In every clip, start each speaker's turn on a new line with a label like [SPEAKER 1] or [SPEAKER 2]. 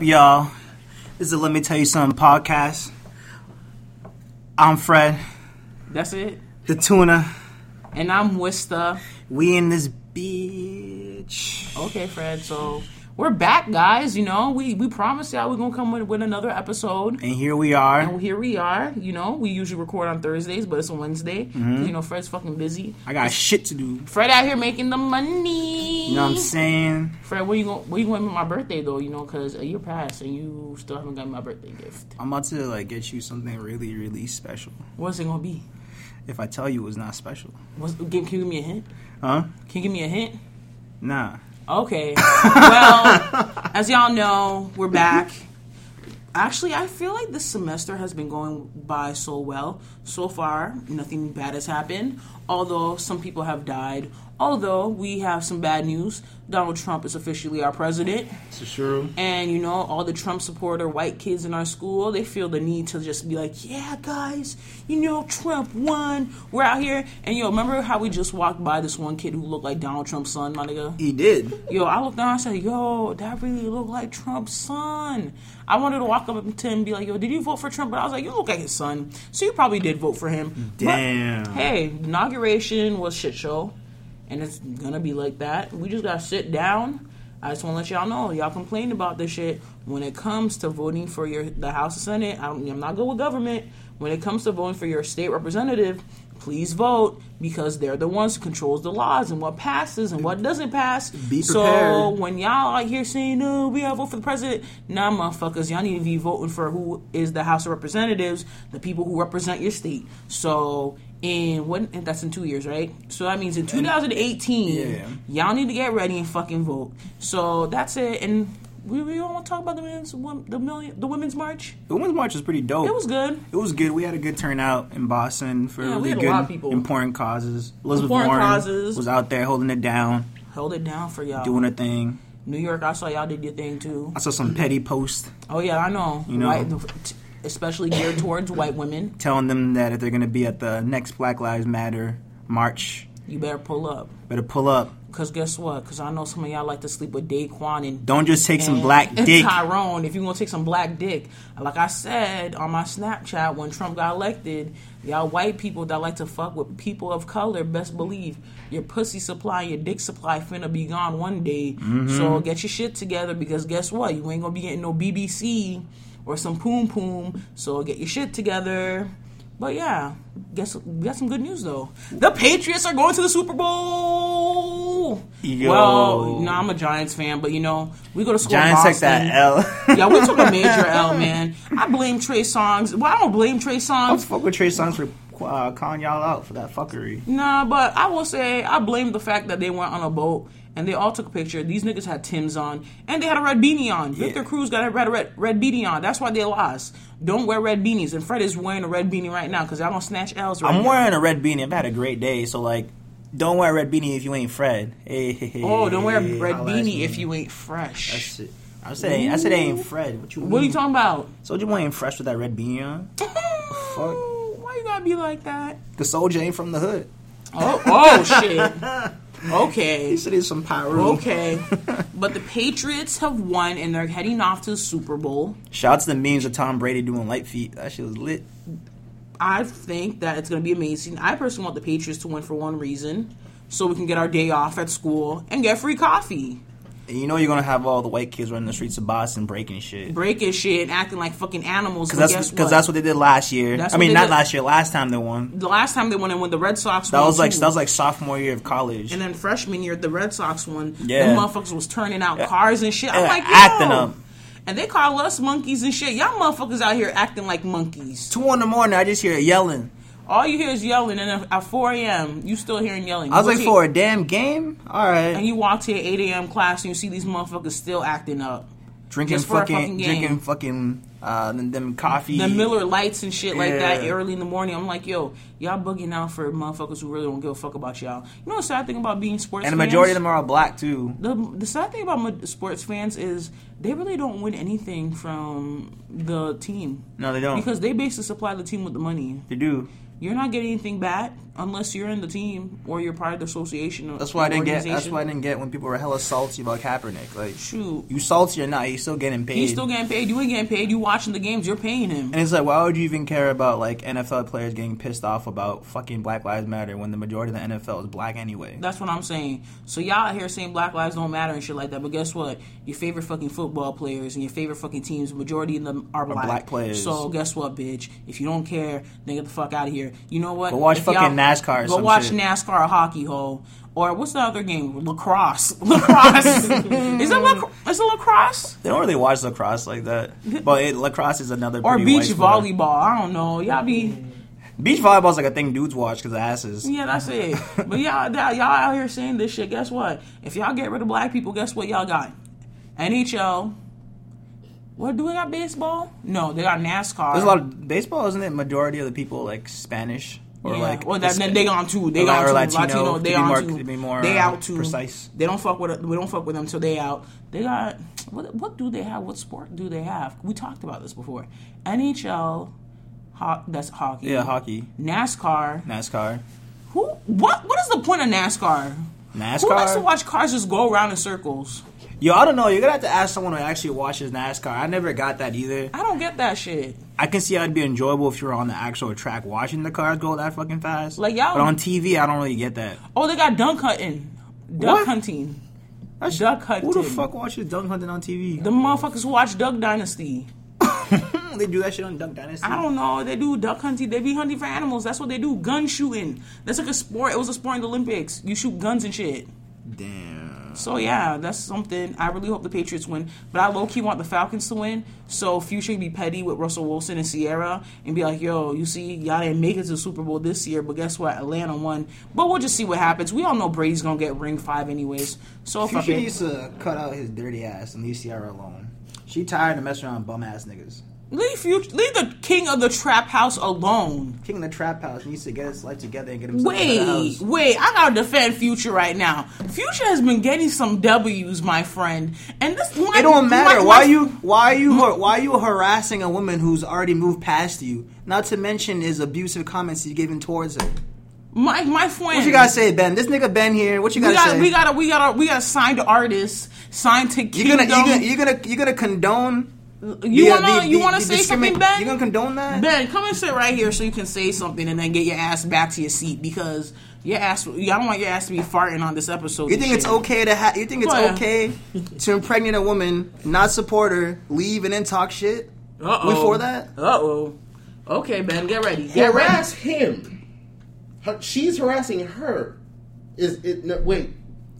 [SPEAKER 1] y'all? This is the Let Me Tell You Something podcast. I'm Fred,
[SPEAKER 2] That's it.
[SPEAKER 1] the tuna.
[SPEAKER 2] And I'm Wista.
[SPEAKER 1] We in this bitch.
[SPEAKER 2] Okay, Fred. So we're back, guys. You know, we we promised y'all we're gonna come with, with another episode.
[SPEAKER 1] And here we
[SPEAKER 2] Well,
[SPEAKER 1] are.
[SPEAKER 2] here we are. You know, we usually record on Thursdays, but it's a Wednesday.
[SPEAKER 1] Mm-hmm.
[SPEAKER 2] You know, Fred's fucking busy.
[SPEAKER 1] I got shit to do.
[SPEAKER 2] Fred out here making the money.
[SPEAKER 1] You know what I'm saying?
[SPEAKER 2] Fred, where you going? Where you going with my birthday though? You know, because a year passed and you still haven't gotten my birthday gift.
[SPEAKER 1] I'm about to like get you something really, really special.
[SPEAKER 2] What's it gonna be?
[SPEAKER 1] If I tell you it's not special.
[SPEAKER 2] What's, can, can you give me a hint?
[SPEAKER 1] Huh?
[SPEAKER 2] Can you give me a hint?
[SPEAKER 1] Nah.
[SPEAKER 2] Okay. Well, as y'all know, we're back. Actually, I feel like this semester has been going by so well. So far, nothing bad has happened. Although some people have died. Although we have some bad news. Donald Trump is officially our president.
[SPEAKER 1] For sure.
[SPEAKER 2] And you know, all the Trump supporter white kids in our school, they feel the need to just be like, yeah, guys, you know, Trump won. We're out here. And yo, remember how we just walked by this one kid who looked like Donald Trump's son, my nigga?
[SPEAKER 1] He did.
[SPEAKER 2] Yo, I looked down and I said, Yo, that really looked like Trump's son. I wanted to walk up to him and be like, Yo, did you vote for Trump? But I was like, You look like his son. So you probably did vote for him. But,
[SPEAKER 1] Damn.
[SPEAKER 2] hey, inauguration was shit show. And it's gonna be like that. We just gotta sit down. I just wanna let y'all know. Y'all complained about this shit. When it comes to voting for your the House and Senate, I'm, I'm not good with government. When it comes to voting for your state representative, please vote because they're the ones who controls the laws and what passes and what doesn't pass.
[SPEAKER 1] Be
[SPEAKER 2] So
[SPEAKER 1] prepared.
[SPEAKER 2] when y'all out here saying no, we gotta vote for the president, nah, motherfuckers, y'all need to be voting for who is the House of Representatives, the people who represent your state. So in what and that's in two years, right? So that means in 2018,
[SPEAKER 1] Yeah.
[SPEAKER 2] y'all need to get ready and fucking vote. So that's it, and we, we don't want to talk about the men's wom- the million the women's march.
[SPEAKER 1] The Women's March was pretty dope.
[SPEAKER 2] It was good.
[SPEAKER 1] It was good. We had a good turnout in Boston for
[SPEAKER 2] Yeah,
[SPEAKER 1] really
[SPEAKER 2] we had a
[SPEAKER 1] good,
[SPEAKER 2] lot of people.
[SPEAKER 1] important causes. Elizabeth
[SPEAKER 2] Important
[SPEAKER 1] Warren
[SPEAKER 2] causes.
[SPEAKER 1] was out there holding it down,
[SPEAKER 2] Held it down for y'all.
[SPEAKER 1] doing her thing.
[SPEAKER 2] New York, I saw y'all did your thing too.
[SPEAKER 1] I saw some petty posts
[SPEAKER 2] Oh yeah, I know.
[SPEAKER 1] You know.
[SPEAKER 2] White- t- especially geared towards white women.
[SPEAKER 1] telling them that if they're going to be at the next Black Lives Matter march,
[SPEAKER 2] You better pull up.
[SPEAKER 1] better pull up.
[SPEAKER 2] Cause guess what? Cause I know some of y'all like to sleep with Daquan and
[SPEAKER 1] Don't just take some
[SPEAKER 2] and-
[SPEAKER 1] black
[SPEAKER 2] and
[SPEAKER 1] dick.
[SPEAKER 2] Tyrone. If you gonna take some black dick, like I said on my Snapchat when Trump got elected, y'all white people that like to fuck with people of color, best believe your pussy supply, your dick supply finna be gone one day. So
[SPEAKER 1] Mm-hmm.
[SPEAKER 2] get your shit together because guess what? You ain't gonna be getting no BBC or some poom poom. So get your shit together. But yeah, guess we got some good news though. The Patriots are going to the Super Bowl.
[SPEAKER 1] Yo.
[SPEAKER 2] Well, no, I'm a Giants fan, but you know we go to school.
[SPEAKER 1] Giants
[SPEAKER 2] in
[SPEAKER 1] take that
[SPEAKER 2] Boston.
[SPEAKER 1] L.
[SPEAKER 2] yeah, we took a major L, man. I blame Trey Songs. Well, I don't blame Trey
[SPEAKER 1] I'm
[SPEAKER 2] Songs.
[SPEAKER 1] fuck with Trey Songz for uh, calling y'all out for that fuckery.
[SPEAKER 2] Nah, but I will say I blame the fact that they went on a boat and they all took a picture. These niggas had Tim's on and they had a red beanie on. Victor Cruz got a red, red red beanie on. That's why they lost. Don't wear red beanies. And Fred is wearing a red beanie right now because y'all gonna snatch L's right
[SPEAKER 1] I'm
[SPEAKER 2] now.
[SPEAKER 1] wearing a red beanie. I've had a great day, so like, don't wear a red beanie if you ain't Fred. Hey, hey, hey,
[SPEAKER 2] Oh, don't wear a red
[SPEAKER 1] holla at
[SPEAKER 2] beanie
[SPEAKER 1] me.
[SPEAKER 2] if you ain't fresh.
[SPEAKER 1] That's it. I said, I said, they ain't Fred. What you?
[SPEAKER 2] what are
[SPEAKER 1] mean?
[SPEAKER 2] you talking about?
[SPEAKER 1] Soldier Boy ain't fresh with that red beanie on.
[SPEAKER 2] Why you gotta be like that?
[SPEAKER 1] The soldier ain't from the hood.
[SPEAKER 2] Oh, oh shit. Okay.
[SPEAKER 1] He said he's some power.
[SPEAKER 2] Okay. But the Patriots have won and they're heading off to the Super Bowl.
[SPEAKER 1] Shouts to the memes of Tom Brady doing light feet. That shit was lit.
[SPEAKER 2] I think that it's going to be amazing. I personally want the Patriots to win for one reason so we can get our day off at school and get free coffee.
[SPEAKER 1] And you know you're gonna have all the white kids running the streets of Boston breaking shit.
[SPEAKER 2] Breaking shit and acting like fucking animals.
[SPEAKER 1] Because
[SPEAKER 2] But
[SPEAKER 1] that's
[SPEAKER 2] guess what?
[SPEAKER 1] because that's what they did last year.
[SPEAKER 2] That's
[SPEAKER 1] I
[SPEAKER 2] what
[SPEAKER 1] mean,
[SPEAKER 2] they
[SPEAKER 1] not
[SPEAKER 2] did.
[SPEAKER 1] last year. Last time they won.
[SPEAKER 2] the last time they won and when the Red Sox
[SPEAKER 1] That
[SPEAKER 2] won
[SPEAKER 1] was like
[SPEAKER 2] too.
[SPEAKER 1] that was like sophomore year of college.
[SPEAKER 2] and then freshman year the Red Sox won.
[SPEAKER 1] Yeah.
[SPEAKER 2] the motherfuckers was turning out cars and shit. I'm
[SPEAKER 1] Yeah,
[SPEAKER 2] like, Yo.
[SPEAKER 1] acting up.
[SPEAKER 2] and they call us monkeys and shit. Y'all motherfuckers out here acting like monkeys.
[SPEAKER 1] Two in the morning, I just hear yelling.
[SPEAKER 2] All you hear is yelling, and then at 4 a.m. you still hearing yelling.
[SPEAKER 1] I was like,
[SPEAKER 2] What's it-
[SPEAKER 1] for a damn game? All
[SPEAKER 2] and
[SPEAKER 1] right,
[SPEAKER 2] you walk to your 8 a.m. class and you see these motherfuckers still acting up.
[SPEAKER 1] drinking
[SPEAKER 2] just for a
[SPEAKER 1] fucking,
[SPEAKER 2] fucking game.
[SPEAKER 1] drinking fucking uh, them, them coffee.
[SPEAKER 2] The Miller Lights and shit like that
[SPEAKER 1] Yeah.
[SPEAKER 2] early in the morning. I'm like, yo, y'all bugging out for motherfuckers who really don't give a fuck about y'all. You know the sad thing about being sports
[SPEAKER 1] and the
[SPEAKER 2] fans?
[SPEAKER 1] majority of them are all black too.
[SPEAKER 2] the the sad thing about ma- sports fans is they really don't win anything from the team
[SPEAKER 1] No, they don't.
[SPEAKER 2] because they basically supply the team with the money.
[SPEAKER 1] they do.
[SPEAKER 2] You're not getting anything back unless you're in the team or you're part of the association. or-
[SPEAKER 1] That's why I didn't get. That's
[SPEAKER 2] organization.
[SPEAKER 1] why I didn't get when people were hella salty about Kaepernick. Like,
[SPEAKER 2] Shoot,
[SPEAKER 1] you salty or not, you still getting paid.
[SPEAKER 2] he's still getting paid. You ain't getting paid. You watching the games. You're paying him.
[SPEAKER 1] and it's like, why would you even care about like NFL players getting pissed off about fucking Black Lives Matter when the majority of the NFL is black anyway?
[SPEAKER 2] That's what I'm saying. So y'all out here saying Black Lives don't matter and shit like that, but guess what? Your favorite fucking football players and your favorite fucking teams, majority of them are black.
[SPEAKER 1] black players.
[SPEAKER 2] So guess what, bitch? If you don't care, then get the fuck out of here. You know what?
[SPEAKER 1] Go watch
[SPEAKER 2] If y'all-
[SPEAKER 1] fucking NASCAR or
[SPEAKER 2] Go
[SPEAKER 1] some
[SPEAKER 2] watch
[SPEAKER 1] shit.
[SPEAKER 2] NASCAR or hockey, ho. Or what's the other game? Lacrosse. Lacrosse. is it lac- is it lacrosse?
[SPEAKER 1] They don't really watch lacrosse like that. But it, lacrosse is another.
[SPEAKER 2] Or
[SPEAKER 1] pretty
[SPEAKER 2] beach
[SPEAKER 1] white sport.
[SPEAKER 2] volleyball? I don't know. Y'all be
[SPEAKER 1] Beach volleyball's like a thing dudes watch because of asses.
[SPEAKER 2] Yeah, that's it. but y'all, that, y'all out here saying this shit. Guess what? If y'all get rid of black people, guess what y'all got? NHL. What do we got? Baseball? No, they got NASCAR.
[SPEAKER 1] There's a lot of baseball, isn't it? Majority of the people like Spanish or
[SPEAKER 2] Yeah.
[SPEAKER 1] like
[SPEAKER 2] well, that,
[SPEAKER 1] Hispa-
[SPEAKER 2] they gone too. They
[SPEAKER 1] or
[SPEAKER 2] gone too.
[SPEAKER 1] Latino,
[SPEAKER 2] Latino.
[SPEAKER 1] to
[SPEAKER 2] they
[SPEAKER 1] be
[SPEAKER 2] on
[SPEAKER 1] more-
[SPEAKER 2] too.
[SPEAKER 1] to be more,
[SPEAKER 2] they
[SPEAKER 1] uh,
[SPEAKER 2] out too.
[SPEAKER 1] precise.
[SPEAKER 2] They don't fuck with. We don't fuck with them till they out. They got what? What do they have? What sport do they have? We talked about this before. NHL. Ho- that's hockey.
[SPEAKER 1] yeah, hockey,
[SPEAKER 2] NASCAR.
[SPEAKER 1] NASCAR,
[SPEAKER 2] Who? What? What is the point of NASCAR? Who likes to
[SPEAKER 1] NASCAR.
[SPEAKER 2] watch cars just go around in circles?
[SPEAKER 1] Yo, I don't know. You're gonna have to ask someone who actually watches NASCAR. I never got that either.
[SPEAKER 2] I don't get that shit.
[SPEAKER 1] I can see how it'd be enjoyable if you were on the actual track watching the cars go that fucking fast.
[SPEAKER 2] Like, y'all-
[SPEAKER 1] but on TV, I don't really get that.
[SPEAKER 2] Oh, they got dunk hunting, duck
[SPEAKER 1] What?
[SPEAKER 2] hunting.
[SPEAKER 1] That's,
[SPEAKER 2] Duck
[SPEAKER 1] Who the
[SPEAKER 2] hunting.
[SPEAKER 1] fuck watches Duck Hunting on TV?
[SPEAKER 2] The motherfuckers who watch Duck Dynasty.
[SPEAKER 1] they do that shit on Duck Dynasty.
[SPEAKER 2] I don't know. They do duck hunting. They be hunting for animals. That's what they do. Gun shooting. That's like a sport. It was a sport in the Olympics. You shoot guns and shit.
[SPEAKER 1] Damn.
[SPEAKER 2] So yeah, that's something. I really hope the Patriots win, but I low key want the Falcons to win. So Future can be petty with Russell Wilson and Sierra and be like, "Yo, you see, y'all didn't make it to the Super Bowl this year, but guess what? Atlanta won. But we'll just see what happens. We all know Brady's gonna get ring five anyways. So fuck
[SPEAKER 1] Future
[SPEAKER 2] it.
[SPEAKER 1] needs to cut out his dirty ass and leave Sierra alone. She tired of messing around bum ass niggas.
[SPEAKER 2] Leave Future, leave the king of the trap house alone.
[SPEAKER 1] King of the Trap House needs to get his life together and get himself out of the
[SPEAKER 2] Wait,
[SPEAKER 1] house.
[SPEAKER 2] wait, I gotta defend Future right now. Future has been getting some W's, my friend. And this
[SPEAKER 1] It don't matter. why you why you har- why you harassing a woman who's already moved past you? Not to mention his abusive comments he's giving towards her.
[SPEAKER 2] my my friend
[SPEAKER 1] What you gotta say, Ben? This nigga Ben here. What you
[SPEAKER 2] We
[SPEAKER 1] gotta
[SPEAKER 2] got,
[SPEAKER 1] say?
[SPEAKER 2] we got, to we got, to we got signed artists, signed to
[SPEAKER 1] you're
[SPEAKER 2] Kingdom.
[SPEAKER 1] gonna you're gonna you're gonna you're gonna condone.
[SPEAKER 2] you
[SPEAKER 1] the-
[SPEAKER 2] wanna,
[SPEAKER 1] the-
[SPEAKER 2] you
[SPEAKER 1] the-
[SPEAKER 2] wanna
[SPEAKER 1] the
[SPEAKER 2] say
[SPEAKER 1] discrimin-
[SPEAKER 2] something, Ben?
[SPEAKER 1] You gonna condone that?
[SPEAKER 2] ben, come and sit right here so you can say something and then get your ass back to your seat because your ass, I don't want your ass to be farting on this episode.
[SPEAKER 1] You
[SPEAKER 2] and
[SPEAKER 1] think
[SPEAKER 2] shit.
[SPEAKER 1] it's okay to ha- you think it's
[SPEAKER 2] Oh, yeah.
[SPEAKER 1] okay to impregnate a woman, not support her, leave and then talk shit?
[SPEAKER 2] Uh-oh.
[SPEAKER 1] We for that?
[SPEAKER 2] Uh oh. Okay, Ben, get ready. Get ready.
[SPEAKER 3] harass him. Her- she's harassing her. Is it? No, wait,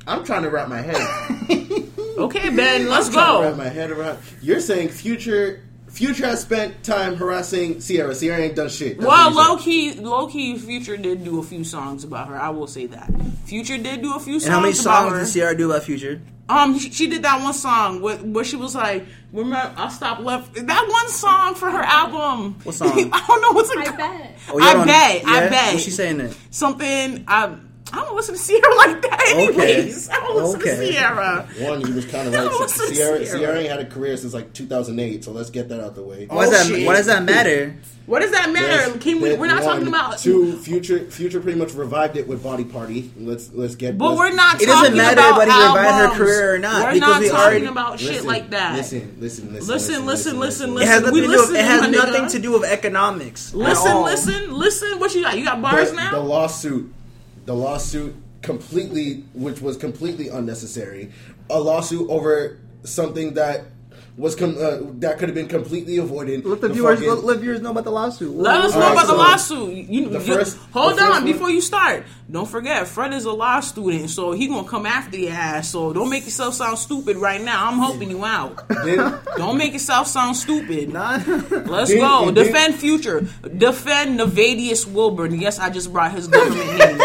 [SPEAKER 3] I'm trying to wrap my head.
[SPEAKER 2] Okay, Ben, let's
[SPEAKER 3] trying to
[SPEAKER 2] go.
[SPEAKER 3] wrap my head around. You're saying future. Future has spent time harassing Sierra. Sierra ain't done shit. That's
[SPEAKER 2] Well,
[SPEAKER 3] what you're
[SPEAKER 2] low key, low key, Future did do a few songs about her. I will say that Future did do a few songs.
[SPEAKER 1] And how many
[SPEAKER 2] about
[SPEAKER 1] songs
[SPEAKER 2] her.
[SPEAKER 1] did Sierra do about Future?
[SPEAKER 2] Um, she, she did that one song where, where she was like, "Remember, I'll stop left." That one song for her album.
[SPEAKER 1] What song?
[SPEAKER 2] I don't know what's it
[SPEAKER 4] I
[SPEAKER 2] called.
[SPEAKER 4] bet.
[SPEAKER 1] Oh, y'all
[SPEAKER 2] I
[SPEAKER 1] don't-
[SPEAKER 2] bet, I
[SPEAKER 1] yeah?
[SPEAKER 2] bet.
[SPEAKER 1] What's she saying it?
[SPEAKER 2] Something. I I don't listen to Sierra like that,
[SPEAKER 1] Okay.
[SPEAKER 2] anyways. I don't listen to
[SPEAKER 1] Okay.
[SPEAKER 2] Sierra.
[SPEAKER 3] saying. One, you was kind of
[SPEAKER 2] That
[SPEAKER 3] right.
[SPEAKER 2] was so
[SPEAKER 3] Sierra,
[SPEAKER 2] Sierra.
[SPEAKER 3] Sierra ain't had a career since like 2008, so let's get that out the way.
[SPEAKER 1] Why does that
[SPEAKER 2] shit.
[SPEAKER 1] why does that matter?
[SPEAKER 2] What does that matter?
[SPEAKER 3] There's-
[SPEAKER 2] Oh, Can we?
[SPEAKER 3] there's
[SPEAKER 2] We're not talking
[SPEAKER 3] one,
[SPEAKER 2] about.
[SPEAKER 3] two. Future, future pretty much revived it with Body Party. Let's let's get.
[SPEAKER 2] But
[SPEAKER 3] let's-
[SPEAKER 2] we're not.
[SPEAKER 1] It doesn't
[SPEAKER 2] talking
[SPEAKER 1] matter
[SPEAKER 2] about
[SPEAKER 1] whether you revive her
[SPEAKER 2] albums.
[SPEAKER 1] career or not,
[SPEAKER 2] We're
[SPEAKER 1] because
[SPEAKER 2] not
[SPEAKER 1] we
[SPEAKER 2] talking
[SPEAKER 1] already-
[SPEAKER 2] about Oh, shit
[SPEAKER 3] Listen,
[SPEAKER 2] like that.
[SPEAKER 3] Listen, listen, listen,
[SPEAKER 2] Listen, listen, listen,
[SPEAKER 1] It has
[SPEAKER 2] We
[SPEAKER 1] nothing, to do, with-
[SPEAKER 2] listen,
[SPEAKER 1] it has
[SPEAKER 2] my nigga.
[SPEAKER 1] nothing to do with economics. at
[SPEAKER 2] Listen,
[SPEAKER 1] all.
[SPEAKER 2] listen, listen. What you got? You got
[SPEAKER 3] The-
[SPEAKER 2] bars
[SPEAKER 3] The
[SPEAKER 2] now.
[SPEAKER 3] lawsuit, the lawsuit completely, which was completely unnecessary, a lawsuit over something that was com- uh, that could have been completely avoided.
[SPEAKER 1] Let the, viewers
[SPEAKER 3] fucking-
[SPEAKER 1] let, let viewers know about the lawsuit.
[SPEAKER 2] Let us know
[SPEAKER 3] Alright,
[SPEAKER 2] about the
[SPEAKER 3] so
[SPEAKER 2] lawsuit. You,
[SPEAKER 3] the
[SPEAKER 2] you-
[SPEAKER 3] first-
[SPEAKER 2] hold
[SPEAKER 3] the
[SPEAKER 2] on
[SPEAKER 3] first one-
[SPEAKER 2] before you start. Don't forget, Fred is a law student, so he gonna come after your ass. So don't make yourself sound stupid right now. I'm helping you out.
[SPEAKER 3] Didn't-
[SPEAKER 2] don't make yourself sound stupid.
[SPEAKER 1] Nah.
[SPEAKER 2] Let's
[SPEAKER 3] Didn't-
[SPEAKER 2] go.
[SPEAKER 3] it didn't-
[SPEAKER 2] Defend future. Defend Navadius Wilburn. Yes, I just brought his government name.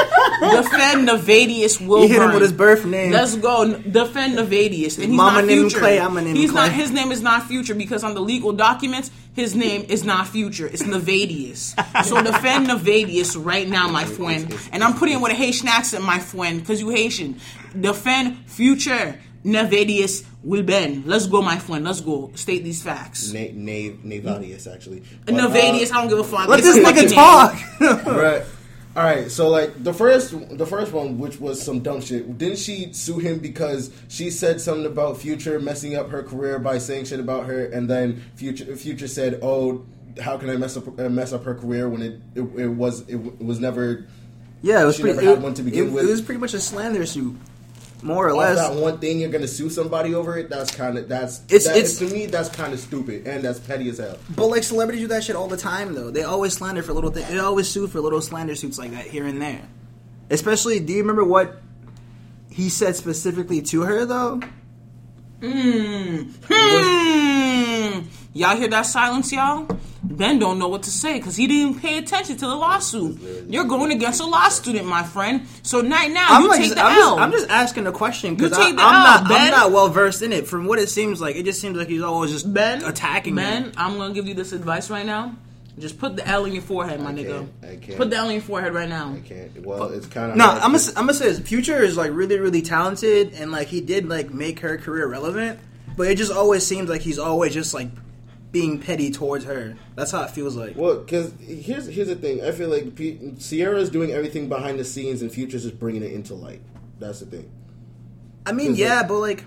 [SPEAKER 2] Defend Nevadius
[SPEAKER 1] You
[SPEAKER 2] Wilburn.
[SPEAKER 1] hit him with his birth name.
[SPEAKER 2] Let's go N- defend Nevadius. And he's
[SPEAKER 1] Mama
[SPEAKER 2] not
[SPEAKER 1] named him
[SPEAKER 2] future.
[SPEAKER 1] Clay, I'ma name him
[SPEAKER 2] he's not.
[SPEAKER 1] Clay.
[SPEAKER 2] His name is not future because on the legal documents, his name is not future. It's Nevadius. so defend Nevadius right now, my friend. And I'm putting it with a Haitian accent, my friend, because you Haitian. Defend future Nevadius Wilburn. Let's go, my friend. Let's go. State these facts.
[SPEAKER 3] Na- Nave Navadius actually. But, uh,
[SPEAKER 2] Nevadius, I don't give a fuck.
[SPEAKER 1] Let
[SPEAKER 2] It's
[SPEAKER 1] this
[SPEAKER 2] a fucking
[SPEAKER 1] nigga
[SPEAKER 2] name.
[SPEAKER 1] talk.
[SPEAKER 3] Right. All right. So like the first, the first one, which was some dumb shit. Didn't she sue him because she said something about Future messing up her career by saying shit about her, and then Future Future said, "Oh, how can I mess up uh, mess up her career when it it, it was it, w- was never
[SPEAKER 1] yeah, it was
[SPEAKER 3] She
[SPEAKER 1] pretty.
[SPEAKER 3] never had
[SPEAKER 1] it-
[SPEAKER 3] one to begin
[SPEAKER 1] it,
[SPEAKER 3] with.
[SPEAKER 1] it was pretty much a slander suit, more or
[SPEAKER 3] off
[SPEAKER 1] less.
[SPEAKER 3] that one thing you're gonna sue somebody over it? That's kind of that's
[SPEAKER 1] It's-
[SPEAKER 3] that-
[SPEAKER 1] it's-
[SPEAKER 3] to me that's kind of stupid and that's petty as hell.
[SPEAKER 1] But like celebrities do that shit all the time though. They always slander for little things. They always sue for little slander suits like that here and there. Especially, do you remember what he said specifically to her though?
[SPEAKER 2] Oh, Hmm. Y'all hear that silence, y'all? Ben don't know what to say because he didn't pay attention to the lawsuit. You're going against a law student, my friend. So night now,
[SPEAKER 1] I'm
[SPEAKER 2] you
[SPEAKER 1] like,
[SPEAKER 2] take
[SPEAKER 1] just,
[SPEAKER 2] the
[SPEAKER 1] I'm,
[SPEAKER 2] L.
[SPEAKER 1] just, I'm just asking a question because
[SPEAKER 2] You
[SPEAKER 1] I'm
[SPEAKER 2] take the L,
[SPEAKER 1] not I'm
[SPEAKER 2] Ben.
[SPEAKER 1] not well versed in it. From what it seems like, it just seems like he's always just
[SPEAKER 2] Ben
[SPEAKER 1] attacking
[SPEAKER 2] Ben,
[SPEAKER 1] me.
[SPEAKER 2] I'm gonna give you this advice right now. Just put the L in your forehead, my
[SPEAKER 3] I
[SPEAKER 2] nigga.
[SPEAKER 3] can't, I can't.
[SPEAKER 2] Put the L in your forehead right now.
[SPEAKER 3] I can't. Well, it's kind of
[SPEAKER 1] No, I'm gonna I'm gonna say this. Future is like really really talented and like he did like make her career relevant, but it just always seems like he's always just like being petty towards her. That's how it feels like.
[SPEAKER 3] Well, because here's here's the thing. I feel like P- Sierra's doing everything behind the scenes, and Future's just bringing it into light. That's the thing.
[SPEAKER 1] I mean,
[SPEAKER 3] 'Cause,
[SPEAKER 1] yeah,
[SPEAKER 3] like-
[SPEAKER 1] but like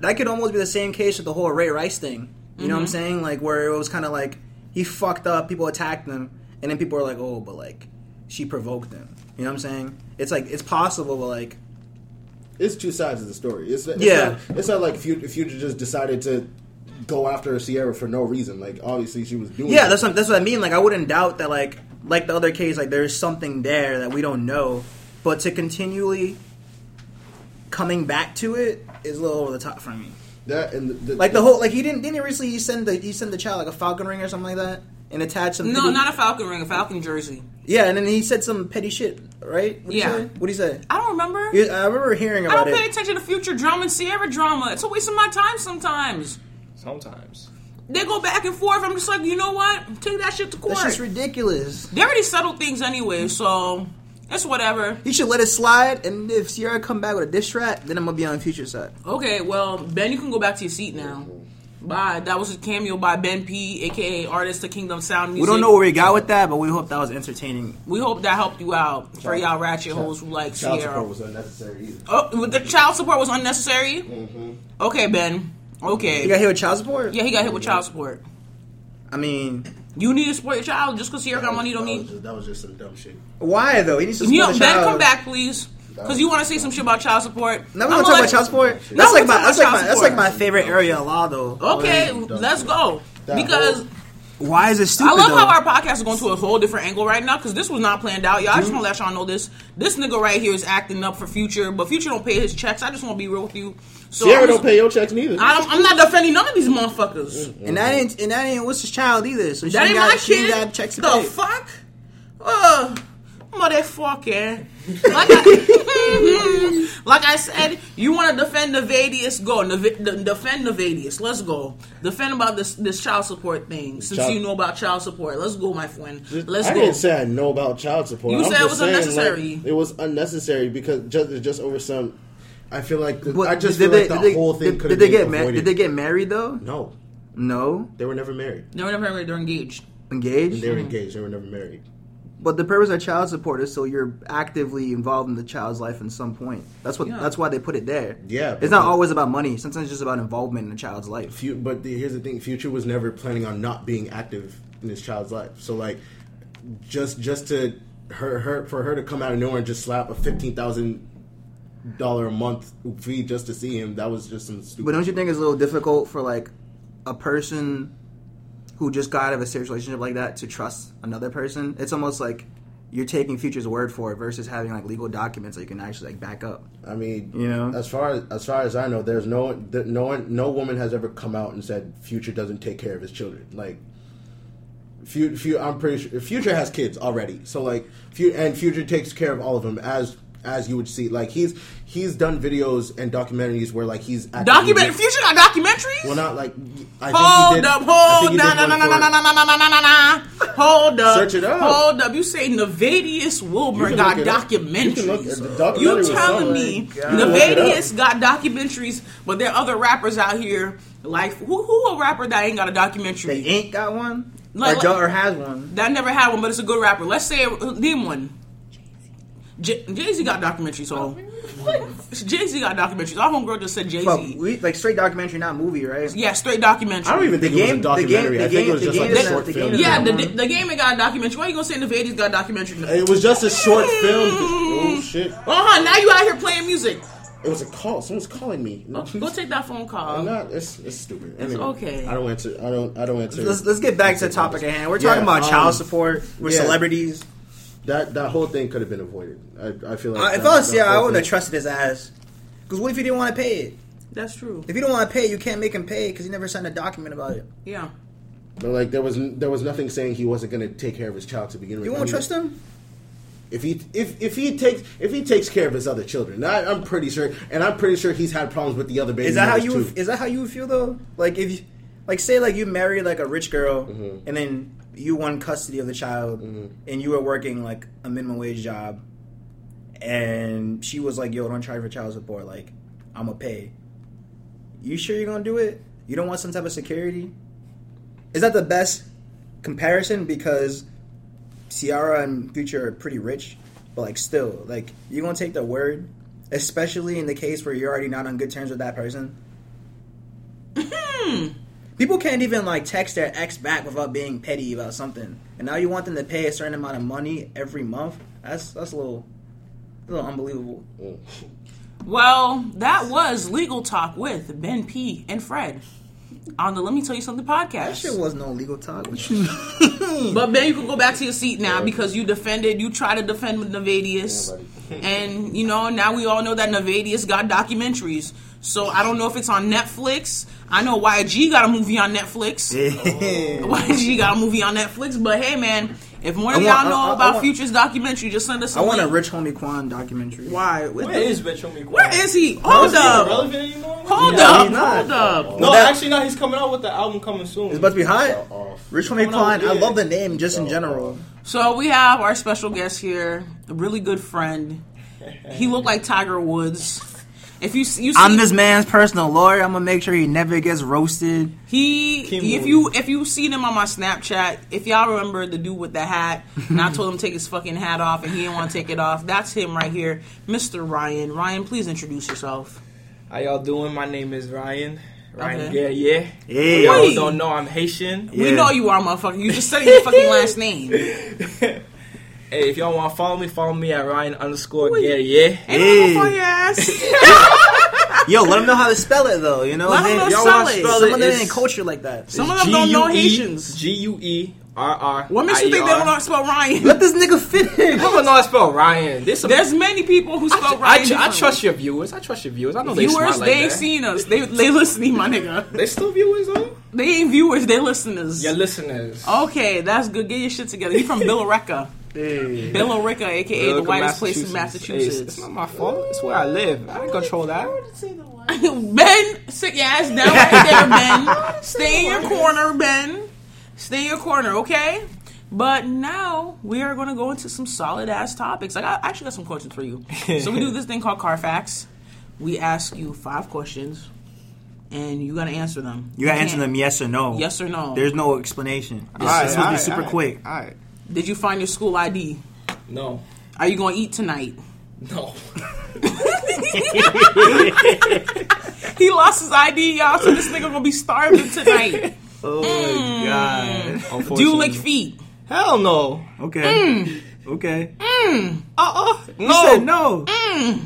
[SPEAKER 1] that could almost be the same case with the whole Ray Rice thing. You know what I'm saying? Like where it was kind of like he fucked up, people attacked him, and then people are like, "Oh, but like she provoked him." You know what I'm saying? It's like it's possible, but like
[SPEAKER 3] It's two sides of the story. It's, it's
[SPEAKER 1] Yeah.
[SPEAKER 3] Not, it's not like Future, Future just decided to go after Sierra for no reason. Like obviously she was doing.
[SPEAKER 1] yeah,
[SPEAKER 3] it.
[SPEAKER 1] that's what, that's what I mean. Like I wouldn't doubt that. Like like the other case, like there's something there that we don't know, but to continually coming back to it is a little over the top for me.
[SPEAKER 3] that and the, the,
[SPEAKER 1] Like the whole like he didn't didn't he recently he send the he send the child like a falcon ring or something like that and attach some
[SPEAKER 2] No, not a Falcon ring, a Falcon jersey.
[SPEAKER 1] Yeah, and then he said some petty shit, right? What'd
[SPEAKER 2] Yeah.
[SPEAKER 1] He say? What'd he say?
[SPEAKER 2] I don't remember.
[SPEAKER 1] You- I remember hearing
[SPEAKER 2] I
[SPEAKER 1] about
[SPEAKER 2] don't pay
[SPEAKER 1] it.
[SPEAKER 2] attention to future drama and Sierra drama. It's a waste of my time sometimes.
[SPEAKER 4] Sometimes.
[SPEAKER 2] They go back and forth. I'm just like, you know what? Take that shit to court.
[SPEAKER 1] That's just ridiculous.
[SPEAKER 2] They already settled things anyway, so it's whatever.
[SPEAKER 1] He should let it slide, and if Sierra come back with a diss track, then I'm gonna be on future side.
[SPEAKER 2] Okay, well, Ben, you can go back to your seat now. Bye. That was a cameo by Ben P, aka artist to Kingdom Sound
[SPEAKER 1] We
[SPEAKER 2] Music.
[SPEAKER 1] don't know where we got with that, but we hope that was entertaining.
[SPEAKER 2] We hope that helped you out for y'all ratchet hoes who like
[SPEAKER 3] child
[SPEAKER 2] Sierra.
[SPEAKER 3] support was unnecessary. Either.
[SPEAKER 2] Oh, the child support was unnecessary. Okay, Ben. Okay.
[SPEAKER 1] Mm. You got hit with child support?
[SPEAKER 2] yeah, he got hit with child support.
[SPEAKER 1] I mean,
[SPEAKER 2] You need to support your child just because Sierra got money. You don't
[SPEAKER 3] That was
[SPEAKER 2] need.
[SPEAKER 3] just- that was just some dumb shit.
[SPEAKER 1] why though? He needs to
[SPEAKER 2] You
[SPEAKER 1] support
[SPEAKER 2] know,
[SPEAKER 1] the
[SPEAKER 2] Ben,
[SPEAKER 1] child.
[SPEAKER 2] come back, please. Because you want to say some shit about child support.
[SPEAKER 1] Now we're
[SPEAKER 2] I'ma
[SPEAKER 1] gonna talk
[SPEAKER 2] let-
[SPEAKER 1] about child support.
[SPEAKER 3] No,
[SPEAKER 1] That's
[SPEAKER 2] we're
[SPEAKER 1] like my
[SPEAKER 2] talking
[SPEAKER 1] that's like
[SPEAKER 2] about
[SPEAKER 1] my
[SPEAKER 2] child
[SPEAKER 1] that's like
[SPEAKER 2] support.
[SPEAKER 1] my favorite area of law though.
[SPEAKER 2] Okay,
[SPEAKER 1] Like,
[SPEAKER 2] let's go.
[SPEAKER 3] That
[SPEAKER 2] Because
[SPEAKER 3] whole-
[SPEAKER 1] why is it stupid?
[SPEAKER 2] I love
[SPEAKER 1] though?
[SPEAKER 2] how our podcast is going to a whole different angle right now because this was not planned out. Y'all, I just want to let y'all know this. This nigga right here is acting up for Future, but Future don't pay his checks. I just want to be real with you. So
[SPEAKER 3] Sierra
[SPEAKER 2] I'm,
[SPEAKER 3] don't pay your checks neither.
[SPEAKER 2] I'm, I'm not defending none of these motherfuckers.
[SPEAKER 1] and that ain't and that ain't what's his child either. So she
[SPEAKER 2] That ain't
[SPEAKER 1] got
[SPEAKER 2] my
[SPEAKER 1] she
[SPEAKER 2] kid.
[SPEAKER 1] got checks to
[SPEAKER 2] the
[SPEAKER 1] pay.
[SPEAKER 2] fuck? Uh, motherfucker. Like I, like I said, you want to defend Nevadius? Go. Neva- de- defend Nevadius. Let's go. Defend about this this child support thing since
[SPEAKER 3] Child-
[SPEAKER 2] you know about child support. Let's go, my friend. Let's
[SPEAKER 3] I
[SPEAKER 2] go.
[SPEAKER 3] didn't say I know about child support.
[SPEAKER 2] You
[SPEAKER 3] I'm
[SPEAKER 2] said
[SPEAKER 3] just
[SPEAKER 2] it was
[SPEAKER 3] saying, like,
[SPEAKER 2] unnecessary.
[SPEAKER 3] it was unnecessary because just just over some. I feel like the,
[SPEAKER 1] But
[SPEAKER 3] I just
[SPEAKER 1] did
[SPEAKER 3] feel like
[SPEAKER 1] they-
[SPEAKER 3] the
[SPEAKER 1] did they-
[SPEAKER 3] whole thing
[SPEAKER 1] did-
[SPEAKER 3] could
[SPEAKER 1] Did
[SPEAKER 3] have
[SPEAKER 1] they
[SPEAKER 3] been
[SPEAKER 1] get
[SPEAKER 3] get
[SPEAKER 1] married? Did
[SPEAKER 3] avoided.
[SPEAKER 1] they get married though?
[SPEAKER 3] no,
[SPEAKER 1] No,
[SPEAKER 3] they were never married.
[SPEAKER 2] They were never married. They're engaged.
[SPEAKER 1] engaged.
[SPEAKER 3] They were engaged. They were never married.
[SPEAKER 1] But the purpose of child support is so you're actively involved in the child's life in some point. That's what.
[SPEAKER 2] Yeah.
[SPEAKER 1] That's why they put it there.
[SPEAKER 3] Yeah,
[SPEAKER 1] it's not
[SPEAKER 3] but-
[SPEAKER 1] always about money. Sometimes it's just about involvement in the child's life.
[SPEAKER 3] Few, but the, here's the thing: Future was never planning on not being active in his child's life. So like, just just to her her for her to come out of nowhere and just slap a fifteen thousand dollar a month fee just to see him, that was just some stupid.
[SPEAKER 1] But don't you think it's a little difficult for like a person who just got out of a serious relationship like that to trust another person? It's almost like you're taking future's word for it versus having like legal documents that you can actually like back up.
[SPEAKER 3] I mean,
[SPEAKER 1] You know?
[SPEAKER 3] as far as as far as I know, there's no one, th- no one, no woman has ever come out and said Future doesn't take care of his children. Like, Future, I'm pretty sure Future has kids already. So like, Fu- and Future takes care of all of them as as you would see. Like he's he's done videos and documentaries where like he's actively-
[SPEAKER 2] Document future got documentaries.
[SPEAKER 3] Well, not like I think he
[SPEAKER 2] Hold
[SPEAKER 3] did,
[SPEAKER 2] up,
[SPEAKER 3] I think
[SPEAKER 2] hold
[SPEAKER 3] he
[SPEAKER 2] up,
[SPEAKER 3] did
[SPEAKER 2] na na na
[SPEAKER 3] one
[SPEAKER 2] na na na
[SPEAKER 3] for-
[SPEAKER 2] na na na na na. Hold up.
[SPEAKER 3] Search it up.
[SPEAKER 2] Hold up. You say Navadius Wilbur
[SPEAKER 3] You can
[SPEAKER 2] got
[SPEAKER 3] look it up. You can look-
[SPEAKER 2] documentaries.
[SPEAKER 3] the documentary
[SPEAKER 2] You
[SPEAKER 3] was
[SPEAKER 2] telling
[SPEAKER 3] something.
[SPEAKER 2] me
[SPEAKER 1] You can look
[SPEAKER 3] it up.
[SPEAKER 2] Navadius got documentaries, but there are other rappers out here like who who a rapper that ain't got a
[SPEAKER 1] They
[SPEAKER 2] documentary?
[SPEAKER 1] ain't got one,
[SPEAKER 2] Like-
[SPEAKER 1] or, jo- or has one.
[SPEAKER 2] That never had one, but it's a good rapper. Let's say uh, name one. Jay Z got documentaries on. Jay Z got documentaries. Our homegirl just said Jay
[SPEAKER 1] Fuck,
[SPEAKER 2] Z.
[SPEAKER 1] we like straight documentary, not movie, right?
[SPEAKER 2] Yeah, straight documentary.
[SPEAKER 3] I don't even think
[SPEAKER 1] The
[SPEAKER 3] it
[SPEAKER 1] game-
[SPEAKER 3] was a
[SPEAKER 1] the game-
[SPEAKER 3] documentary.
[SPEAKER 1] the
[SPEAKER 3] I think
[SPEAKER 1] game-
[SPEAKER 3] it was
[SPEAKER 1] the
[SPEAKER 3] just like
[SPEAKER 1] game
[SPEAKER 3] a
[SPEAKER 1] is
[SPEAKER 3] short
[SPEAKER 1] not- the
[SPEAKER 3] film.
[SPEAKER 1] game is
[SPEAKER 2] Yeah,
[SPEAKER 1] not-
[SPEAKER 2] the, the game ain't got a documentary. Why you gonna say Navadius got a documentary? Oh,
[SPEAKER 3] It was just a short film. Oh shit!
[SPEAKER 2] huh, Uh-huh, now you out here playing music.
[SPEAKER 3] It was a call. Someone's calling me.
[SPEAKER 2] Go take that phone
[SPEAKER 1] Um,
[SPEAKER 3] I'm
[SPEAKER 2] call.
[SPEAKER 3] not. It's, it's stupid. Anyway,
[SPEAKER 2] okay.
[SPEAKER 3] I don't answer. I don't. I don't answer.
[SPEAKER 1] Let's let's get back to the topic at hand. We're talking
[SPEAKER 3] Yeah,
[SPEAKER 1] about child
[SPEAKER 3] um,
[SPEAKER 1] support. We're
[SPEAKER 3] yeah.
[SPEAKER 1] celebrities.
[SPEAKER 3] That that whole thing could have been avoided. I, I feel like
[SPEAKER 1] Uh, if
[SPEAKER 3] that-
[SPEAKER 1] I was
[SPEAKER 3] that
[SPEAKER 1] yeah, I
[SPEAKER 3] whole
[SPEAKER 1] wouldn't have
[SPEAKER 3] thing-
[SPEAKER 1] trusted his ass. Because what if you didn't want to pay it?
[SPEAKER 2] That's true.
[SPEAKER 1] If you don't want to pay, you can't make him pay because he never signed a document about it.
[SPEAKER 2] Yeah.
[SPEAKER 3] But like there was n- there was nothing saying he wasn't going to take care of his child to begin with.
[SPEAKER 1] You
[SPEAKER 3] I
[SPEAKER 1] won't
[SPEAKER 3] mean,
[SPEAKER 1] trust him?
[SPEAKER 3] if he if if he takes if he takes care of his other children. I, I'm pretty sure, and I'm pretty sure he's had problems with the other baby.
[SPEAKER 1] Is that how
[SPEAKER 3] mothers,
[SPEAKER 1] you?
[SPEAKER 3] too.
[SPEAKER 1] Would, is that how you would feel though? Like if, you, like say like you marry like a rich girl
[SPEAKER 3] Mm-hmm.
[SPEAKER 1] and then you won custody of the child and you were working like a minimum wage job, and she was like, "Yo, don't charge for child support. Like, I'm gonna pay." You sure you're gonna do it? You don't want some type of security? Is that the best comparison? Because Ciara and Future are pretty rich, but like still, like you're gonna take the word, especially in the case where you're already not on good terms with that person.
[SPEAKER 2] Hmm.
[SPEAKER 1] People can't even like text their ex back without being petty about something, and now you want them to pay a certain amount of money every month. That's that's a little, a little unbelievable.
[SPEAKER 2] Well, that was legal talk with Ben P and Fred on the Let Me Tell You Something
[SPEAKER 1] That shit
[SPEAKER 2] podcast.
[SPEAKER 1] was no legal talk.
[SPEAKER 2] But Ben, you can go back to your seat now because you defended. You tried to defend with Navadius, and you know now we all know that Navadius got documentaries. So I don't know if it's on Netflix. I know YG got a movie on Netflix. YG got a movie on Netflix. But hey, man, if more of
[SPEAKER 1] I
[SPEAKER 2] y'all
[SPEAKER 1] want-
[SPEAKER 2] know
[SPEAKER 1] I- I- I
[SPEAKER 2] about
[SPEAKER 1] want-
[SPEAKER 2] Future's documentary, just send us.
[SPEAKER 1] I want a
[SPEAKER 2] link.
[SPEAKER 1] Rich Homie Quan documentary.
[SPEAKER 2] Why?
[SPEAKER 4] Where is Rich Homie?
[SPEAKER 2] Where is he? Hold up!
[SPEAKER 4] relevant anymore?
[SPEAKER 2] Hold
[SPEAKER 1] Yeah,
[SPEAKER 2] up!
[SPEAKER 1] he's not.
[SPEAKER 2] Hold up!
[SPEAKER 4] No,
[SPEAKER 1] Well, that-
[SPEAKER 4] actually, no. He's coming out with the album coming soon.
[SPEAKER 1] It's about to be hot.
[SPEAKER 3] off.
[SPEAKER 1] Rich Homie
[SPEAKER 4] no,
[SPEAKER 1] Quan. I
[SPEAKER 4] yeah.
[SPEAKER 1] love the name just in general.
[SPEAKER 2] So we have our special guest here, a really good friend. He looked like Tiger Woods. If you see- you see,
[SPEAKER 1] I'm this man's personal lawyer. I'm gonna make sure he never gets roasted.
[SPEAKER 2] He,
[SPEAKER 4] Kim
[SPEAKER 2] if
[SPEAKER 4] Lee.
[SPEAKER 2] you if you seen him on my Snapchat, if y'all remember the dude with the hat, and I told him to take his fucking hat off, and he didn't want to take it off. That's him right here, Mr. Ryan. Ryan, please introduce yourself.
[SPEAKER 4] How y'all doing? My name is Ryan. Ryan
[SPEAKER 2] Okay.
[SPEAKER 4] yeah, yeah.
[SPEAKER 1] Yeah.
[SPEAKER 4] Y'all
[SPEAKER 2] Wait.
[SPEAKER 4] don't know I'm Haitian.
[SPEAKER 2] We
[SPEAKER 1] Yeah.
[SPEAKER 2] know you are, motherfucker. You just said your fucking last name.
[SPEAKER 4] hey, if y'all want to follow me, follow me at Ryan underscore yeah, yeah.
[SPEAKER 2] Ain't
[SPEAKER 1] Hey.
[SPEAKER 2] no funny ass.
[SPEAKER 1] Yo, let them know how to spell it though. You know,
[SPEAKER 2] Let 'em
[SPEAKER 1] They-
[SPEAKER 2] know
[SPEAKER 1] y'all
[SPEAKER 2] spell
[SPEAKER 1] wanna
[SPEAKER 2] it.
[SPEAKER 1] spell
[SPEAKER 4] Spell
[SPEAKER 1] Some of
[SPEAKER 4] it
[SPEAKER 1] them
[SPEAKER 4] is-
[SPEAKER 1] ain't culture like that.
[SPEAKER 2] Some of them don't know Haitians.
[SPEAKER 4] G E. U E R R.
[SPEAKER 2] What makes you think they don't know how to spell Ryan?
[SPEAKER 1] Let this nigga finish.
[SPEAKER 4] People know how to spell Ryan. There's some.
[SPEAKER 2] There's many people who
[SPEAKER 4] I,
[SPEAKER 2] spell
[SPEAKER 4] tr-
[SPEAKER 2] Ryan.
[SPEAKER 4] I, tr- I
[SPEAKER 2] differently.
[SPEAKER 4] trust your viewers. I trust your viewers. I know they smart
[SPEAKER 2] Viewers,
[SPEAKER 4] like
[SPEAKER 2] they ain't
[SPEAKER 4] that.
[SPEAKER 2] seen us. They they listening, my nigga.
[SPEAKER 4] They still viewers though.
[SPEAKER 2] They ain't viewers. They listeners.
[SPEAKER 4] Your listeners.
[SPEAKER 2] Okay, that's good. Get your shit together. You from Billerica.
[SPEAKER 1] Hey.
[SPEAKER 2] Billerica, aka the
[SPEAKER 4] Welcome,
[SPEAKER 2] whitest place in
[SPEAKER 4] Hey, it's- It's
[SPEAKER 2] Massachusetts.
[SPEAKER 4] not my fault. It's where I live. I can control that.
[SPEAKER 2] ben, sit your ass down right there, Ben. Stay in your corner, Ben. Stay in your corner, okay? But now we are going to go into some solid ass topics. Like I I actually got some questions for you. so we do this thing called Carfax. We ask you five questions, and you got to answer them.
[SPEAKER 1] You gotta
[SPEAKER 2] can't-
[SPEAKER 1] answer them yes or no.
[SPEAKER 2] Yes or no.
[SPEAKER 1] There's no explanation. It's,
[SPEAKER 4] Alright,
[SPEAKER 1] it's supposed to be
[SPEAKER 4] alright,
[SPEAKER 1] super
[SPEAKER 4] alright,
[SPEAKER 1] quick.
[SPEAKER 4] alright.
[SPEAKER 2] Did you find your school ID?
[SPEAKER 4] No.
[SPEAKER 2] Are you going to eat tonight?
[SPEAKER 4] No.
[SPEAKER 2] He lost his ID, y'all. So this nigga gonna be starving tonight.
[SPEAKER 1] Oh my god.
[SPEAKER 2] Do you lick feet?
[SPEAKER 4] Hell no.
[SPEAKER 1] Okay. Okay. Mm.
[SPEAKER 4] Uh-uh.
[SPEAKER 1] You
[SPEAKER 4] No.
[SPEAKER 1] said no.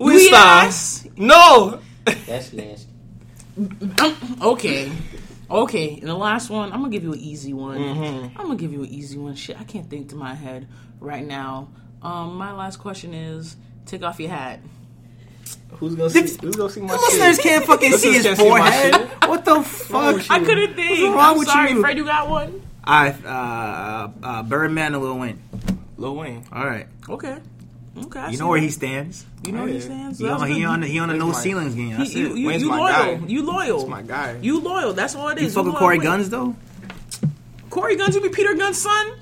[SPEAKER 4] We
[SPEAKER 2] We
[SPEAKER 4] stop.
[SPEAKER 2] ass?
[SPEAKER 4] No.
[SPEAKER 5] That's nasty.
[SPEAKER 2] Okay. Okay, and the last one, I'm gonna give you an easy one.
[SPEAKER 4] Mm-hmm.
[SPEAKER 2] I'm gonna give you an easy one. Shit, I can't think to my head right now. Um, my last question is: Take off your hat.
[SPEAKER 4] Who's gonna see? Who's gonna see my
[SPEAKER 1] Listeners
[SPEAKER 4] shit?
[SPEAKER 1] can't fucking see his
[SPEAKER 4] Listeners can't see my
[SPEAKER 1] forehead. What the fuck? wrong with
[SPEAKER 2] I
[SPEAKER 1] you?
[SPEAKER 2] couldn't think.
[SPEAKER 1] wrong
[SPEAKER 2] I'm
[SPEAKER 1] with
[SPEAKER 2] sorry,
[SPEAKER 1] you?
[SPEAKER 2] Fred. You got one?
[SPEAKER 1] I uh, uh, Birdman and Lil Wayne.
[SPEAKER 4] Lil Wayne.
[SPEAKER 1] All right,
[SPEAKER 2] Okay. Okay. I
[SPEAKER 1] you
[SPEAKER 2] see
[SPEAKER 1] know where
[SPEAKER 2] that.
[SPEAKER 1] he stands.
[SPEAKER 2] You know where he
[SPEAKER 4] Yeah.
[SPEAKER 2] stands.
[SPEAKER 1] He
[SPEAKER 2] That was
[SPEAKER 1] on, he
[SPEAKER 2] good.
[SPEAKER 1] on the, he on the
[SPEAKER 4] Where's
[SPEAKER 1] no
[SPEAKER 4] my-
[SPEAKER 1] ceilings game. That's
[SPEAKER 2] You,
[SPEAKER 1] it.
[SPEAKER 2] you,
[SPEAKER 4] Where's
[SPEAKER 2] you
[SPEAKER 4] my
[SPEAKER 2] loyal.
[SPEAKER 4] guy?
[SPEAKER 2] You loyal.
[SPEAKER 4] That's my guy.
[SPEAKER 2] You loyal. That's all it is.
[SPEAKER 1] You fuck with
[SPEAKER 2] loyal.
[SPEAKER 1] Corey Guns though.
[SPEAKER 2] Corey Guns, you be Peter Guns' son?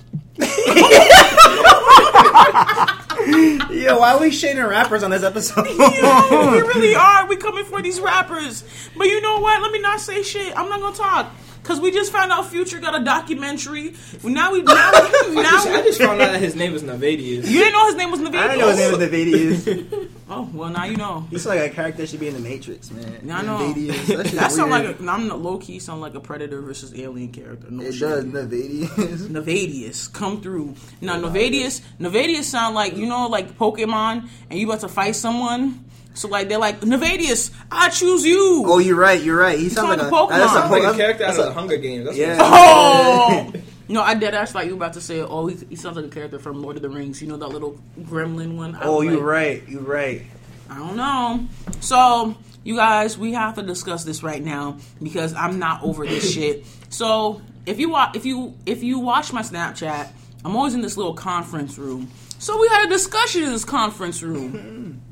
[SPEAKER 1] Yeah, why are we shading rappers on this episode?
[SPEAKER 2] Yeah, we really are. We coming for these rappers. But you know what? Let me not say shit. I'm not gonna talk. Cause we just found out Future got a documentary. Now we now we,
[SPEAKER 4] I
[SPEAKER 2] now
[SPEAKER 4] just, I
[SPEAKER 2] we,
[SPEAKER 4] just found out that his name is Navadius.
[SPEAKER 2] you didn't know his name was Naveed.
[SPEAKER 1] I didn't know his name was Davidius.
[SPEAKER 2] Oh well, now you know.
[SPEAKER 1] He's like a character that should be in the Matrix, man.
[SPEAKER 2] Yeah, I know.
[SPEAKER 1] Davidius. That, shit's
[SPEAKER 2] That sound
[SPEAKER 1] weird.
[SPEAKER 2] like a, I'm low key sound like a Predator versus Alien character. No
[SPEAKER 1] It
[SPEAKER 2] shit.
[SPEAKER 1] does, Davidius.
[SPEAKER 2] Novadius come through. Now Novadius, Novadius sound like you know like Pokemon, and you about to fight someone. So like they're like Novadius, I choose you.
[SPEAKER 1] Oh, you're right. You're right. He sounds like
[SPEAKER 2] sound
[SPEAKER 1] a
[SPEAKER 2] like Pokemon.
[SPEAKER 1] That's a
[SPEAKER 4] That's like a
[SPEAKER 1] Pokemon.
[SPEAKER 4] character out
[SPEAKER 1] that's
[SPEAKER 4] of the
[SPEAKER 1] a-
[SPEAKER 4] Hunger Games. That's
[SPEAKER 1] Yeah.
[SPEAKER 4] what
[SPEAKER 2] Oh! no, I dead ass like you about to say. Oh, he, he sounds like a character from Lord of the Rings. You know that little gremlin one. I
[SPEAKER 1] Oh,
[SPEAKER 2] was
[SPEAKER 1] you're
[SPEAKER 2] like,
[SPEAKER 1] right. You're right.
[SPEAKER 2] I don't know. So you guys, we have to discuss this right now because I'm not over this shit. So if you watch, if you if you watch my Snapchat, I'm always in this little conference room. So we had a discussion in this conference room.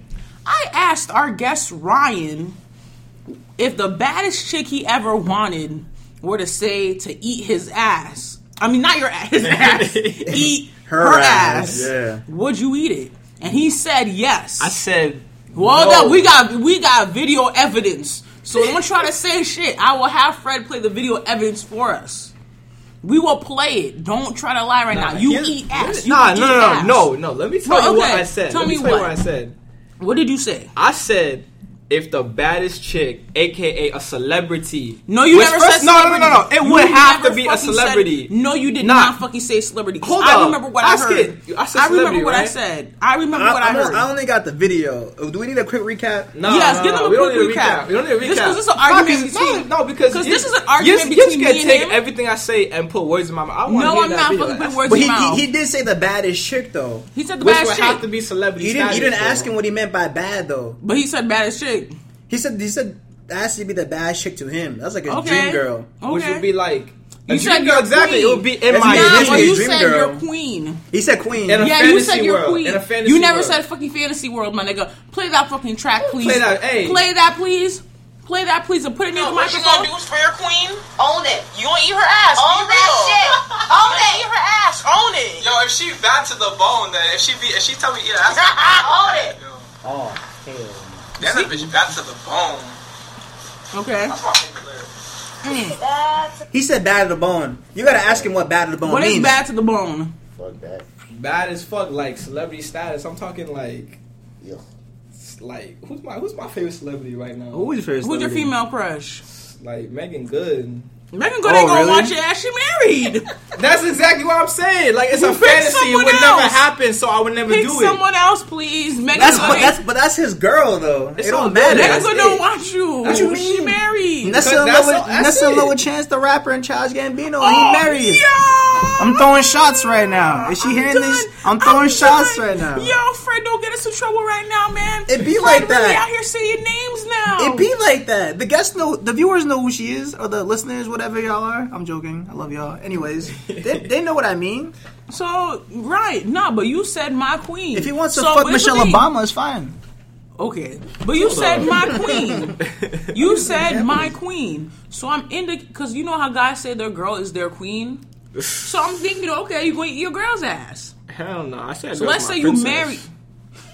[SPEAKER 2] I asked our guest Ryan if the baddest chick he ever wanted were to say to eat his ass. I mean, not your ass, his ass. eat her,
[SPEAKER 1] Her
[SPEAKER 2] ass.
[SPEAKER 1] ass, yeah.
[SPEAKER 2] Would you eat it? And he said yes.
[SPEAKER 4] I said.
[SPEAKER 2] Well,
[SPEAKER 4] no.
[SPEAKER 2] that we got we got video evidence. So don't try to say shit. I will have Fred play the video evidence for us. We will play it. Don't try to lie right now. You
[SPEAKER 4] Here's-
[SPEAKER 2] eat ass. You
[SPEAKER 4] Nah,
[SPEAKER 2] eat
[SPEAKER 4] no, no, no,
[SPEAKER 2] ass.
[SPEAKER 4] no, no. Let me tell
[SPEAKER 2] No,
[SPEAKER 4] you what
[SPEAKER 2] okay.
[SPEAKER 4] I said.
[SPEAKER 2] Tell
[SPEAKER 4] Let me,
[SPEAKER 2] me
[SPEAKER 4] tell you
[SPEAKER 2] what.
[SPEAKER 4] what I said.
[SPEAKER 2] What did you say?
[SPEAKER 4] I said if the baddest chick, aka a celebrity.
[SPEAKER 2] No, you
[SPEAKER 4] which
[SPEAKER 2] never
[SPEAKER 4] first-
[SPEAKER 2] said
[SPEAKER 4] no, no,
[SPEAKER 2] celebrity.
[SPEAKER 4] no, no, no. It
[SPEAKER 2] You
[SPEAKER 4] would have
[SPEAKER 2] never
[SPEAKER 4] to be a
[SPEAKER 2] fucking said-
[SPEAKER 4] celebrity.
[SPEAKER 2] no, you did
[SPEAKER 4] Nah.
[SPEAKER 2] not fucking say celebrity. 'Cause
[SPEAKER 4] Hold
[SPEAKER 2] I
[SPEAKER 4] up.
[SPEAKER 2] remember what
[SPEAKER 4] Ask
[SPEAKER 2] I heard.
[SPEAKER 4] it. I said
[SPEAKER 2] remember
[SPEAKER 4] celebrity,
[SPEAKER 2] what I
[SPEAKER 4] right?
[SPEAKER 2] said. I remember
[SPEAKER 1] I,
[SPEAKER 2] what I
[SPEAKER 1] I'm
[SPEAKER 2] heard.
[SPEAKER 1] on- I only got the video. Oh, Do we need a quick recap?
[SPEAKER 4] No,
[SPEAKER 2] yes,
[SPEAKER 4] no,
[SPEAKER 2] give them
[SPEAKER 4] no,
[SPEAKER 2] a
[SPEAKER 4] we
[SPEAKER 2] quick
[SPEAKER 4] don't need a
[SPEAKER 2] recap.
[SPEAKER 4] We don't need a recap.
[SPEAKER 2] This- 'cause this is an
[SPEAKER 4] No,
[SPEAKER 2] argument
[SPEAKER 4] 'cause- no,
[SPEAKER 2] between-
[SPEAKER 4] no, because
[SPEAKER 2] 'cause
[SPEAKER 4] you-
[SPEAKER 2] this is an argument
[SPEAKER 4] you just
[SPEAKER 2] between
[SPEAKER 4] can't
[SPEAKER 2] me and
[SPEAKER 4] take
[SPEAKER 2] him.
[SPEAKER 4] everything I say and put words in my mouth. I wanna
[SPEAKER 2] No,
[SPEAKER 4] hear
[SPEAKER 2] I'm
[SPEAKER 4] that
[SPEAKER 2] not
[SPEAKER 4] video.
[SPEAKER 2] fucking putting
[SPEAKER 4] That's-
[SPEAKER 2] words
[SPEAKER 1] But
[SPEAKER 2] in
[SPEAKER 1] he,
[SPEAKER 2] your mouth.
[SPEAKER 1] he, he did say the baddest chick though.
[SPEAKER 2] He said the
[SPEAKER 4] Which would
[SPEAKER 2] baddest
[SPEAKER 4] have to
[SPEAKER 2] chick,
[SPEAKER 4] be celebrity.
[SPEAKER 1] You didn't you
[SPEAKER 4] status,
[SPEAKER 1] didn't
[SPEAKER 4] though.
[SPEAKER 1] ask him what he meant by bad though.
[SPEAKER 2] but he said baddest chick.
[SPEAKER 1] He said he said that has to be the baddest chick to him. That's like a
[SPEAKER 2] Okay.
[SPEAKER 1] dream girl.
[SPEAKER 2] Okay.
[SPEAKER 4] Which would be like. a
[SPEAKER 2] You
[SPEAKER 4] dream
[SPEAKER 2] said
[SPEAKER 4] girl,
[SPEAKER 2] you're
[SPEAKER 4] exactly.
[SPEAKER 2] queen.
[SPEAKER 4] It would be in
[SPEAKER 1] That's
[SPEAKER 4] my
[SPEAKER 1] not
[SPEAKER 2] Nah,
[SPEAKER 1] dream-
[SPEAKER 2] but you
[SPEAKER 1] dream
[SPEAKER 2] said
[SPEAKER 1] girl.
[SPEAKER 2] you're queen.
[SPEAKER 1] He said queen.
[SPEAKER 4] And a
[SPEAKER 2] Yeah, you
[SPEAKER 4] fantasy
[SPEAKER 2] said you're
[SPEAKER 4] world,
[SPEAKER 2] queen.
[SPEAKER 4] in a fantasy
[SPEAKER 2] you never
[SPEAKER 4] world.
[SPEAKER 2] said fucking fantasy world, my nigga. Play that fucking track, please.
[SPEAKER 4] Play that, hey.
[SPEAKER 2] Play that, please. Play that, please, and put it near the
[SPEAKER 5] what you
[SPEAKER 2] microphone.
[SPEAKER 5] gonna do for your queen?
[SPEAKER 6] Own it.
[SPEAKER 5] You gonna eat her ass?
[SPEAKER 6] Own
[SPEAKER 5] Be
[SPEAKER 6] that
[SPEAKER 5] real.
[SPEAKER 6] shit. Own
[SPEAKER 5] You gonna
[SPEAKER 6] it.
[SPEAKER 5] Eat her ass. Own it.
[SPEAKER 7] Yo, if she bad to the bone, then if she be, if she tell me, yeah, that's
[SPEAKER 6] Own it.
[SPEAKER 4] Oh,
[SPEAKER 7] that bitch bad to the bone.
[SPEAKER 2] Okay.
[SPEAKER 7] That's my favorite lyric.
[SPEAKER 6] That's
[SPEAKER 1] He said bad to the bone. You gotta ask him what bad to the bone
[SPEAKER 2] What
[SPEAKER 1] means.
[SPEAKER 2] is bad to the bone?
[SPEAKER 3] Fuck that.
[SPEAKER 4] bad as fuck, like celebrity status. I'm talking like,
[SPEAKER 3] Yo.
[SPEAKER 4] s- like who's my who's my favorite celebrity right now?
[SPEAKER 1] Who is your favorite?
[SPEAKER 2] Who's your
[SPEAKER 1] celebrity?
[SPEAKER 2] female crush?
[SPEAKER 4] Like Megan Good.
[SPEAKER 2] Megan Good ain't
[SPEAKER 1] Oh,
[SPEAKER 2] gonna
[SPEAKER 1] really?
[SPEAKER 2] watch your ass. She married.
[SPEAKER 4] That's exactly what I'm saying. Like it's
[SPEAKER 2] Who
[SPEAKER 4] a
[SPEAKER 2] picked
[SPEAKER 4] fantasy. It
[SPEAKER 2] someone
[SPEAKER 4] would never
[SPEAKER 2] else?
[SPEAKER 4] happen, so I would never
[SPEAKER 2] Pick
[SPEAKER 4] do it.
[SPEAKER 2] someone else, please. Megan
[SPEAKER 1] That's
[SPEAKER 2] Good.
[SPEAKER 1] but that's but that's his girl though.
[SPEAKER 4] It's
[SPEAKER 1] it
[SPEAKER 4] all
[SPEAKER 1] don't
[SPEAKER 4] good.
[SPEAKER 1] matter.
[SPEAKER 4] That's
[SPEAKER 2] Megan
[SPEAKER 4] That's
[SPEAKER 2] Good
[SPEAKER 4] it.
[SPEAKER 2] don't want you.
[SPEAKER 1] That's what you
[SPEAKER 2] she
[SPEAKER 1] mean.
[SPEAKER 2] married.
[SPEAKER 1] That's
[SPEAKER 4] Because
[SPEAKER 1] in love
[SPEAKER 4] that's
[SPEAKER 1] with
[SPEAKER 4] all- that's
[SPEAKER 1] that's in
[SPEAKER 4] it.
[SPEAKER 1] love with Chance the Rapper and Charles Gambino.
[SPEAKER 2] Oh,
[SPEAKER 1] he married.
[SPEAKER 2] Yo!
[SPEAKER 1] I'm throwing shots right now. Is she hearing
[SPEAKER 2] done.
[SPEAKER 1] this? I'm throwing shots
[SPEAKER 2] done.
[SPEAKER 1] right now.
[SPEAKER 2] Yo, Fred, don't get us in trouble right now, man.
[SPEAKER 1] It be
[SPEAKER 2] Fred
[SPEAKER 1] like
[SPEAKER 2] Really
[SPEAKER 1] that.
[SPEAKER 2] out here saying names now.
[SPEAKER 1] It be like that. The guests know, the viewers know who she is, or the listeners, whatever y'all are. I'm joking. I love y'all. Anyways, they, they know what I mean.
[SPEAKER 2] so right, nah, but you said my queen.
[SPEAKER 1] If he wants to
[SPEAKER 2] So,
[SPEAKER 1] fuck
[SPEAKER 2] but it's
[SPEAKER 1] Michelle
[SPEAKER 2] the thing.
[SPEAKER 1] Obama, it's fine.
[SPEAKER 2] okay. But you said my queen. You said my queen. So I'm in the because you know how guys say their girl is their queen. So I'm thinking, okay, you're going to eat your girl's ass.
[SPEAKER 4] Hell no. I said.
[SPEAKER 2] So let's say you married.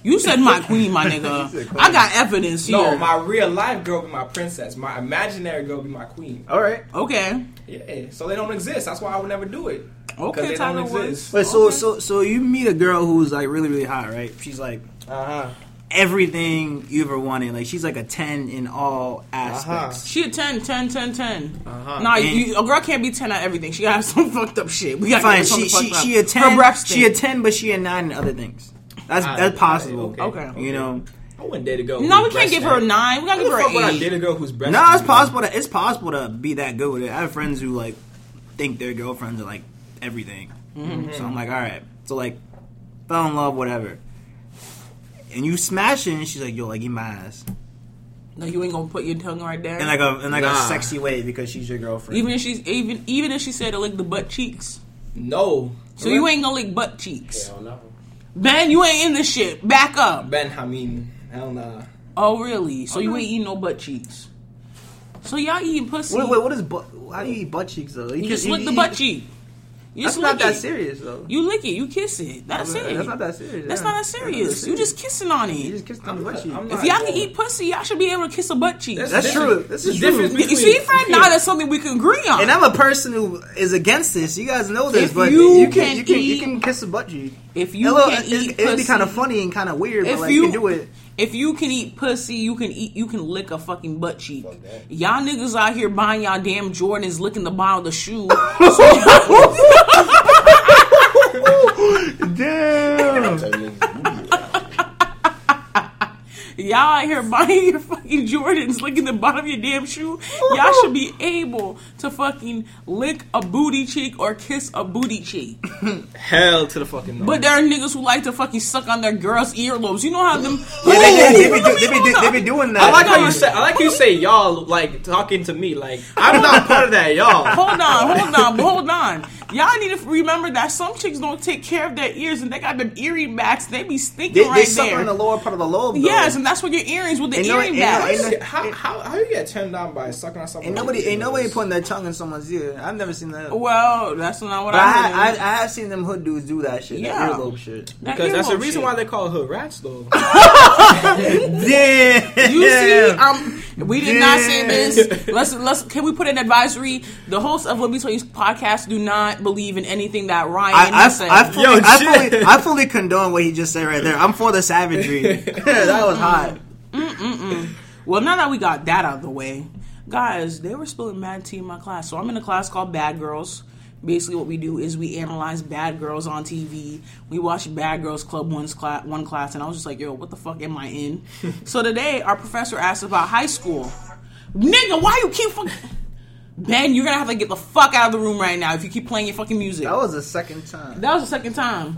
[SPEAKER 2] You said my queen, my nigga. I got evidence here.
[SPEAKER 4] No, my real life girl be my princess. My imaginary girl be my queen.
[SPEAKER 1] All right.
[SPEAKER 2] okay,
[SPEAKER 4] Yeah. eh, So they don't exist. That's why I would never do it.
[SPEAKER 2] okay,
[SPEAKER 4] they
[SPEAKER 2] Tyler
[SPEAKER 4] don't
[SPEAKER 2] Woods.
[SPEAKER 4] exist.
[SPEAKER 1] But so
[SPEAKER 2] Okay.
[SPEAKER 1] so so you meet a girl who's like really really hot, right? She's like Uh-huh.
[SPEAKER 4] Uh huh.
[SPEAKER 1] everything you ever wanted. Like she's like a ten in all
[SPEAKER 2] Uh-huh.
[SPEAKER 1] aspects.
[SPEAKER 2] She a 10, 10, 10, 10.
[SPEAKER 4] Uh-huh.
[SPEAKER 2] Nah,
[SPEAKER 1] And-
[SPEAKER 2] you, a girl can't be 10 on everything. She gotta have some fucked up shit. We gotta
[SPEAKER 1] Fine.
[SPEAKER 2] get
[SPEAKER 1] She
[SPEAKER 2] something
[SPEAKER 1] she
[SPEAKER 2] fucked up.
[SPEAKER 1] she a
[SPEAKER 2] Her
[SPEAKER 1] ten.
[SPEAKER 2] breath
[SPEAKER 1] She a
[SPEAKER 2] stink.
[SPEAKER 1] ten, but she a nine in other things. That's
[SPEAKER 4] Ah,
[SPEAKER 1] that's possible.
[SPEAKER 4] okay,
[SPEAKER 2] Okay.
[SPEAKER 1] You know.
[SPEAKER 4] I wouldn't date a girl.
[SPEAKER 2] No, we
[SPEAKER 4] who's
[SPEAKER 2] can't give her a
[SPEAKER 4] breastfed.
[SPEAKER 2] 9. We gotta
[SPEAKER 4] Who
[SPEAKER 2] give
[SPEAKER 4] the fuck would
[SPEAKER 2] her
[SPEAKER 4] I
[SPEAKER 2] an 8.
[SPEAKER 4] date a girl who's breast?
[SPEAKER 1] No, it's possible. To, it's possible to be that good with it. I have friends who like think their girlfriends are like everything.
[SPEAKER 2] Mm-hmm.
[SPEAKER 1] So I'm like, all right. So like, fell in love, whatever. And you smash it, and she's like, yo, like eat my ass.
[SPEAKER 2] No, you ain't gonna put your tongue right there.
[SPEAKER 1] in like a in like
[SPEAKER 4] Nah.
[SPEAKER 1] a sexy way because she's your girlfriend.
[SPEAKER 2] even if she's even even if she said to lick the butt cheeks.
[SPEAKER 4] No.
[SPEAKER 2] So you ain't gonna lick butt cheeks.
[SPEAKER 4] Hell no.
[SPEAKER 2] Ben, you ain't in this shit. Back up.
[SPEAKER 4] Ben Hameen. Hell nah.
[SPEAKER 2] Oh really? So you ain't eating no butt cheeks. So y'all eating pussy.
[SPEAKER 1] wait, wait, what is butt? How do you eat butt cheeks though?
[SPEAKER 2] you just lick the butt cheek. You
[SPEAKER 1] That's
[SPEAKER 2] just
[SPEAKER 1] not
[SPEAKER 2] lick
[SPEAKER 1] that
[SPEAKER 2] it.
[SPEAKER 1] serious though.
[SPEAKER 2] You lick it, you kiss it. That's it.
[SPEAKER 1] That's not that serious.
[SPEAKER 2] That's
[SPEAKER 1] yeah.
[SPEAKER 2] not that serious. You just kissing on
[SPEAKER 1] You
[SPEAKER 2] it.
[SPEAKER 1] just kissed on the butt cheek.
[SPEAKER 4] I'm
[SPEAKER 2] If
[SPEAKER 4] not-
[SPEAKER 2] y'all can eat pussy, y'all should be able to kiss a butt cheek.
[SPEAKER 1] That's true. This is true.
[SPEAKER 4] difference
[SPEAKER 2] You
[SPEAKER 4] between-
[SPEAKER 2] see, Fred, now that's something we can agree on.
[SPEAKER 1] And I'm a person who is against this. You guys know this,
[SPEAKER 2] If
[SPEAKER 1] but
[SPEAKER 2] you
[SPEAKER 1] you, can,
[SPEAKER 2] can
[SPEAKER 1] you can
[SPEAKER 2] eat-
[SPEAKER 1] you can kiss a butt cheek.
[SPEAKER 2] if you
[SPEAKER 1] Hello,
[SPEAKER 2] can
[SPEAKER 1] it-
[SPEAKER 2] eat
[SPEAKER 1] it'd be
[SPEAKER 2] pussy,
[SPEAKER 1] kind of funny and kind of weird,
[SPEAKER 2] If
[SPEAKER 1] but like
[SPEAKER 2] you-
[SPEAKER 1] you, can do it.
[SPEAKER 2] if you can eat pussy, you can eat. You can lick a fucking butt cheek. Y'all niggas out here buying y'all damn Jordans, licking the bottom of the shoe.
[SPEAKER 1] Damn.
[SPEAKER 2] y'all out here buying your fucking Jordans, licking the bottom of your damn shoe. Y'all should be able to fucking lick a booty cheek or kiss a booty cheek.
[SPEAKER 4] Hell to the fucking no.
[SPEAKER 2] But there are niggas who like to fucking suck on their girls' earlobes. You know how them.
[SPEAKER 1] Yeah, they, they, they,
[SPEAKER 2] Ooh,
[SPEAKER 1] be,
[SPEAKER 2] let
[SPEAKER 1] do,
[SPEAKER 2] me
[SPEAKER 1] they, be,
[SPEAKER 2] hold
[SPEAKER 1] do-
[SPEAKER 2] on.
[SPEAKER 1] they be doing that.
[SPEAKER 4] I like how
[SPEAKER 2] No.
[SPEAKER 4] you say I like you say y'all like talking to me like I'm not part of that y'all.
[SPEAKER 2] Hold on, hold on, but hold on. Y'all need to remember that some chicks don't take care of their ears, and they got them earring backs. They be stinking
[SPEAKER 1] they, they
[SPEAKER 2] right
[SPEAKER 1] suck
[SPEAKER 2] there.
[SPEAKER 1] on the lower part of the lobe. Though.
[SPEAKER 2] yes, and that's what your earrings with the
[SPEAKER 1] Ain't no-
[SPEAKER 2] earring
[SPEAKER 1] ain't no-
[SPEAKER 2] backs.
[SPEAKER 1] ain't no-
[SPEAKER 4] How, how how you get turned on by sucking on something?
[SPEAKER 1] Ain't nobody, ain't nobody putting their tongue in someone's ear. I've never seen that.
[SPEAKER 2] well, that's not what
[SPEAKER 1] but I,
[SPEAKER 2] I,
[SPEAKER 1] ha- I,
[SPEAKER 2] heard.
[SPEAKER 1] I have seen them hood dudes do that shit.
[SPEAKER 2] Yeah.
[SPEAKER 1] Yeah. That earlobe shit.
[SPEAKER 2] That
[SPEAKER 4] because that's the
[SPEAKER 2] earlobe
[SPEAKER 4] reason
[SPEAKER 2] shit.
[SPEAKER 4] why they call her rats though.
[SPEAKER 1] Damn.
[SPEAKER 2] You see, um, we did not say
[SPEAKER 1] Yeah.
[SPEAKER 2] this. Let's let's can we put an advisory? The hosts of Let Me Tell You podcast do not believe in anything that Ryan
[SPEAKER 1] I,
[SPEAKER 2] has said.
[SPEAKER 1] I, I, fully,
[SPEAKER 4] Yo,
[SPEAKER 1] I,
[SPEAKER 4] shit.
[SPEAKER 1] fully, I fully condone what he just said right there. I'm for the savagery. that was hot.
[SPEAKER 2] Well, now that we got that out of the way, guys, they were spilling mad tea in my class. So I'm in a class called Bad Girls. Basically, what we do is we analyze bad girls on TV. We watch Bad Girls Club one's class, one class, and I was just like, yo, what the fuck am I in? so today, our professor asked about high school. Nigga, why you keep fucking. Ben, you're gonna have to get the fuck out of the room right now if you keep playing your fucking music.
[SPEAKER 1] That was the second time.
[SPEAKER 2] That was the second time.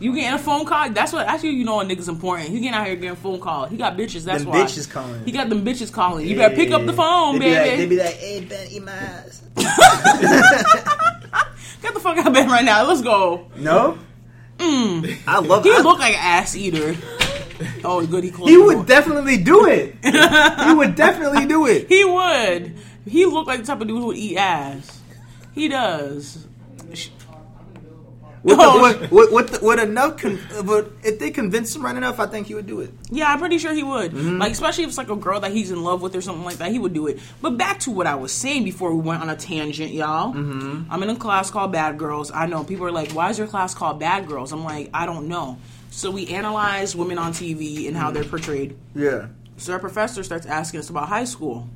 [SPEAKER 2] You getting a phone call? That's what. Actually, you know a nigga's important. He getting out here getting phone call. He got bitches. That's
[SPEAKER 1] Them
[SPEAKER 2] why.
[SPEAKER 1] bitches calling.
[SPEAKER 2] He got them bitches calling. You better pick up the phone,
[SPEAKER 1] they be
[SPEAKER 2] baby.
[SPEAKER 1] Like, they be like, hey, Ben, eat my ass.
[SPEAKER 2] Get the fuck out of bed right now. Let's go.
[SPEAKER 1] No? I love
[SPEAKER 2] Mm. He
[SPEAKER 1] I-
[SPEAKER 2] look like an ass eater. Oh, good. He closed.
[SPEAKER 1] He
[SPEAKER 2] the
[SPEAKER 1] would
[SPEAKER 2] door.
[SPEAKER 1] definitely do it. he would definitely do it.
[SPEAKER 2] he would. He look like the type of dude who would eat ass. He does.
[SPEAKER 1] With,
[SPEAKER 2] Oh,
[SPEAKER 1] the, with, with, with, the, with enough, con- but if they convince him right enough, I think he would do it.
[SPEAKER 2] Yeah, I'm pretty sure he would. Like, especially if it's like a girl that he's in love with or something like that, he would do it. But back to what I was saying before we went on a tangent, y'all. Mm-hmm. I'm in a class called Bad Girls. I know people are like, why is your class called Bad Girls? I'm like, I don't know. So we analyze women on TV and how they're portrayed.
[SPEAKER 1] Yeah.
[SPEAKER 2] So our professor starts asking us about high school.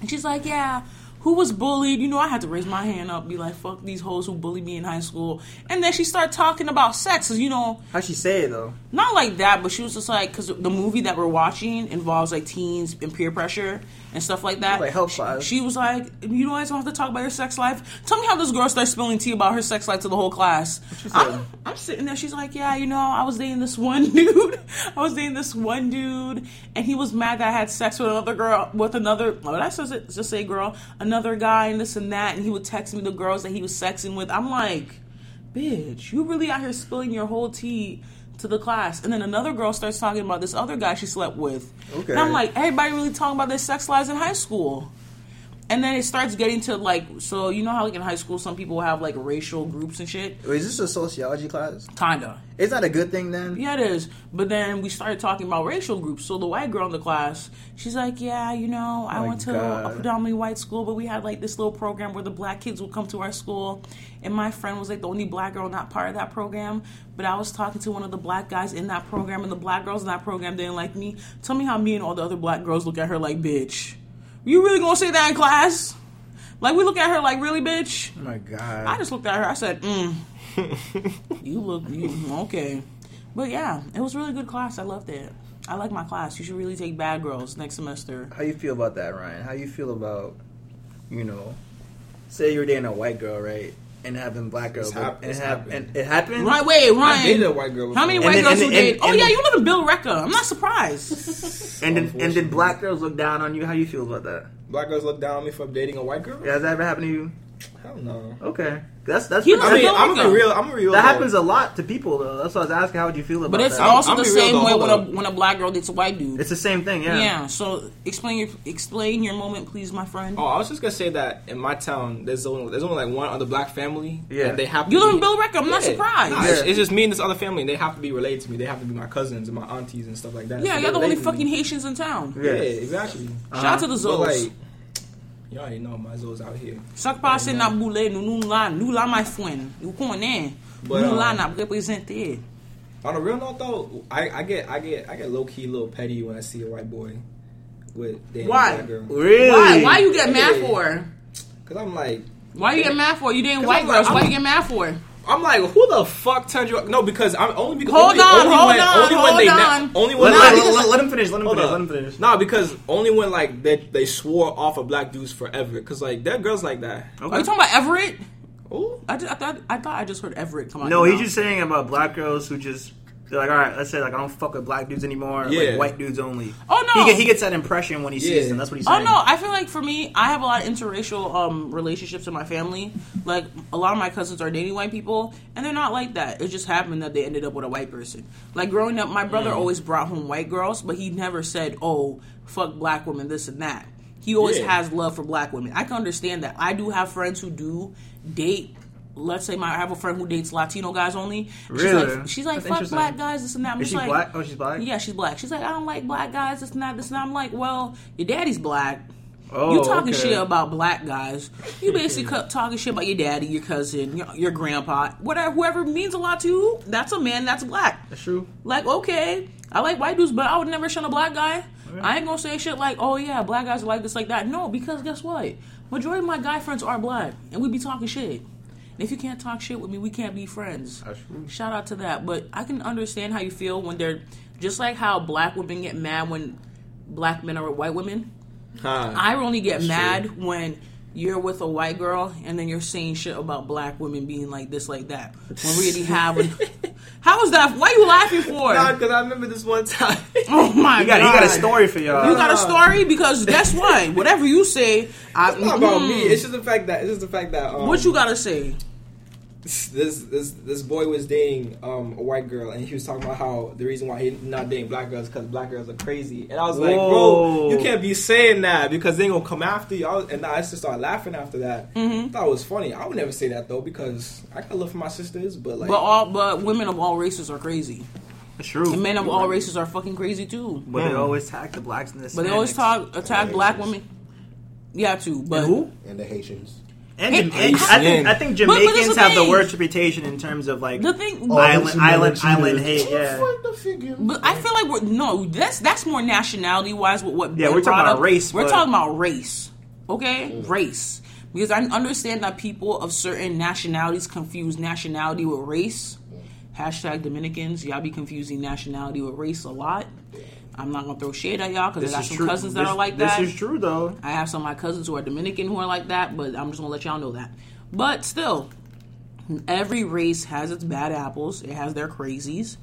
[SPEAKER 2] And she's like, Yeah, who was bullied? You know, I had to raise my hand up, be like, Fuck these hoes who bullied me in high school. And then she started talking about sex, 'cause, you know,
[SPEAKER 1] How she say it though?
[SPEAKER 2] not like that, but she was just like, because the movie that we're watching involves like teens and peer pressure and stuff like that.
[SPEAKER 1] Like, help
[SPEAKER 2] she,
[SPEAKER 1] us.
[SPEAKER 2] she was like, you guys don't have to talk about your sex life. Tell me how this girl starts spilling tea about her sex life to the whole class. I'm, I'm sitting there. She's like, yeah, you know, I was dating this one dude. I was dating this one dude, and he was mad that I had sex with another girl, with another. What did I just say- just say, girl? Another guy and this and that, and he would text me the girls that he was sexing with. I'm like bitch, you really out here spilling your whole tea to the class. And then another girl starts talking about this other guy she slept with.
[SPEAKER 1] Okay.
[SPEAKER 2] And I'm like, everybody really talking about their sex lives in high school. And then it starts getting to like, so you know how like in high school some people have like racial groups and shit?
[SPEAKER 1] Wait, is this a sociology class?
[SPEAKER 2] Kinda.
[SPEAKER 1] It's not a good thing then.
[SPEAKER 2] Yeah, it is. But then we started talking about racial groups. So the white girl in the class, she's like, "Yeah, you know, I
[SPEAKER 1] my
[SPEAKER 2] went to a
[SPEAKER 1] God.
[SPEAKER 2] predominantly white school, but we had like this little program where the black kids would come to our school, and my friend was like the only black girl not part of that program. But I was talking to one of the black guys in that program, and the black girls in that program didn't like me. Tell me how me and all the other black girls look at her like, bitch. You really gonna say that in class? Like we look at her like, really, bitch."
[SPEAKER 1] Oh my god.
[SPEAKER 2] I just looked at her. I said, mm. "You look you, okay," but yeah, it was a really good class. I loved it. I like my class. You should really take Bad Girls next semester.
[SPEAKER 1] How you feel about that, Ryan? How you feel about, you know, say you're dating a white girl, right? and having black girls.
[SPEAKER 4] It's
[SPEAKER 1] but-
[SPEAKER 4] hap-
[SPEAKER 1] and,
[SPEAKER 4] it's
[SPEAKER 1] it hap-
[SPEAKER 4] happened.
[SPEAKER 1] and it happened.
[SPEAKER 2] Right, wait,
[SPEAKER 4] I dated a
[SPEAKER 2] Ryan.
[SPEAKER 4] white girl.
[SPEAKER 2] How many
[SPEAKER 4] before.
[SPEAKER 2] white
[SPEAKER 1] then-
[SPEAKER 2] girls
[SPEAKER 1] and-
[SPEAKER 2] you
[SPEAKER 1] and-
[SPEAKER 2] date? Oh
[SPEAKER 1] and-
[SPEAKER 2] yeah, you live in Bill Recca. I'm not surprised.
[SPEAKER 1] And then and then black girls look down on you. How you feel about that?
[SPEAKER 4] black girls look down on me for dating a white girl?
[SPEAKER 1] Has that ever happened to you?
[SPEAKER 4] Hell no.
[SPEAKER 1] Okay, that's that's
[SPEAKER 2] He
[SPEAKER 1] pretty-
[SPEAKER 2] was
[SPEAKER 4] I
[SPEAKER 1] that's-
[SPEAKER 4] mean,
[SPEAKER 2] a
[SPEAKER 4] I'm gonna
[SPEAKER 2] girl.
[SPEAKER 4] be real. I'm gonna be real.
[SPEAKER 1] that
[SPEAKER 4] though.
[SPEAKER 1] happens a lot to people though. That's why I was asking. How would you feel about
[SPEAKER 2] But it's
[SPEAKER 1] that?
[SPEAKER 2] also
[SPEAKER 4] I'm
[SPEAKER 2] the
[SPEAKER 4] be real,
[SPEAKER 2] same
[SPEAKER 4] though.
[SPEAKER 2] way
[SPEAKER 4] Hold
[SPEAKER 2] when a
[SPEAKER 4] up.
[SPEAKER 2] when a black girl dates a white dude.
[SPEAKER 1] It's the same thing.
[SPEAKER 2] yeah.
[SPEAKER 1] Yeah.
[SPEAKER 2] So explain your explain your moment, please, my friend.
[SPEAKER 4] Oh, I was just gonna say that in my town, there's only there's only like one other black family.
[SPEAKER 1] Yeah.
[SPEAKER 4] and they have.
[SPEAKER 2] you
[SPEAKER 4] to
[SPEAKER 2] live in
[SPEAKER 4] be-
[SPEAKER 2] Bill Recca. I'm not
[SPEAKER 4] Yeah.
[SPEAKER 2] surprised.
[SPEAKER 4] Nah, it's, it's just me and this other family, and they have to be related to me. They have to be my cousins and my aunties and stuff like that.
[SPEAKER 2] yeah, you're
[SPEAKER 4] So they
[SPEAKER 2] the only
[SPEAKER 4] relate to me.
[SPEAKER 2] fucking Haitians in town.
[SPEAKER 4] Yeah,
[SPEAKER 1] Yeah.
[SPEAKER 4] exactly.
[SPEAKER 2] Shout out to the
[SPEAKER 4] But
[SPEAKER 2] Zoes.
[SPEAKER 4] like, y'all already know my Zoes out here.
[SPEAKER 2] Sak pa se nan boule, nou nou la, nou la my fwen. Nou konen.
[SPEAKER 4] But,
[SPEAKER 2] nou la
[SPEAKER 4] um,
[SPEAKER 2] nan reprezente.
[SPEAKER 4] On a real note though, I, I get I get I get low key little petty when I see a white boy with dating
[SPEAKER 2] Why?
[SPEAKER 4] a black girl.
[SPEAKER 1] Really?
[SPEAKER 2] Why? Why you get mad
[SPEAKER 4] Yeah.
[SPEAKER 2] for? her?
[SPEAKER 4] Cause I'm like
[SPEAKER 2] Why you get mad for? her? You dating
[SPEAKER 4] 'Cause
[SPEAKER 2] white
[SPEAKER 4] I'm like,
[SPEAKER 2] girls. Why
[SPEAKER 4] I'm-
[SPEAKER 2] you get mad for? her?
[SPEAKER 4] I'm like who the fuck turned you? up? No, because I'm only because
[SPEAKER 2] Hold
[SPEAKER 4] only,
[SPEAKER 2] on,
[SPEAKER 4] only
[SPEAKER 2] hold
[SPEAKER 4] when,
[SPEAKER 2] on,
[SPEAKER 4] only
[SPEAKER 2] hold
[SPEAKER 4] when they
[SPEAKER 2] on.
[SPEAKER 4] only when
[SPEAKER 1] Let,
[SPEAKER 4] nah,
[SPEAKER 1] let,
[SPEAKER 4] because-
[SPEAKER 1] let- let him finish. Let him
[SPEAKER 4] Hold
[SPEAKER 1] finish.
[SPEAKER 4] up.
[SPEAKER 1] Let him finish.
[SPEAKER 4] Nah, because only when like they they swore off of black dudes forever. Cause like there are girls like that.
[SPEAKER 2] Are you talking about Everett?
[SPEAKER 4] Oh,
[SPEAKER 2] I, just, I thought I thought I just heard Everett come out.
[SPEAKER 1] No,
[SPEAKER 2] your
[SPEAKER 1] he's
[SPEAKER 2] mouth.
[SPEAKER 1] just saying about black girls who just they're like, all right, let's say like I don't fuck with black dudes anymore,
[SPEAKER 4] Yeah.
[SPEAKER 1] like white dudes only.
[SPEAKER 2] Oh, no.
[SPEAKER 1] he, get, he gets that impression when he
[SPEAKER 4] Yeah.
[SPEAKER 1] sees them. That's what he's
[SPEAKER 2] Oh
[SPEAKER 1] saying.
[SPEAKER 2] no, I feel like for me, I have a lot of interracial um relationships in my family. Like a lot of my cousins are dating white people, and they're not like that. It just happened that they ended up with a white person. Like growing up, my brother always brought home white girls, but he never said, "Oh, fuck black women," this and that. He always
[SPEAKER 4] Yeah.
[SPEAKER 2] has love for black women. I can understand that. I do have friends who do date. Let's say my I have a friend who dates Latino guys only. She's
[SPEAKER 1] Really?
[SPEAKER 2] like, she's like
[SPEAKER 1] That's
[SPEAKER 2] fuck
[SPEAKER 1] interesting.
[SPEAKER 2] black guys, this and that. I'm
[SPEAKER 1] Is
[SPEAKER 2] just
[SPEAKER 1] she
[SPEAKER 2] like,
[SPEAKER 1] black? Oh, she's black.
[SPEAKER 2] yeah, she's black. She's like, I don't like black guys. It's not. It's not. I'm like, well, your daddy's black.
[SPEAKER 1] Oh,
[SPEAKER 2] you talking
[SPEAKER 1] okay.
[SPEAKER 2] shit about black guys. You basically cu- talking shit about your daddy, your cousin, your, your grandpa, whatever. Whoever means a lot to you, that's a man. That's black.
[SPEAKER 1] That's true.
[SPEAKER 2] Like, okay, I like white dudes, but I would never shun a black guy. I ain't gonna say shit like, oh yeah, black guys are like this, like that. No, because guess what? Majority of my guy friends are black, and we be talking shit. And if you can't talk shit with me, we can't be friends. Shout out to that. But I can understand how you feel when they're just like how black women get mad when black men are with white women.
[SPEAKER 4] huh.
[SPEAKER 2] I only get mad when you're with a white girl and then you're saying shit about black women being like this, like that. When we already have. A- How is that? Why are you laughing for?
[SPEAKER 4] Nah, because I remember this one time.
[SPEAKER 2] Oh my
[SPEAKER 1] He got, he
[SPEAKER 2] god!
[SPEAKER 1] got a story for y'all.
[SPEAKER 2] You got a story because guess what? Whatever you say, I,
[SPEAKER 4] it's not about
[SPEAKER 2] mm,
[SPEAKER 4] me. It's just the fact that it's just the fact that um,
[SPEAKER 2] what you gotta say.
[SPEAKER 4] this this this boy was dating um, a white girl, and he was talking about how the reason why he not dating black girls because black girls are crazy. And I was like, bro,
[SPEAKER 1] Whoa.
[SPEAKER 4] you can't be saying that because they gonna come after you. I was, and I just started laughing after that.
[SPEAKER 2] Mm-hmm.
[SPEAKER 4] Thought it was funny. I would never say that though because I got love for my sisters, but like,
[SPEAKER 2] But all but women of all races are crazy,
[SPEAKER 1] That's true.
[SPEAKER 2] and men of all races are fucking crazy too.
[SPEAKER 1] but they always attack the blacks in this.
[SPEAKER 2] But they always talk attack black women. Yeah, too. But
[SPEAKER 1] who?
[SPEAKER 3] and the Haitians.
[SPEAKER 1] And,
[SPEAKER 2] Hey,
[SPEAKER 1] Jama- I think I think
[SPEAKER 2] But- but that's
[SPEAKER 1] Jamaicans
[SPEAKER 2] the
[SPEAKER 1] have the
[SPEAKER 2] thing.
[SPEAKER 1] worst reputation in terms of like
[SPEAKER 2] the thing,
[SPEAKER 3] Oh,
[SPEAKER 1] island
[SPEAKER 3] Asian
[SPEAKER 1] island
[SPEAKER 3] cheaters.
[SPEAKER 1] island hate. Yeah,
[SPEAKER 3] Fuck the figure.
[SPEAKER 2] But I feel like we're no. That's that's more nationality wise. With what
[SPEAKER 1] Yeah,
[SPEAKER 2] Ben
[SPEAKER 1] we're talking
[SPEAKER 2] brought
[SPEAKER 1] about
[SPEAKER 2] up.
[SPEAKER 1] race,
[SPEAKER 2] We're
[SPEAKER 1] but- Mm.
[SPEAKER 2] talking about race. Okay, race. Because I understand that people of certain nationalities confuse nationality with race. Hashtag Dominicans, y'all be confusing nationality with race a lot. I'm not gonna throw shade at y'all because
[SPEAKER 1] this
[SPEAKER 2] I got
[SPEAKER 1] is
[SPEAKER 2] some
[SPEAKER 1] true.
[SPEAKER 2] cousins that
[SPEAKER 1] this,
[SPEAKER 2] are like
[SPEAKER 1] this
[SPEAKER 2] that.
[SPEAKER 1] is true though.
[SPEAKER 2] I have some of my cousins who are Dominican who are like that, but I'm just gonna let y'all know that. But still, every race has its bad apples. It has their crazies.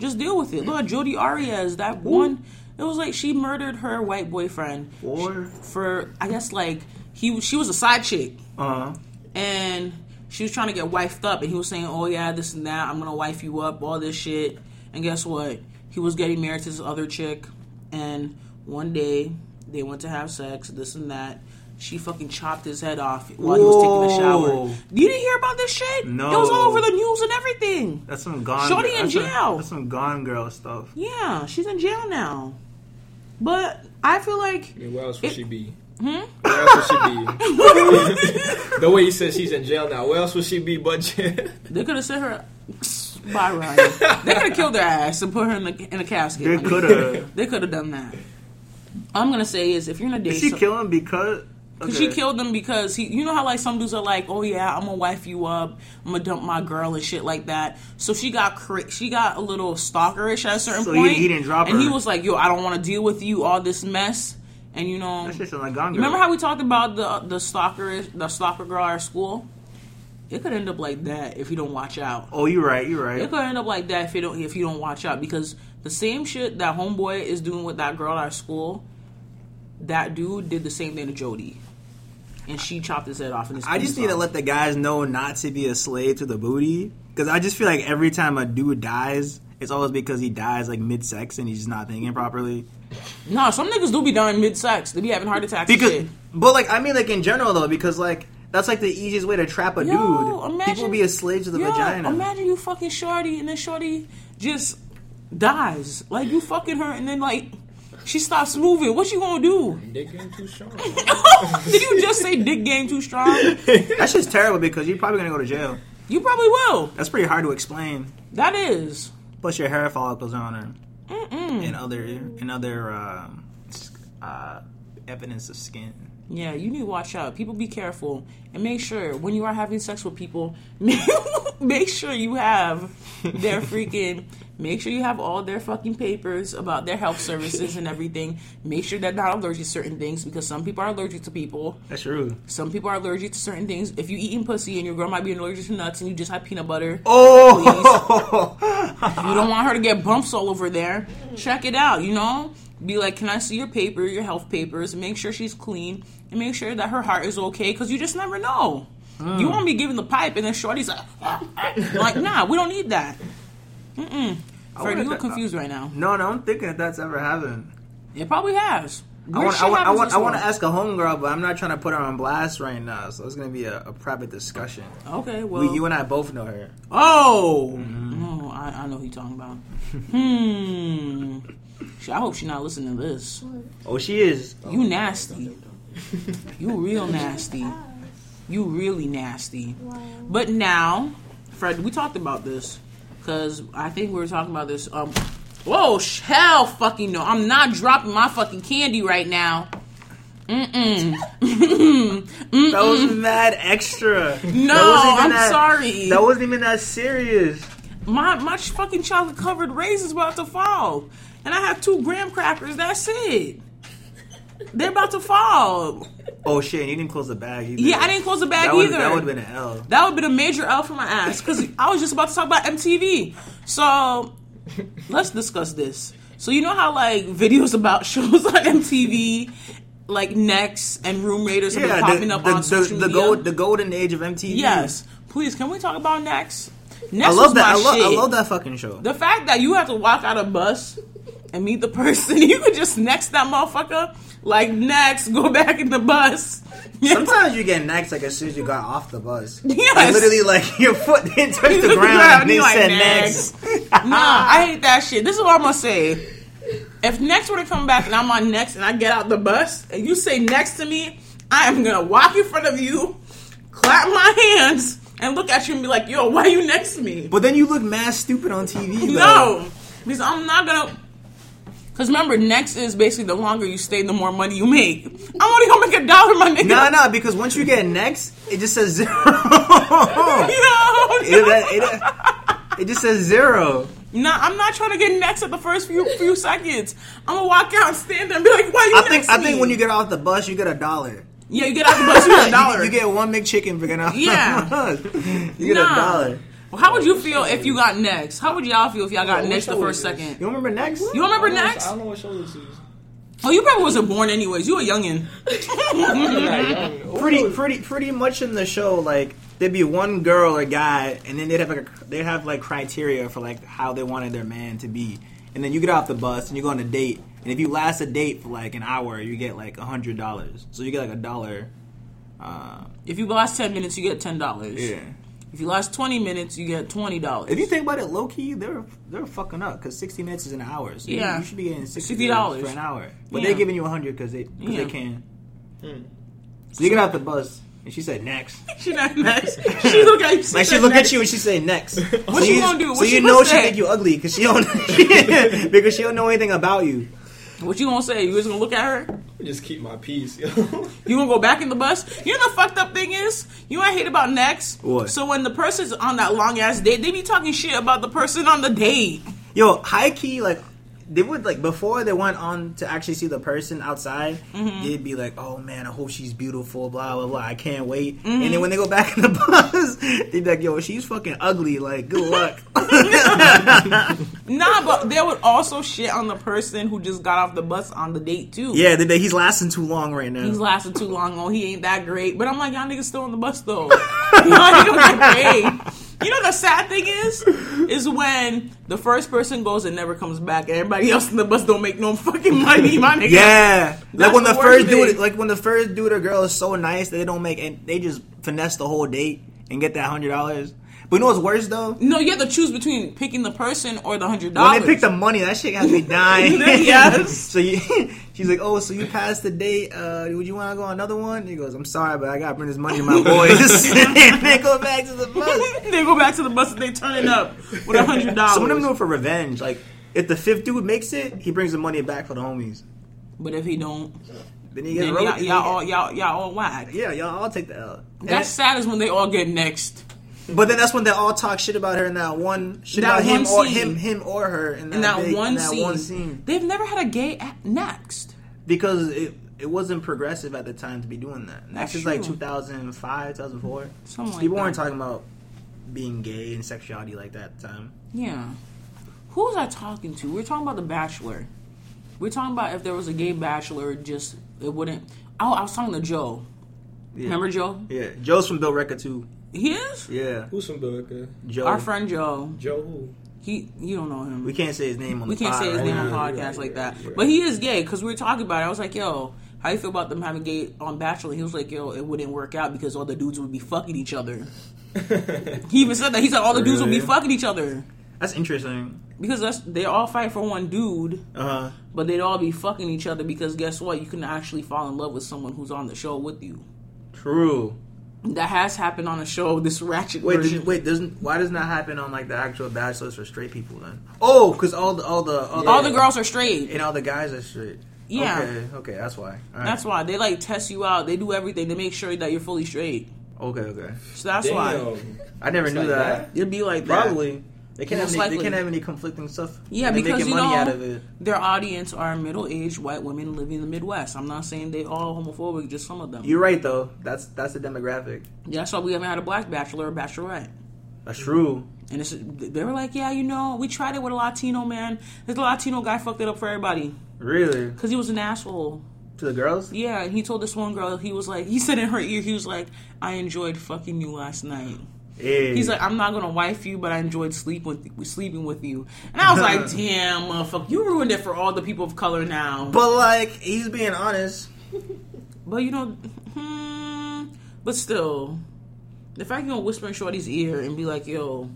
[SPEAKER 2] Just deal with it. Look, at Jodi Arias, that one. It was like she murdered her white boyfriend
[SPEAKER 1] Or
[SPEAKER 2] for I guess like he she was a side chick
[SPEAKER 1] uh,
[SPEAKER 2] and she was trying to get wifed up, and he was saying, "Oh yeah, this and that. I'm gonna wife you up, all this shit." And guess what? He was getting married to this other chick, and one day they went to have sex, this and that. She fucking chopped his head off while he was taking a
[SPEAKER 1] Whoa.
[SPEAKER 2] shower. You didn't hear about this shit?
[SPEAKER 1] No.
[SPEAKER 2] it was all over the news and everything.
[SPEAKER 1] that's some gone.
[SPEAKER 2] Shorty
[SPEAKER 1] girl-
[SPEAKER 2] in
[SPEAKER 1] that's some-
[SPEAKER 2] jail.
[SPEAKER 1] that's some gone girl stuff.
[SPEAKER 2] Yeah, she's in jail now. But I feel like
[SPEAKER 4] I mean, where else would
[SPEAKER 2] It- Hmm?
[SPEAKER 4] she be? Where else would she be? the way you said she's in jail now. Where else would she be but jail?
[SPEAKER 2] they could have sent her. Bye, Ryan. they could have killed her ass and put her in the in a casket.
[SPEAKER 1] They could have.
[SPEAKER 2] They could have done that. All I'm gonna say is if you're in a date,
[SPEAKER 1] Did she
[SPEAKER 2] so-
[SPEAKER 1] kill him because?
[SPEAKER 2] 'cause
[SPEAKER 1] okay.
[SPEAKER 2] she killed him because he. You know how like some dudes are like, oh yeah, I'm gonna wife you up, I'm gonna dump my girl and shit like that. So she got cra- she got a little stalkerish at a certain
[SPEAKER 1] So he-
[SPEAKER 2] point.
[SPEAKER 1] he didn't drop
[SPEAKER 2] and he
[SPEAKER 1] her.
[SPEAKER 2] was like, yo, I don't want to deal with you all this mess. And you know,
[SPEAKER 1] That shit sound like gone girl.
[SPEAKER 2] remember how we talked about the the stalker the stalker girl at our school? It could end up like that if you don't watch out.
[SPEAKER 1] Oh, you're right. You're right.
[SPEAKER 2] It could end up like that if you don't if you don't watch out because the same shit that homeboy is doing with that girl at school, that dude did the same thing to Jody, and she chopped his head off. And his
[SPEAKER 1] I just
[SPEAKER 2] piece
[SPEAKER 1] need to
[SPEAKER 2] off.
[SPEAKER 1] let the guys know not to be a slave to the booty. Because I just feel like every time a dude dies, it's always because he dies like mid sex and he's just not thinking properly.
[SPEAKER 2] No, some niggas do be dying mid sex. They be having heart attacks.
[SPEAKER 1] Because,
[SPEAKER 2] and shit.
[SPEAKER 1] but like I mean, like in general though, because like that's like the easiest way to trap a dude. People be a slave to the
[SPEAKER 2] yo,
[SPEAKER 1] vagina.
[SPEAKER 2] Imagine you fucking shorty and then shorty just dies. Like you fucking her and then like she stops moving. What you gonna do?
[SPEAKER 4] Dick ain't too strong.
[SPEAKER 2] Did you just say dick game too strong?
[SPEAKER 1] That's just terrible because you're probably gonna go to jail.
[SPEAKER 2] You probably will.
[SPEAKER 1] That's pretty hard to explain.
[SPEAKER 2] That is.
[SPEAKER 1] Plus, your hair follicles are on her, and other and other um, s- uh, evidence of skin.
[SPEAKER 2] Yeah, you need to watch out. People be careful and make sure when you are having sex with people, make sure you have their freaking. Make sure you have all their fucking papers about their health services and everything. Make sure they're not allergic to certain things because some people are allergic to people.
[SPEAKER 1] That's true.
[SPEAKER 2] Some people are allergic to certain things. If you eating pussy and your girl might be allergic to nuts and you just had peanut butter,
[SPEAKER 1] Oh,
[SPEAKER 2] you don't want her to get bumps all over there. Check it out, you know? Be like, can I see your paper, your health papers? Make sure she's clean and make sure that her heart is okay because you just never know.
[SPEAKER 1] Mm.
[SPEAKER 2] You won't be giving the pipe and then Shorty's like, like nah, we don't need that. Mm-mm. Fred,
[SPEAKER 1] wonder
[SPEAKER 2] you look
[SPEAKER 1] if that-
[SPEAKER 2] confused right now.
[SPEAKER 1] no, no, I'm thinking if that's ever happened.
[SPEAKER 2] It probably has.
[SPEAKER 1] I
[SPEAKER 2] Weird
[SPEAKER 1] want,
[SPEAKER 2] shit
[SPEAKER 1] I want, I
[SPEAKER 2] happens
[SPEAKER 1] want,
[SPEAKER 2] this
[SPEAKER 1] I want to
[SPEAKER 2] world.
[SPEAKER 1] ask a homegirl, but I'm not trying to put her on blast right now. So it's gonna be a, a private discussion.
[SPEAKER 2] Okay, well,
[SPEAKER 1] We, you Mm-hmm. and I both know her.
[SPEAKER 2] Oh, no, I, I know who you're talking about. hmm. Shit, I hope she's not listening to this.
[SPEAKER 1] Oh, she is.
[SPEAKER 2] You nasty. You real nasty. You really nasty. But now, Fred, we talked about this because I think we were talking about this. Um, whoa, sh- hell, fucking no! I'm not dropping my fucking candy right now. Mm-mm.
[SPEAKER 1] That was mad extra.
[SPEAKER 2] No,
[SPEAKER 1] That wasn't even
[SPEAKER 2] I'm
[SPEAKER 1] that-
[SPEAKER 2] sorry.
[SPEAKER 1] That wasn't even that serious.
[SPEAKER 2] my my sh- fucking chocolate covered raisin's about to fall, and I have two graham crackers. That's it. They're about to fall.
[SPEAKER 1] Oh shit, and you didn't close the bag. Either.
[SPEAKER 2] Yeah, I didn't close the bag
[SPEAKER 1] that
[SPEAKER 2] either.
[SPEAKER 1] Would, that would have been an L.
[SPEAKER 2] That would have been a major L for my ass because I was just about to talk about MTV. So let's discuss this. So you know how like videos about shows on MTV, like Next and Room Raiders, have
[SPEAKER 1] Yeah,
[SPEAKER 2] been
[SPEAKER 1] the,
[SPEAKER 2] popping up
[SPEAKER 1] the,
[SPEAKER 2] on
[SPEAKER 1] the,
[SPEAKER 2] social
[SPEAKER 1] the,
[SPEAKER 2] media.
[SPEAKER 1] gold, the golden age of MTV.
[SPEAKER 2] yes, please can we talk about Next? Next
[SPEAKER 1] I
[SPEAKER 2] was
[SPEAKER 1] love that. I
[SPEAKER 2] my
[SPEAKER 1] love, I
[SPEAKER 2] shit.
[SPEAKER 1] love that fucking show.
[SPEAKER 2] The fact that you have to walk out a bus and meet the person, you could just next that motherfucker. Like next, go back in the bus.
[SPEAKER 1] Sometimes you get next like as soon as you got off the bus.
[SPEAKER 2] Yes.
[SPEAKER 1] Like, literally, like your foot didn't touch the
[SPEAKER 2] Look
[SPEAKER 1] ground.
[SPEAKER 2] around,
[SPEAKER 1] And
[SPEAKER 2] you
[SPEAKER 1] then
[SPEAKER 2] like,
[SPEAKER 1] said
[SPEAKER 2] "Next."
[SPEAKER 1] next.
[SPEAKER 2] nah,
[SPEAKER 1] Ah.
[SPEAKER 2] I hate that shit. This is what I'm gonna say. If next were to come back and I'm on next and I get out the bus and you say next to me, I am gonna walk in front of you, clap my hands, and look at you and be like, yo, why you next to me?
[SPEAKER 1] But then you look mad stupid on TV. though.
[SPEAKER 2] No, because I'm not gonna. Because remember, next is basically the longer you stay, the more money you make. I'm only gonna make a dollar, my nigga.
[SPEAKER 1] No, no, because once you get next, it just says zero. it,
[SPEAKER 2] Yo,
[SPEAKER 1] that- it- it just says zero.
[SPEAKER 2] no, I'm not trying to get next at the first few few seconds. I'm gonna walk out and stand there and be like, "Why you
[SPEAKER 1] I think
[SPEAKER 2] next to
[SPEAKER 1] I think
[SPEAKER 2] me?"
[SPEAKER 1] when you get off the bus, you get a dollar.
[SPEAKER 2] yeah, you get out the bus, you get a
[SPEAKER 1] You-
[SPEAKER 2] dollar.
[SPEAKER 1] You, get one McChicken for getting off
[SPEAKER 2] Yeah.
[SPEAKER 1] the bus. You get
[SPEAKER 2] Nah.
[SPEAKER 1] a dollar.
[SPEAKER 2] Well, how
[SPEAKER 1] Oh,
[SPEAKER 2] would you feel if you got next? How would y'all feel if y'all got
[SPEAKER 4] Well,
[SPEAKER 2] next the
[SPEAKER 4] which one
[SPEAKER 2] first
[SPEAKER 4] is this?
[SPEAKER 2] second?
[SPEAKER 1] You remember next?
[SPEAKER 2] You don't remember
[SPEAKER 4] I
[SPEAKER 2] next?
[SPEAKER 4] don't know what show this is.
[SPEAKER 2] Oh, you probably wasn't born anyways. You a youngin.
[SPEAKER 1] pretty, pretty, pretty much in the show, like there'd be one girl or guy, and then they'd have like a, they'd have like criteria for like how they wanted their man to be, and then you get off the bus and you go on a date, and if you last a date for like an hour, you get like a hundred dollars, so you get like a dollar. Uh,
[SPEAKER 2] if you last ten minutes, you get ten dollars. If you last twenty minutes, you get twenty dollars.
[SPEAKER 1] If you think about it, low key, they're they're fucking up because sixty minutes is an hour. So you-
[SPEAKER 2] Yeah.
[SPEAKER 1] you, should be getting sixty
[SPEAKER 2] $60.
[SPEAKER 1] dollars for an hour, but
[SPEAKER 2] Yeah.
[SPEAKER 1] they're giving you a hundred because they cause
[SPEAKER 2] Yeah.
[SPEAKER 1] they can. So you get off the bus, and she said next.
[SPEAKER 2] She not next. She look at you. She
[SPEAKER 1] Like she
[SPEAKER 2] said
[SPEAKER 1] look
[SPEAKER 2] next.
[SPEAKER 1] at you and she say next. so
[SPEAKER 2] What you gonna do?
[SPEAKER 1] So
[SPEAKER 2] What
[SPEAKER 1] you
[SPEAKER 2] you
[SPEAKER 1] know
[SPEAKER 2] gonna
[SPEAKER 1] she
[SPEAKER 2] say?
[SPEAKER 1] think you ugly because she don't because she don't know anything about you.
[SPEAKER 2] What you gonna say? You just gonna look at her?
[SPEAKER 4] Just keep my peace. yo.
[SPEAKER 2] You gonna go back in the bus? You know the fucked up thing is? You know what I hate about next?
[SPEAKER 1] What?
[SPEAKER 2] So when the person's on that long ass date, they be talking shit about the person on the date.
[SPEAKER 1] Yo, high key like they would like before they went on to actually see the person outside.
[SPEAKER 2] Mm-hmm.
[SPEAKER 1] They'd be like, "Oh man, I hope she's beautiful." Blah blah blah. I can't wait. And
[SPEAKER 2] Mm-hmm.
[SPEAKER 1] then when they go back in the bus, they'd be like, "Yo, she's fucking ugly." Like, good luck.
[SPEAKER 2] Nah, but they would also shit on the person who just got off the bus on the date too.
[SPEAKER 1] yeah, they, they, he's lasting too long right now.
[SPEAKER 2] He's lasted too long. Oh, he ain't that great. But I'm like, y'all niggas still on the bus though. y'all niggas are great. You know the sad thing is, is when the first person goes and never comes back, and everybody else in the bus don't make no fucking money, my nigga.
[SPEAKER 1] yeah, like when
[SPEAKER 2] the
[SPEAKER 1] the
[SPEAKER 2] worst
[SPEAKER 1] first dude,
[SPEAKER 2] thing.
[SPEAKER 1] like when the first dude or girl is so nice that they don't make, and they just finesse the whole date and get that hundred dollars. But you know what's worse though?
[SPEAKER 2] No, you have to choose between picking the person or the hundred
[SPEAKER 1] When
[SPEAKER 2] dollars.
[SPEAKER 1] they pick the money, that shit has me dying.
[SPEAKER 2] Yes.
[SPEAKER 1] So you, she's like, "Oh, so you passed the date? Uh, would you want to go on another one?" And he goes, "I'm sorry, but I gotta bring this money to my boys." and they go back to the bus.
[SPEAKER 2] they go back to the bus and they turn it up with a hundred dollars.
[SPEAKER 1] Some of them do it for revenge. Like, if the fifth dude makes it, he brings the money back for the homies.
[SPEAKER 2] But if he don't,
[SPEAKER 1] Then he gets
[SPEAKER 2] then
[SPEAKER 1] road.
[SPEAKER 2] y'all, y'all all y'all y'all all whack.
[SPEAKER 1] yeah, y'all all take the L. And
[SPEAKER 2] That's sad is when they all get next
[SPEAKER 1] then- but then that's when they all talk shit about her in that one shit
[SPEAKER 2] That
[SPEAKER 1] about him
[SPEAKER 2] one
[SPEAKER 1] or him
[SPEAKER 2] scene.
[SPEAKER 1] him or her in that,
[SPEAKER 2] in that,
[SPEAKER 1] big-
[SPEAKER 2] one,
[SPEAKER 1] in that
[SPEAKER 2] scene,
[SPEAKER 1] one scene
[SPEAKER 2] They've never had a gay a- next.
[SPEAKER 1] because it it wasn't progressive at the time to be doing that. And
[SPEAKER 2] That's
[SPEAKER 1] That's just like
[SPEAKER 2] true.
[SPEAKER 1] 2005, 2004.
[SPEAKER 2] Something like
[SPEAKER 1] People
[SPEAKER 2] that.
[SPEAKER 1] weren't talking about being gay and sexuality like that at the time.
[SPEAKER 2] Yeah. Who was I talking to? We are talking about The Bachelor. We are talking about if there was a gay bachelor, it just it wouldn't. Oh, I was talking to Joe.
[SPEAKER 1] Yeah.
[SPEAKER 2] Remember Joe?
[SPEAKER 1] Yeah, Joe's from Bill Record too.
[SPEAKER 2] He is
[SPEAKER 1] Yeah,
[SPEAKER 4] Who's from Billerica?
[SPEAKER 1] Joe.
[SPEAKER 2] our friend Joe.
[SPEAKER 4] Joe who?
[SPEAKER 2] He you don't know him.
[SPEAKER 1] We can't say his name on
[SPEAKER 2] We
[SPEAKER 1] the
[SPEAKER 2] can't
[SPEAKER 1] pod,
[SPEAKER 2] say his
[SPEAKER 1] right?
[SPEAKER 2] name
[SPEAKER 4] Yeah,
[SPEAKER 2] on
[SPEAKER 4] you're
[SPEAKER 2] podcast
[SPEAKER 4] right,
[SPEAKER 2] like
[SPEAKER 4] you're
[SPEAKER 2] that.
[SPEAKER 4] right, you're
[SPEAKER 2] But he is gay because we were talking about it. I was like, yo, how you feel about them having gay on Bachelor? He was like, yo, it wouldn't work out because all the dudes would be fucking each other. he even said that. He said all the dudes would be
[SPEAKER 1] Really?
[SPEAKER 2] fucking each other
[SPEAKER 1] That's interesting.
[SPEAKER 2] because that's they all fight for one dude,
[SPEAKER 1] Uh huh.
[SPEAKER 2] but they'd all be fucking each other because guess what? You can actually fall in love with someone who's on the show with you.
[SPEAKER 1] True.
[SPEAKER 2] That has happened on a show. This ratchet
[SPEAKER 1] Wait,
[SPEAKER 2] version.
[SPEAKER 1] does, wait. Doesn't why doesn't that happen on like the actual bachelors for straight people then? Oh, because all the all the all,
[SPEAKER 2] all the girls are straight.
[SPEAKER 1] and all the guys are straight.
[SPEAKER 2] Yeah.
[SPEAKER 1] Okay. Okay. That's why. All right.
[SPEAKER 2] That's why they like test you out. They do everything. They make sure that you're fully straight.
[SPEAKER 1] okay. Okay.
[SPEAKER 2] So that's why
[SPEAKER 4] Damn.
[SPEAKER 1] I never
[SPEAKER 4] It's
[SPEAKER 1] knew
[SPEAKER 4] like
[SPEAKER 1] that.
[SPEAKER 4] that?
[SPEAKER 2] it'd be like that.
[SPEAKER 1] Probably. They can't,
[SPEAKER 2] Most
[SPEAKER 1] have any,
[SPEAKER 2] likely.
[SPEAKER 1] they can't have any conflicting stuff.
[SPEAKER 2] Yeah,
[SPEAKER 1] And they're
[SPEAKER 2] because
[SPEAKER 1] making
[SPEAKER 2] you
[SPEAKER 1] money
[SPEAKER 2] know
[SPEAKER 1] out of it.
[SPEAKER 2] their audience are middle-aged white women living in the Midwest. I'm not saying they all homophobic, just some of them.
[SPEAKER 1] You're right though. That's that's the demographic.
[SPEAKER 2] That's why we haven't had a black bachelor or bachelorette.
[SPEAKER 1] That's true.
[SPEAKER 2] And it's, they were like, yeah, you know, we tried it with a Latino man. This Latino guy fucked it up for everybody
[SPEAKER 1] Really.
[SPEAKER 2] because he was an asshole.
[SPEAKER 1] To the girls?
[SPEAKER 2] Yeah, and he told this one girl, he was like, he said in her ear, he was like, I enjoyed fucking you last night.
[SPEAKER 1] Yeah.
[SPEAKER 2] He's like, I'm not gonna wife you, but I enjoyed sleep with, sleeping with you. And I was like, damn, motherfucker, you ruined it for all the people of color now.
[SPEAKER 1] But like he's being honest.
[SPEAKER 2] But you know, hmm, but still, if I can go whisper in Shorty's ear and be like, "Yo,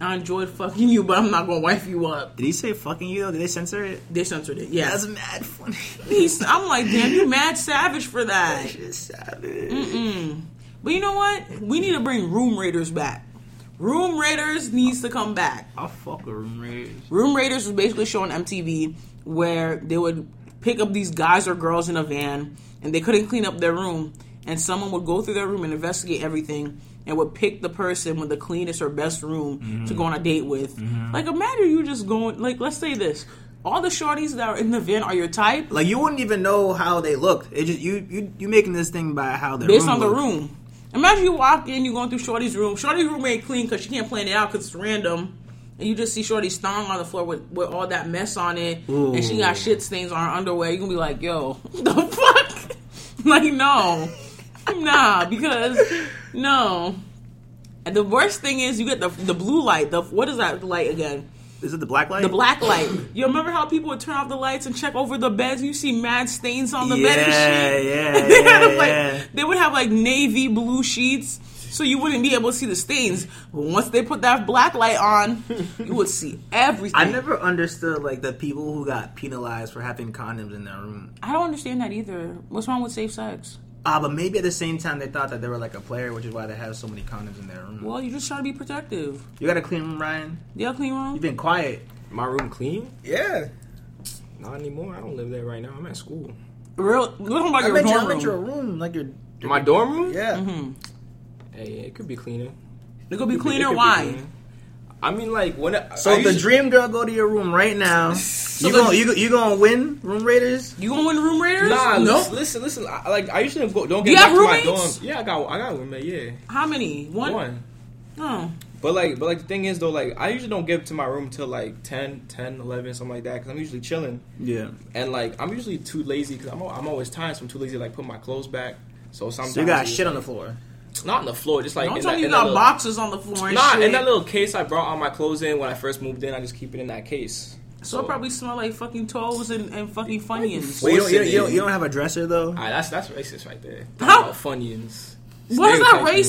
[SPEAKER 2] I enjoyed fucking you, but I'm not gonna wife you up,"
[SPEAKER 1] Did he say fucking you though? Did they censor it?
[SPEAKER 2] they censored it. Yeah,
[SPEAKER 1] That's mad funny.
[SPEAKER 2] He's- I'm like, damn, you mad savage for
[SPEAKER 1] That
[SPEAKER 2] that.
[SPEAKER 1] shit's savage.
[SPEAKER 2] But you know what? We need to bring Room Raiders back. Room Raiders needs to come back.
[SPEAKER 1] I'll fuck with room rage.
[SPEAKER 2] Room Raiders was basically showing MTV where they would pick up these guys or girls in a van and they couldn't clean up their room and someone would go through their room and investigate everything and would pick the person with the cleanest or best room to go on a date with. Like imagine you just going like let's say this. All the shorties that are in the van are your type
[SPEAKER 1] Like you wouldn't even know how they looked. It just you you you making this thing by how they
[SPEAKER 2] based on the room. Imagine you walk in, you going through Shorty's room. Shorty's room ain't clean because she can't plan it out because it's random. And you just see Shorty's thong on the floor with, with all that mess on it. And she got shit stains on her underwear. You're going to be like, yo, the fuck? like, no. Nah, because, no. And the worst thing is you get the the blue light. The What is that light again?
[SPEAKER 1] Is it the black light?
[SPEAKER 2] The black light. You remember how people would turn off the lights and check over the beds? You see mad stains on the bed and
[SPEAKER 1] Yeah,
[SPEAKER 2] shit.
[SPEAKER 1] yeah,
[SPEAKER 2] They had,
[SPEAKER 1] yeah,
[SPEAKER 2] like,
[SPEAKER 1] yeah.
[SPEAKER 2] They would have like navy blue sheets, so you wouldn't be able to see the stains. But once they put that black light on, you would see everything.
[SPEAKER 1] I never understood like the people who got penalized for having condoms in their room.
[SPEAKER 2] I don't understand that either. What's wrong with safe sex?
[SPEAKER 1] Ah, but maybe at the same time they thought that they were like a player, which is why they have so many condoms in their room.
[SPEAKER 2] Well, you're just trying to be protective.
[SPEAKER 1] You got a clean room, Ryan.
[SPEAKER 2] Yeah, clean room.
[SPEAKER 1] You've been quiet.
[SPEAKER 4] My room clean?
[SPEAKER 1] Yeah,
[SPEAKER 4] Not anymore. I don't live there right now. I'm at school.
[SPEAKER 2] Real. We're talking about
[SPEAKER 1] I
[SPEAKER 2] your
[SPEAKER 1] bet you
[SPEAKER 2] dorm
[SPEAKER 1] I'm
[SPEAKER 2] room.
[SPEAKER 1] at your room, like your
[SPEAKER 4] My dorm room?
[SPEAKER 1] yeah.
[SPEAKER 4] Hey, it could be cleaner.
[SPEAKER 2] It could be
[SPEAKER 4] It could
[SPEAKER 2] cleaner.
[SPEAKER 4] be
[SPEAKER 2] Why?
[SPEAKER 4] cleaner. I mean, like when I,
[SPEAKER 1] So
[SPEAKER 4] I
[SPEAKER 1] if the
[SPEAKER 4] usually-
[SPEAKER 1] dream girl go to your room right now. you
[SPEAKER 4] the-
[SPEAKER 1] going you you gonna win room raiders?
[SPEAKER 2] You gonna win room raiders?
[SPEAKER 4] Nah,
[SPEAKER 2] no.
[SPEAKER 4] listen, listen, listen. I, like I usually go. Don't
[SPEAKER 2] Do
[SPEAKER 4] get
[SPEAKER 2] you
[SPEAKER 4] back
[SPEAKER 2] have
[SPEAKER 4] to my
[SPEAKER 2] roommates?
[SPEAKER 4] dorm. Yeah, I got. I got roommate. Yeah,
[SPEAKER 2] How many? One.
[SPEAKER 4] one.
[SPEAKER 2] Oh.
[SPEAKER 4] But like, but like the thing is though, like I usually don't get to my room till like 10, 10, 11, something like that, because I'm usually chilling.
[SPEAKER 1] Yeah.
[SPEAKER 4] And like I'm usually too lazy because I'm al- I'm always tired, so I'm too lazy to like put my clothes back. So sometimes
[SPEAKER 1] So you got
[SPEAKER 4] it's
[SPEAKER 1] shit on the floor.
[SPEAKER 4] not on the floor, just like
[SPEAKER 2] Don't
[SPEAKER 4] in
[SPEAKER 2] tell
[SPEAKER 4] that-
[SPEAKER 2] me you
[SPEAKER 4] in that
[SPEAKER 2] got
[SPEAKER 4] little-
[SPEAKER 2] boxes on the floor and
[SPEAKER 4] Nah,
[SPEAKER 2] shit.
[SPEAKER 4] in that little case I brought all my clothes in when I first moved in, I just keep it in that case.
[SPEAKER 2] so it probably smell like fucking toes and, and fucking funyuns.
[SPEAKER 1] Wait, you don't, you, don't,
[SPEAKER 4] Forcing
[SPEAKER 1] you, don't,
[SPEAKER 4] it.
[SPEAKER 1] you don't have a dresser though.
[SPEAKER 4] Alright, that's that's racist right there. Talking
[SPEAKER 2] How-
[SPEAKER 4] about Funyuns.
[SPEAKER 2] Why is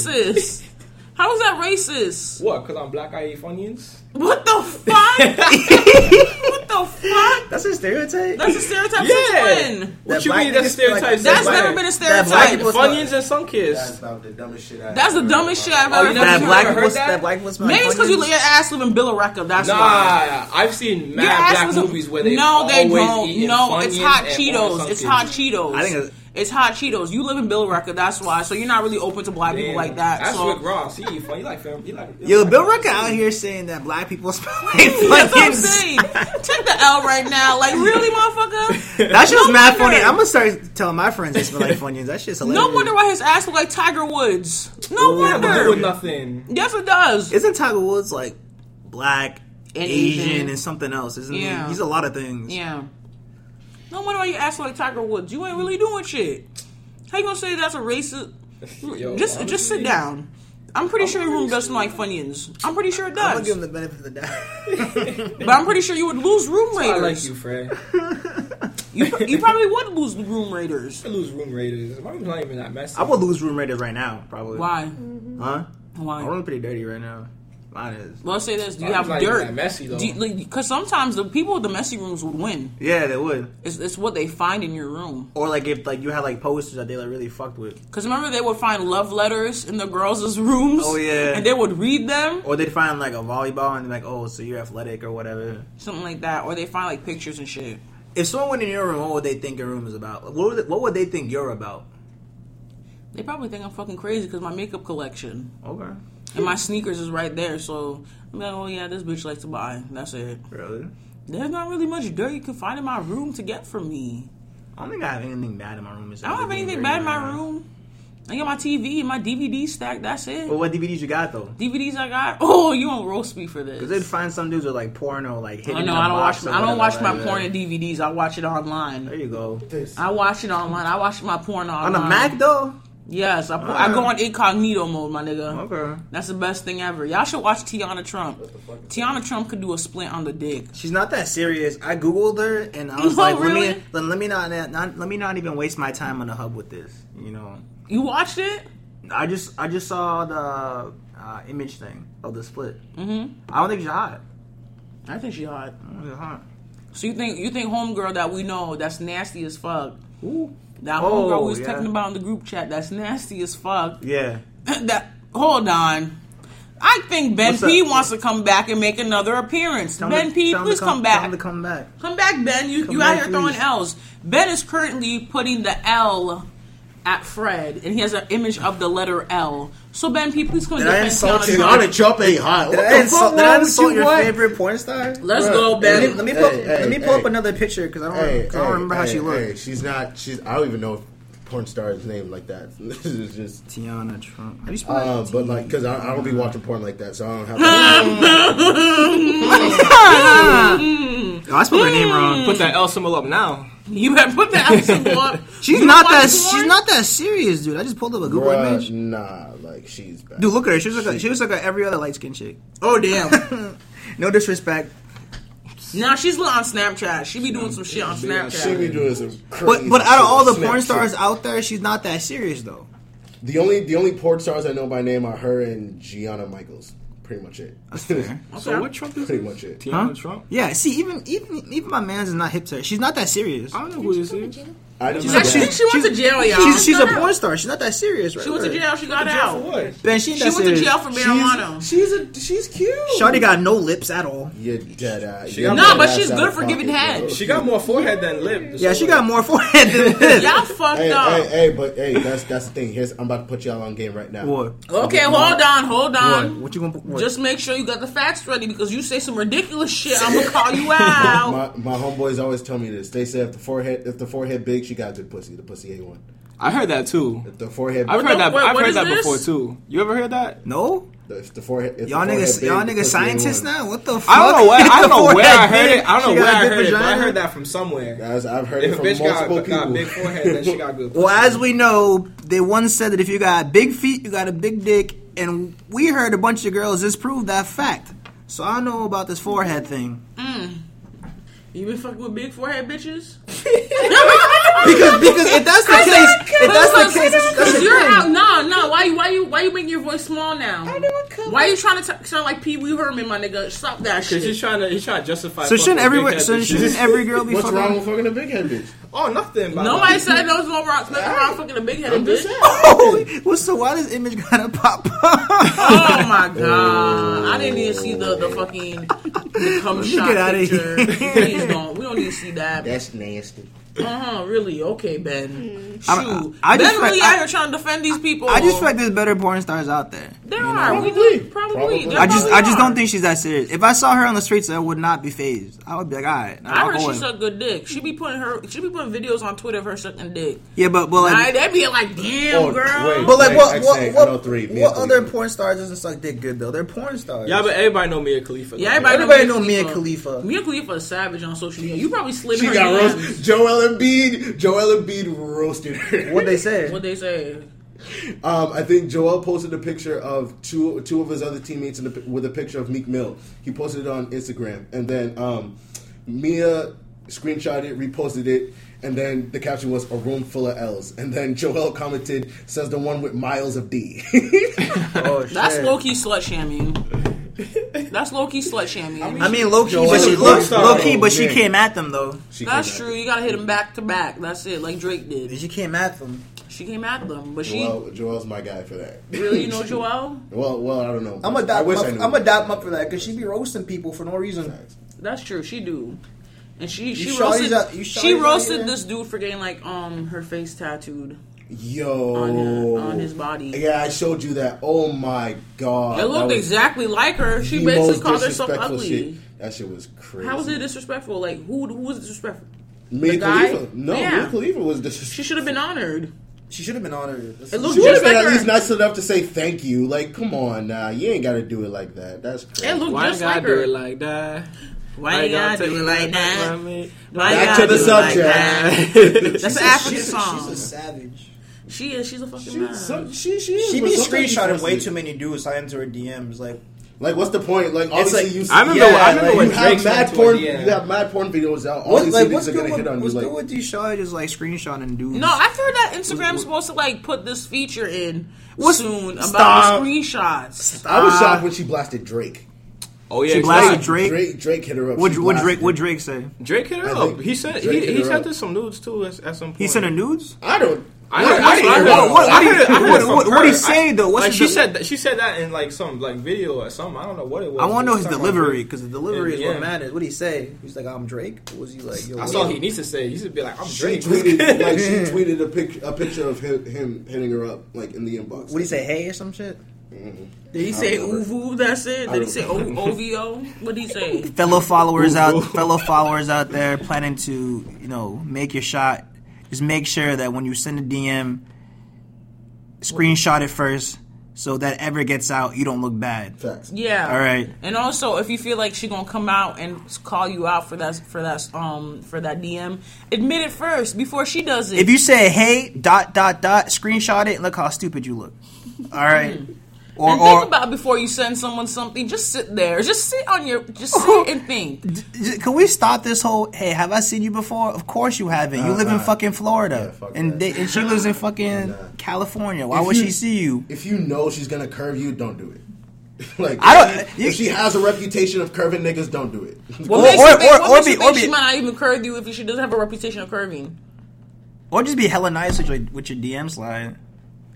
[SPEAKER 2] that
[SPEAKER 4] Stereotyping.
[SPEAKER 2] racist? How is that racist?
[SPEAKER 4] What? Because I'm black, I eat Funyuns.
[SPEAKER 2] What the fuck? what the fuck?
[SPEAKER 1] That's a stereotype.
[SPEAKER 2] That's a stereotype
[SPEAKER 4] Yeah.
[SPEAKER 2] since when?
[SPEAKER 4] What
[SPEAKER 1] That
[SPEAKER 4] you
[SPEAKER 1] black
[SPEAKER 4] mean? That's
[SPEAKER 1] niggas feel like-
[SPEAKER 4] stereotypes.
[SPEAKER 1] that
[SPEAKER 2] That's
[SPEAKER 1] black-
[SPEAKER 2] never been a
[SPEAKER 1] that black
[SPEAKER 2] stereotype.
[SPEAKER 1] people-
[SPEAKER 4] Funyuns and sun
[SPEAKER 3] That's
[SPEAKER 4] kiss.
[SPEAKER 3] about the dumbest shit. I
[SPEAKER 2] That's the dumbest shit I've
[SPEAKER 4] Oh, you
[SPEAKER 2] ever
[SPEAKER 4] never
[SPEAKER 1] that
[SPEAKER 2] heard.
[SPEAKER 4] you
[SPEAKER 1] black
[SPEAKER 4] ever heard
[SPEAKER 1] people, that?
[SPEAKER 4] that?
[SPEAKER 1] black people smell
[SPEAKER 2] Maybe
[SPEAKER 1] like
[SPEAKER 2] it's because you let
[SPEAKER 1] onions?
[SPEAKER 2] your ass live in Billerica. That's why.
[SPEAKER 4] Nah, I've seen
[SPEAKER 2] Your
[SPEAKER 4] mad
[SPEAKER 2] ass
[SPEAKER 4] black
[SPEAKER 2] was a-
[SPEAKER 4] movies where they
[SPEAKER 2] no, they
[SPEAKER 4] always
[SPEAKER 2] don't.
[SPEAKER 4] eating
[SPEAKER 2] No, it's
[SPEAKER 4] Funyuns
[SPEAKER 2] hot
[SPEAKER 4] and
[SPEAKER 2] Cheetos.
[SPEAKER 4] Sun
[SPEAKER 2] It's
[SPEAKER 4] Kiss.
[SPEAKER 2] hot Cheetos.
[SPEAKER 1] I think it's-
[SPEAKER 2] it's hot Cheetos. You live in Billerica. That's why. So you're not really open to black people
[SPEAKER 4] Damn.
[SPEAKER 2] like that.
[SPEAKER 4] That's
[SPEAKER 2] so
[SPEAKER 4] what Ross. He eat Funyuns. He like fam. He like. he
[SPEAKER 1] Yo,
[SPEAKER 4] like-
[SPEAKER 1] Bill Rucker out here saying that black people smell like
[SPEAKER 2] That's what I'm
[SPEAKER 1] fucking.
[SPEAKER 2] saying. Take the L right now. Like really, motherfucker.
[SPEAKER 1] That shit's
[SPEAKER 2] No
[SPEAKER 1] mad
[SPEAKER 2] wonder.
[SPEAKER 1] funny. I'm gonna start telling my friends they smell like funyuns. That shit's hilarious.
[SPEAKER 2] No wonder why his ass look like Tiger Woods. No
[SPEAKER 1] Ooh.
[SPEAKER 4] Have to do with
[SPEAKER 2] wonder.
[SPEAKER 4] nothing.
[SPEAKER 2] Yes, it does.
[SPEAKER 1] Isn't Tiger Woods like black,
[SPEAKER 2] And
[SPEAKER 1] Asian,
[SPEAKER 2] Asian.
[SPEAKER 1] and something else? Isn't
[SPEAKER 2] Yeah.
[SPEAKER 1] he? He's a lot of things.
[SPEAKER 2] yeah. No wonder why you ass like Tiger Woods. You ain't really doing shit. How you gonna say that's a racist?
[SPEAKER 4] Yo,
[SPEAKER 2] just
[SPEAKER 4] honestly,
[SPEAKER 2] just sit down. I'm pretty sure your room does smell like Funyuns. I'm pretty sure it
[SPEAKER 1] I'm gonna
[SPEAKER 2] does.
[SPEAKER 1] give him the benefit of the doubt.
[SPEAKER 2] but I'm pretty sure you would lose room
[SPEAKER 4] I
[SPEAKER 2] raiders.
[SPEAKER 4] like you, Fred.
[SPEAKER 2] you. you probably would lose room raiders.
[SPEAKER 4] I lose room raiders. My room's not even that messy.
[SPEAKER 1] I would lose room rated right now, probably.
[SPEAKER 2] Why?
[SPEAKER 1] Huh? My
[SPEAKER 2] Why?
[SPEAKER 1] room's pretty dirty right now. Mine is.
[SPEAKER 2] Well, say this: Do
[SPEAKER 4] My
[SPEAKER 2] you have
[SPEAKER 4] room's not even that
[SPEAKER 2] dirt?
[SPEAKER 4] messy though.
[SPEAKER 2] Because sometimes the people with the messy rooms would win.
[SPEAKER 1] Yeah, they would.
[SPEAKER 2] It's, it's what they find in your room.
[SPEAKER 1] Or like if like you had like posters that they like really fucked with,
[SPEAKER 2] Because remember, they would find love letters in the girls' rooms.
[SPEAKER 1] Oh, yeah.
[SPEAKER 2] And they would read them,
[SPEAKER 1] or they'd find like a volleyball and they're like, oh, so you're athletic or whatever.
[SPEAKER 2] something like that. Or they find like pictures and shit.
[SPEAKER 1] If someone went in your room, what would they think your room is about? What would they, what would they think you're about?
[SPEAKER 2] They probably think I'm fucking crazy because my makeup collection
[SPEAKER 1] Okay,
[SPEAKER 2] and my sneakers is right there. So I'm like, oh yeah, this bitch likes to buy. That's it.
[SPEAKER 1] really?
[SPEAKER 2] There's not really much dirt you can find in my room to get from me.
[SPEAKER 1] I don't think I have anything bad in my room. It's
[SPEAKER 2] I don't have anything bad in my room. I got my TV and my DVD stack. That's it.
[SPEAKER 1] But what DVDs you got though?
[SPEAKER 2] DVDs I got. Oh, you don't roast me for
[SPEAKER 1] Because
[SPEAKER 2] this.
[SPEAKER 1] they'd find some dudes with like porno, like hidden.
[SPEAKER 2] I
[SPEAKER 1] in
[SPEAKER 2] know
[SPEAKER 1] a
[SPEAKER 2] I don't watch.
[SPEAKER 1] box or
[SPEAKER 2] I don't watch
[SPEAKER 1] whatever,
[SPEAKER 2] my
[SPEAKER 1] yeah.
[SPEAKER 2] porn and DVDs. I watch it
[SPEAKER 1] There
[SPEAKER 2] online.
[SPEAKER 1] you go.
[SPEAKER 2] I watch it online. I watch my porn
[SPEAKER 1] On
[SPEAKER 2] online.
[SPEAKER 1] a Mac though.
[SPEAKER 2] Yes, I, po- I go on incognito mode, my nigga.
[SPEAKER 1] Okay.
[SPEAKER 2] That's the best thing ever. Y'all should watch Tiana Trump. Tiana Trump could do a splint on the dick.
[SPEAKER 1] She's not that serious. I googled her and I was
[SPEAKER 2] No,
[SPEAKER 1] like, let
[SPEAKER 2] Oh, really?
[SPEAKER 1] me let, let me not, not let me not even waste my time on the hub with this. You know,
[SPEAKER 2] You watched it?
[SPEAKER 1] I just I just saw the uh, image thing of the split.
[SPEAKER 2] Mm-hmm.
[SPEAKER 1] I don't think she's hot.
[SPEAKER 2] I think she hot.
[SPEAKER 1] I don't think she's hot.
[SPEAKER 2] So you think you think homegirl that we know that's nasty as fuck.
[SPEAKER 1] Ooh.
[SPEAKER 2] That
[SPEAKER 1] Oh,
[SPEAKER 2] homegirl we was
[SPEAKER 1] yeah.
[SPEAKER 2] talking about in the group chat that's nasty as fuck.
[SPEAKER 1] Yeah.
[SPEAKER 2] that hold on. I think Ben
[SPEAKER 1] What's
[SPEAKER 2] P
[SPEAKER 1] up?
[SPEAKER 2] wants to come back and make another appearance.
[SPEAKER 1] Tell 'em
[SPEAKER 2] ben
[SPEAKER 1] to-
[SPEAKER 2] P,
[SPEAKER 1] tell 'em to
[SPEAKER 2] please come, back.
[SPEAKER 1] Tell 'em to come back.
[SPEAKER 2] Come back, Ben. You
[SPEAKER 1] Come
[SPEAKER 2] you out
[SPEAKER 1] back,
[SPEAKER 2] here throwing
[SPEAKER 1] please.
[SPEAKER 2] L's. Ben is currently putting the L at Fred, and he has an image of the letter L. So Ben P, please come
[SPEAKER 1] Did I
[SPEAKER 2] defend
[SPEAKER 1] insult
[SPEAKER 2] Tiana
[SPEAKER 1] you?
[SPEAKER 2] Trump.
[SPEAKER 1] Tiana
[SPEAKER 3] Trump ain't hot.
[SPEAKER 1] Did I insult, did I insult your favorite porn star?
[SPEAKER 2] Let's
[SPEAKER 3] Bruh.
[SPEAKER 2] go,
[SPEAKER 1] Let me,
[SPEAKER 2] Ben.
[SPEAKER 1] let me pull,
[SPEAKER 3] Hey, hey,
[SPEAKER 1] let me pull
[SPEAKER 3] hey.
[SPEAKER 1] up another picture because I don't,
[SPEAKER 3] Hey,
[SPEAKER 1] 'cause I don't
[SPEAKER 3] hey,
[SPEAKER 1] remember how
[SPEAKER 3] hey,
[SPEAKER 1] she looked.
[SPEAKER 3] hey, she's not. She's. I don't even know if porn star's name like that. this is just.
[SPEAKER 1] Tiana Trump. How do you spell
[SPEAKER 3] Uh,
[SPEAKER 1] that?
[SPEAKER 3] but like, cause I, I don't be watching porn like that, so I don't have.
[SPEAKER 2] Mm.
[SPEAKER 1] Oh, I spelled her name wrong.
[SPEAKER 4] Put that L symbol up now.
[SPEAKER 2] You better put the L symbol up.
[SPEAKER 1] She's
[SPEAKER 2] You
[SPEAKER 1] not
[SPEAKER 2] watch
[SPEAKER 1] that.
[SPEAKER 2] porn?
[SPEAKER 1] She's not that serious, dude. I just pulled up a Google
[SPEAKER 3] Bruh,
[SPEAKER 1] image.
[SPEAKER 3] nah, like she's bad.
[SPEAKER 1] Dude, look at her. She was like a, she was like a every other light skinned chick.
[SPEAKER 2] Oh damn!
[SPEAKER 1] No disrespect,
[SPEAKER 2] now she's on Snapchat. She be doing some shit on
[SPEAKER 3] She be
[SPEAKER 2] Snapchat.
[SPEAKER 3] doing some
[SPEAKER 1] but
[SPEAKER 3] crazy.
[SPEAKER 1] but out of
[SPEAKER 3] shit,
[SPEAKER 1] all the
[SPEAKER 3] snap
[SPEAKER 1] porn
[SPEAKER 3] shit.
[SPEAKER 1] stars out there, she's not that serious though.
[SPEAKER 3] the only the only porn stars I know by name are her and Gianna Michaels. Pretty much it.
[SPEAKER 4] So what Trump is
[SPEAKER 3] Pretty
[SPEAKER 4] this?
[SPEAKER 3] much it.
[SPEAKER 4] Tiana Trump.
[SPEAKER 1] Yeah, see, even even even my man's is not hip to her. She's not that serious.
[SPEAKER 4] I don't know who this is.
[SPEAKER 3] I didn't
[SPEAKER 1] She's
[SPEAKER 3] know
[SPEAKER 2] Like,
[SPEAKER 1] a-
[SPEAKER 2] she,
[SPEAKER 3] that.
[SPEAKER 2] she went to jail, y'all.
[SPEAKER 1] She's,
[SPEAKER 2] She
[SPEAKER 1] she's a
[SPEAKER 2] got out.
[SPEAKER 1] porn star. She's not that serious, right?
[SPEAKER 2] She went to
[SPEAKER 1] Right.
[SPEAKER 2] jail. She got
[SPEAKER 4] Jail for
[SPEAKER 2] out.
[SPEAKER 4] what?
[SPEAKER 1] Ben, she, ain't
[SPEAKER 2] She
[SPEAKER 1] that
[SPEAKER 2] went to
[SPEAKER 1] serious.
[SPEAKER 2] jail for marijuana.
[SPEAKER 4] She's a she's cute.
[SPEAKER 1] Shawty got no lips at all.
[SPEAKER 3] You're dead ass.
[SPEAKER 4] She
[SPEAKER 3] You're
[SPEAKER 4] got-
[SPEAKER 3] dead
[SPEAKER 4] No, but
[SPEAKER 3] ass
[SPEAKER 2] she's
[SPEAKER 3] out
[SPEAKER 2] good
[SPEAKER 3] of
[SPEAKER 2] for giving
[SPEAKER 3] pocket,
[SPEAKER 2] head.
[SPEAKER 3] bro.
[SPEAKER 4] She got more forehead than lip.
[SPEAKER 1] Yeah, she got more forehead than this.
[SPEAKER 2] Y'all fucked
[SPEAKER 3] Hey,
[SPEAKER 2] up.
[SPEAKER 3] hey, hey, but hey, that's that's the thing. Here's I'm about to put y'all on game right now.
[SPEAKER 1] What?
[SPEAKER 2] Okay, hold on, hold on.
[SPEAKER 1] What you gonna? What?
[SPEAKER 2] Um, Just make sure you got the facts ready because you say some ridiculous shit, I'm gonna call you out.
[SPEAKER 3] My my homeboys always tell me this. They say if the forehead if the forehead big, she got good pussy. The pussy a one.
[SPEAKER 8] I heard that too.
[SPEAKER 3] If the forehead,
[SPEAKER 8] I've heard that.
[SPEAKER 2] Wait,
[SPEAKER 8] I've
[SPEAKER 2] what is
[SPEAKER 8] heard that
[SPEAKER 2] this?
[SPEAKER 8] before too. You ever heard that?
[SPEAKER 1] no,
[SPEAKER 3] if the forehead, if
[SPEAKER 1] y'all
[SPEAKER 3] the forehead
[SPEAKER 1] niggas,
[SPEAKER 3] big,
[SPEAKER 1] y'all
[SPEAKER 3] the
[SPEAKER 1] niggas
[SPEAKER 3] pussy ain't
[SPEAKER 1] scientists
[SPEAKER 3] one.
[SPEAKER 1] now. What the? fuck?
[SPEAKER 8] I don't know where. I don't know
[SPEAKER 1] The
[SPEAKER 8] where I heard
[SPEAKER 1] forehead
[SPEAKER 8] it. I don't
[SPEAKER 1] big.
[SPEAKER 8] know where I
[SPEAKER 1] She got a
[SPEAKER 8] heard
[SPEAKER 1] good
[SPEAKER 8] it. But I
[SPEAKER 1] vagina.
[SPEAKER 8] heard that.
[SPEAKER 4] that from somewhere.
[SPEAKER 3] Guys, I've heard
[SPEAKER 4] If
[SPEAKER 3] it
[SPEAKER 4] a
[SPEAKER 3] from
[SPEAKER 4] bitch got,
[SPEAKER 3] multiple people.
[SPEAKER 4] got big forehead, then she got good.
[SPEAKER 1] Well,
[SPEAKER 4] pussy.
[SPEAKER 1] as we know, they once said that if you got big feet, you got a big dick, and we heard a bunch of girls disprove that fact. So I don't know about this forehead thing
[SPEAKER 2] Mm. You been fucking with big forehead bitches?
[SPEAKER 1] because because if that's the case, if that's the case, that's, that's the
[SPEAKER 2] Cause you're out.
[SPEAKER 1] thing.
[SPEAKER 2] No, no. Why you? Why you? Why you making your voice small now? Why you trying to t- sound like Pee Wee Herman, my nigga? Stop that
[SPEAKER 8] Cause he's
[SPEAKER 2] shit.
[SPEAKER 8] trying to. He's trying to justify.
[SPEAKER 1] So shouldn't
[SPEAKER 8] fucking big
[SPEAKER 1] every
[SPEAKER 8] head
[SPEAKER 1] so
[SPEAKER 8] bitches.
[SPEAKER 1] shouldn't every girl be
[SPEAKER 3] What's
[SPEAKER 1] fucking?
[SPEAKER 3] wrong with fucking a big head bitch?
[SPEAKER 4] oh, nothing. About
[SPEAKER 2] Nobody
[SPEAKER 4] that.
[SPEAKER 2] said there was no wrong. Nothing wrong fucking a big headed
[SPEAKER 3] I'm just
[SPEAKER 2] bitch.
[SPEAKER 3] saying.
[SPEAKER 1] Oh, well, so why does image gotta pop up?
[SPEAKER 2] Oh my god! I didn't even see the the fucking the cum shot
[SPEAKER 1] get outta
[SPEAKER 2] picture.
[SPEAKER 1] here.
[SPEAKER 2] Please don't. We don't need to see that.
[SPEAKER 3] That's nasty.
[SPEAKER 2] Uh huh. Really? Okay,
[SPEAKER 3] Hmm.
[SPEAKER 2] Ben. Shoot.
[SPEAKER 1] I'm- I- I
[SPEAKER 2] ben
[SPEAKER 1] just
[SPEAKER 2] really
[SPEAKER 1] feel-
[SPEAKER 2] out here trying to defend these people.
[SPEAKER 1] I just feel like there's better porn stars out there.
[SPEAKER 2] there are. We
[SPEAKER 3] Probably.
[SPEAKER 2] do probably.
[SPEAKER 3] Probably.
[SPEAKER 2] There
[SPEAKER 1] I just
[SPEAKER 2] probably
[SPEAKER 1] I just
[SPEAKER 2] are.
[SPEAKER 1] don't think she's that serious. If I saw her on the streets, I would not be phased. I would be like, all right,
[SPEAKER 2] I
[SPEAKER 1] I'll
[SPEAKER 2] heard
[SPEAKER 1] go
[SPEAKER 2] she
[SPEAKER 1] in.
[SPEAKER 2] sucked good dick. She be putting her, she be putting videos on Twitter of her sucking dick.
[SPEAKER 1] Yeah, but but
[SPEAKER 2] Like,
[SPEAKER 1] like,
[SPEAKER 2] they be like, damn,
[SPEAKER 3] Oh,
[SPEAKER 2] girl.
[SPEAKER 3] wait.
[SPEAKER 1] but like, what
[SPEAKER 3] Like,
[SPEAKER 1] what
[SPEAKER 3] X8,
[SPEAKER 1] what,
[SPEAKER 3] 103, me
[SPEAKER 1] what
[SPEAKER 3] and
[SPEAKER 1] other
[SPEAKER 3] Khalifa.
[SPEAKER 1] porn star doesn't suck dick good though? They're porn stars.
[SPEAKER 8] Yeah, but everybody know Mia Khalifa.
[SPEAKER 2] Yeah,
[SPEAKER 8] though.
[SPEAKER 2] everybody,
[SPEAKER 1] Everybody know
[SPEAKER 2] know Mia
[SPEAKER 1] Mia
[SPEAKER 2] Khalifa.
[SPEAKER 1] Khalifa.
[SPEAKER 2] Mia Khalifa is savage on social media. You probably slid
[SPEAKER 3] She
[SPEAKER 2] her
[SPEAKER 3] got
[SPEAKER 2] DMs.
[SPEAKER 3] roasted. Joel Embiid. Joel Embiid roasted her.
[SPEAKER 1] what they say?
[SPEAKER 2] What they say?
[SPEAKER 3] Um, I think Joel posted a picture of two two of his other teammates in the, pi- with a picture of Meek Mill. He posted it on Instagram, and then um, Mia screenshot it, reposted it, and then the caption was "A room full of L's." And then Joel commented, "Says the one with miles of D."
[SPEAKER 1] oh,
[SPEAKER 2] That's
[SPEAKER 1] shit.
[SPEAKER 2] low key slut shaming. That's low key slut shaming.
[SPEAKER 1] I mean, low key,
[SPEAKER 3] Joel
[SPEAKER 1] but
[SPEAKER 3] is
[SPEAKER 1] she
[SPEAKER 3] a porn
[SPEAKER 1] low,
[SPEAKER 3] star.
[SPEAKER 1] low key, but she
[SPEAKER 3] Yeah.
[SPEAKER 1] came at them though.
[SPEAKER 3] She
[SPEAKER 2] that's
[SPEAKER 3] came
[SPEAKER 2] true.
[SPEAKER 3] out.
[SPEAKER 2] You gotta hit them back to back. That's it. Like Drake did.
[SPEAKER 1] She came at them.
[SPEAKER 2] She came at them, but she
[SPEAKER 3] Joel, Joel's my guy for that.
[SPEAKER 2] really, you know, Joel.
[SPEAKER 3] Well, well, I don't know.
[SPEAKER 1] I'm a
[SPEAKER 3] I
[SPEAKER 1] dap.
[SPEAKER 3] wish I
[SPEAKER 1] I'm
[SPEAKER 3] knew.
[SPEAKER 1] a dap up for that because she be roasting people for no reason.
[SPEAKER 2] That's true. She do. And she she
[SPEAKER 1] shawty's
[SPEAKER 2] roasted
[SPEAKER 1] out- you
[SPEAKER 2] she
[SPEAKER 1] shawty's out
[SPEAKER 2] roasted
[SPEAKER 1] here.
[SPEAKER 2] this dude for getting like um her face tattooed.
[SPEAKER 3] Yo,
[SPEAKER 2] On
[SPEAKER 3] Oh.
[SPEAKER 2] her- on his body.
[SPEAKER 3] Yeah, I showed you that. Oh my god,
[SPEAKER 2] It
[SPEAKER 3] That
[SPEAKER 2] looked
[SPEAKER 3] was
[SPEAKER 2] exactly like her. She
[SPEAKER 3] the
[SPEAKER 2] basically
[SPEAKER 3] most
[SPEAKER 2] called herself
[SPEAKER 3] disrespectful
[SPEAKER 2] ugly.
[SPEAKER 3] Shit. That shit was crazy.
[SPEAKER 2] How was it disrespectful? Like who who was disrespectful?
[SPEAKER 3] Mia
[SPEAKER 2] The guy?
[SPEAKER 3] Khalifa. No,
[SPEAKER 2] Yeah.
[SPEAKER 3] Mia Khalifa was disrespectful.
[SPEAKER 2] She should have been honored.
[SPEAKER 1] She should have been honored.
[SPEAKER 2] It looked
[SPEAKER 3] She would
[SPEAKER 2] just like
[SPEAKER 3] have been at
[SPEAKER 2] her.
[SPEAKER 3] least nice enough to say thank you. Like, come on, nah, you ain't got to do it like that. That's crazy.
[SPEAKER 2] It looked
[SPEAKER 8] Why
[SPEAKER 2] just
[SPEAKER 8] you gotta
[SPEAKER 2] like
[SPEAKER 8] do
[SPEAKER 2] her.
[SPEAKER 8] it like that?
[SPEAKER 2] Why you gotta do it like that? Why you
[SPEAKER 3] Back
[SPEAKER 2] gotta
[SPEAKER 3] to the
[SPEAKER 2] do it like
[SPEAKER 3] subject.
[SPEAKER 2] that?
[SPEAKER 8] subject.
[SPEAKER 2] That's an African
[SPEAKER 1] she's,
[SPEAKER 2] song.
[SPEAKER 1] She's a savage.
[SPEAKER 2] she is. She's a fucking
[SPEAKER 3] She-
[SPEAKER 2] man.
[SPEAKER 3] some- she, she, is,
[SPEAKER 1] She
[SPEAKER 3] but
[SPEAKER 1] be
[SPEAKER 3] sometimes she's
[SPEAKER 1] screenshotting way
[SPEAKER 3] pussy.
[SPEAKER 1] too many dudes sign into her DMs. Like,
[SPEAKER 3] Like, what's the point? Like, obviously,
[SPEAKER 1] like-
[SPEAKER 3] you. see-
[SPEAKER 8] I remember.
[SPEAKER 3] Yeah,
[SPEAKER 8] I remember
[SPEAKER 3] like,
[SPEAKER 8] when
[SPEAKER 3] you have
[SPEAKER 8] Drake
[SPEAKER 3] mad
[SPEAKER 8] sent to
[SPEAKER 3] porn.
[SPEAKER 8] her, yeah.
[SPEAKER 3] You have mad porn videos out. All
[SPEAKER 1] what,
[SPEAKER 3] these
[SPEAKER 1] like
[SPEAKER 3] niggas
[SPEAKER 1] what's
[SPEAKER 3] are
[SPEAKER 1] good
[SPEAKER 3] gonna
[SPEAKER 1] with
[SPEAKER 3] hit on you.
[SPEAKER 1] what's good
[SPEAKER 3] Like,
[SPEAKER 1] with these shows is like screenshotting dudes.
[SPEAKER 2] no, I heard that Instagram's supposed to like put this feature in
[SPEAKER 1] What's-
[SPEAKER 2] soon about
[SPEAKER 1] Stop.
[SPEAKER 2] the screenshots.
[SPEAKER 3] I was shocked when she blasted Drake.
[SPEAKER 8] Oh yeah,
[SPEAKER 1] She
[SPEAKER 8] exactly.
[SPEAKER 1] blasted Drake.
[SPEAKER 3] Drake, Drake hit her up.
[SPEAKER 1] What
[SPEAKER 3] She
[SPEAKER 1] what
[SPEAKER 3] blasted
[SPEAKER 1] Drake what
[SPEAKER 3] her.
[SPEAKER 1] Drake say?
[SPEAKER 8] Drake hit her
[SPEAKER 3] I
[SPEAKER 8] up.
[SPEAKER 3] think
[SPEAKER 8] He sent.
[SPEAKER 3] Drake
[SPEAKER 8] He,
[SPEAKER 3] hit
[SPEAKER 8] he
[SPEAKER 3] her up.
[SPEAKER 8] sent us some nudes too at, at some point.
[SPEAKER 1] He sent her nudes.
[SPEAKER 3] I don't.
[SPEAKER 8] I heard.
[SPEAKER 3] I didn't
[SPEAKER 8] I heard.
[SPEAKER 3] hear
[SPEAKER 8] I heard-
[SPEAKER 3] about it.
[SPEAKER 8] I heard- I heard
[SPEAKER 1] What-
[SPEAKER 8] it from
[SPEAKER 1] what- what he
[SPEAKER 8] her.
[SPEAKER 1] say,
[SPEAKER 8] I-
[SPEAKER 1] though? What's
[SPEAKER 8] like
[SPEAKER 1] the-
[SPEAKER 8] she said? That, she said that in like some like video or something. I don't know what it was.
[SPEAKER 1] I want to know
[SPEAKER 8] She
[SPEAKER 1] his
[SPEAKER 8] was talking about
[SPEAKER 1] delivery
[SPEAKER 8] Drake.
[SPEAKER 1] because the delivery is
[SPEAKER 8] Yeah.
[SPEAKER 1] what matters. What he say? He's like, I'm Drake. Or was he like? Yo,
[SPEAKER 8] I
[SPEAKER 1] what
[SPEAKER 8] saw
[SPEAKER 1] up?
[SPEAKER 8] he needs to say. He should be like, I'm
[SPEAKER 3] She
[SPEAKER 8] Drake.
[SPEAKER 3] tweeted like she tweeted a picture a picture of him, him hitting her up like in the inbox.
[SPEAKER 1] What he say? Hey or some shit.
[SPEAKER 2] Did he say
[SPEAKER 3] remember.
[SPEAKER 2] ooh That's it. Did he
[SPEAKER 3] don't
[SPEAKER 2] say o- OVO? What did he say?
[SPEAKER 1] Fellow followers out, fellow followers out there planning to you know make your shot. Just make sure that when you send a DM, screenshot it first so that ever gets out, you don't look bad.
[SPEAKER 3] Facts.
[SPEAKER 2] Yeah.
[SPEAKER 1] All right.
[SPEAKER 2] And also, if you feel like she gonna come out and call you out for that for that um for that DM, admit it first before she does it.
[SPEAKER 1] If you say hey dot dot dot, screenshot it and look how stupid you look. All right. Or
[SPEAKER 2] Hmm. and
[SPEAKER 1] or
[SPEAKER 2] think about before you send someone something. Just sit there. Just sit on your. Just sit and think.
[SPEAKER 1] J- Can we stop this whole? Hey, have I seen you before? Of course you haven't. You live in
[SPEAKER 3] Uh-uh.
[SPEAKER 1] fucking Florida,
[SPEAKER 3] Yeah, fuck
[SPEAKER 1] and
[SPEAKER 3] that.
[SPEAKER 1] they, and she lives in fucking
[SPEAKER 3] Nah.
[SPEAKER 1] California. Why
[SPEAKER 3] If
[SPEAKER 1] would
[SPEAKER 3] you-
[SPEAKER 1] she see you?
[SPEAKER 3] If you know she's gonna curve you, don't do it. like
[SPEAKER 1] I don't-
[SPEAKER 3] If, she,
[SPEAKER 1] you-
[SPEAKER 3] if she has a reputation of curving niggas, don't do it.
[SPEAKER 2] What
[SPEAKER 1] Or-
[SPEAKER 2] makes
[SPEAKER 1] or-
[SPEAKER 2] you think,
[SPEAKER 1] or-
[SPEAKER 2] what
[SPEAKER 1] or
[SPEAKER 2] makes
[SPEAKER 1] be-
[SPEAKER 2] you
[SPEAKER 1] or
[SPEAKER 2] think
[SPEAKER 1] be-
[SPEAKER 2] she might not even curve you if she doesn't have a reputation of curving?
[SPEAKER 1] Or just be hella nice with your with your DM slide.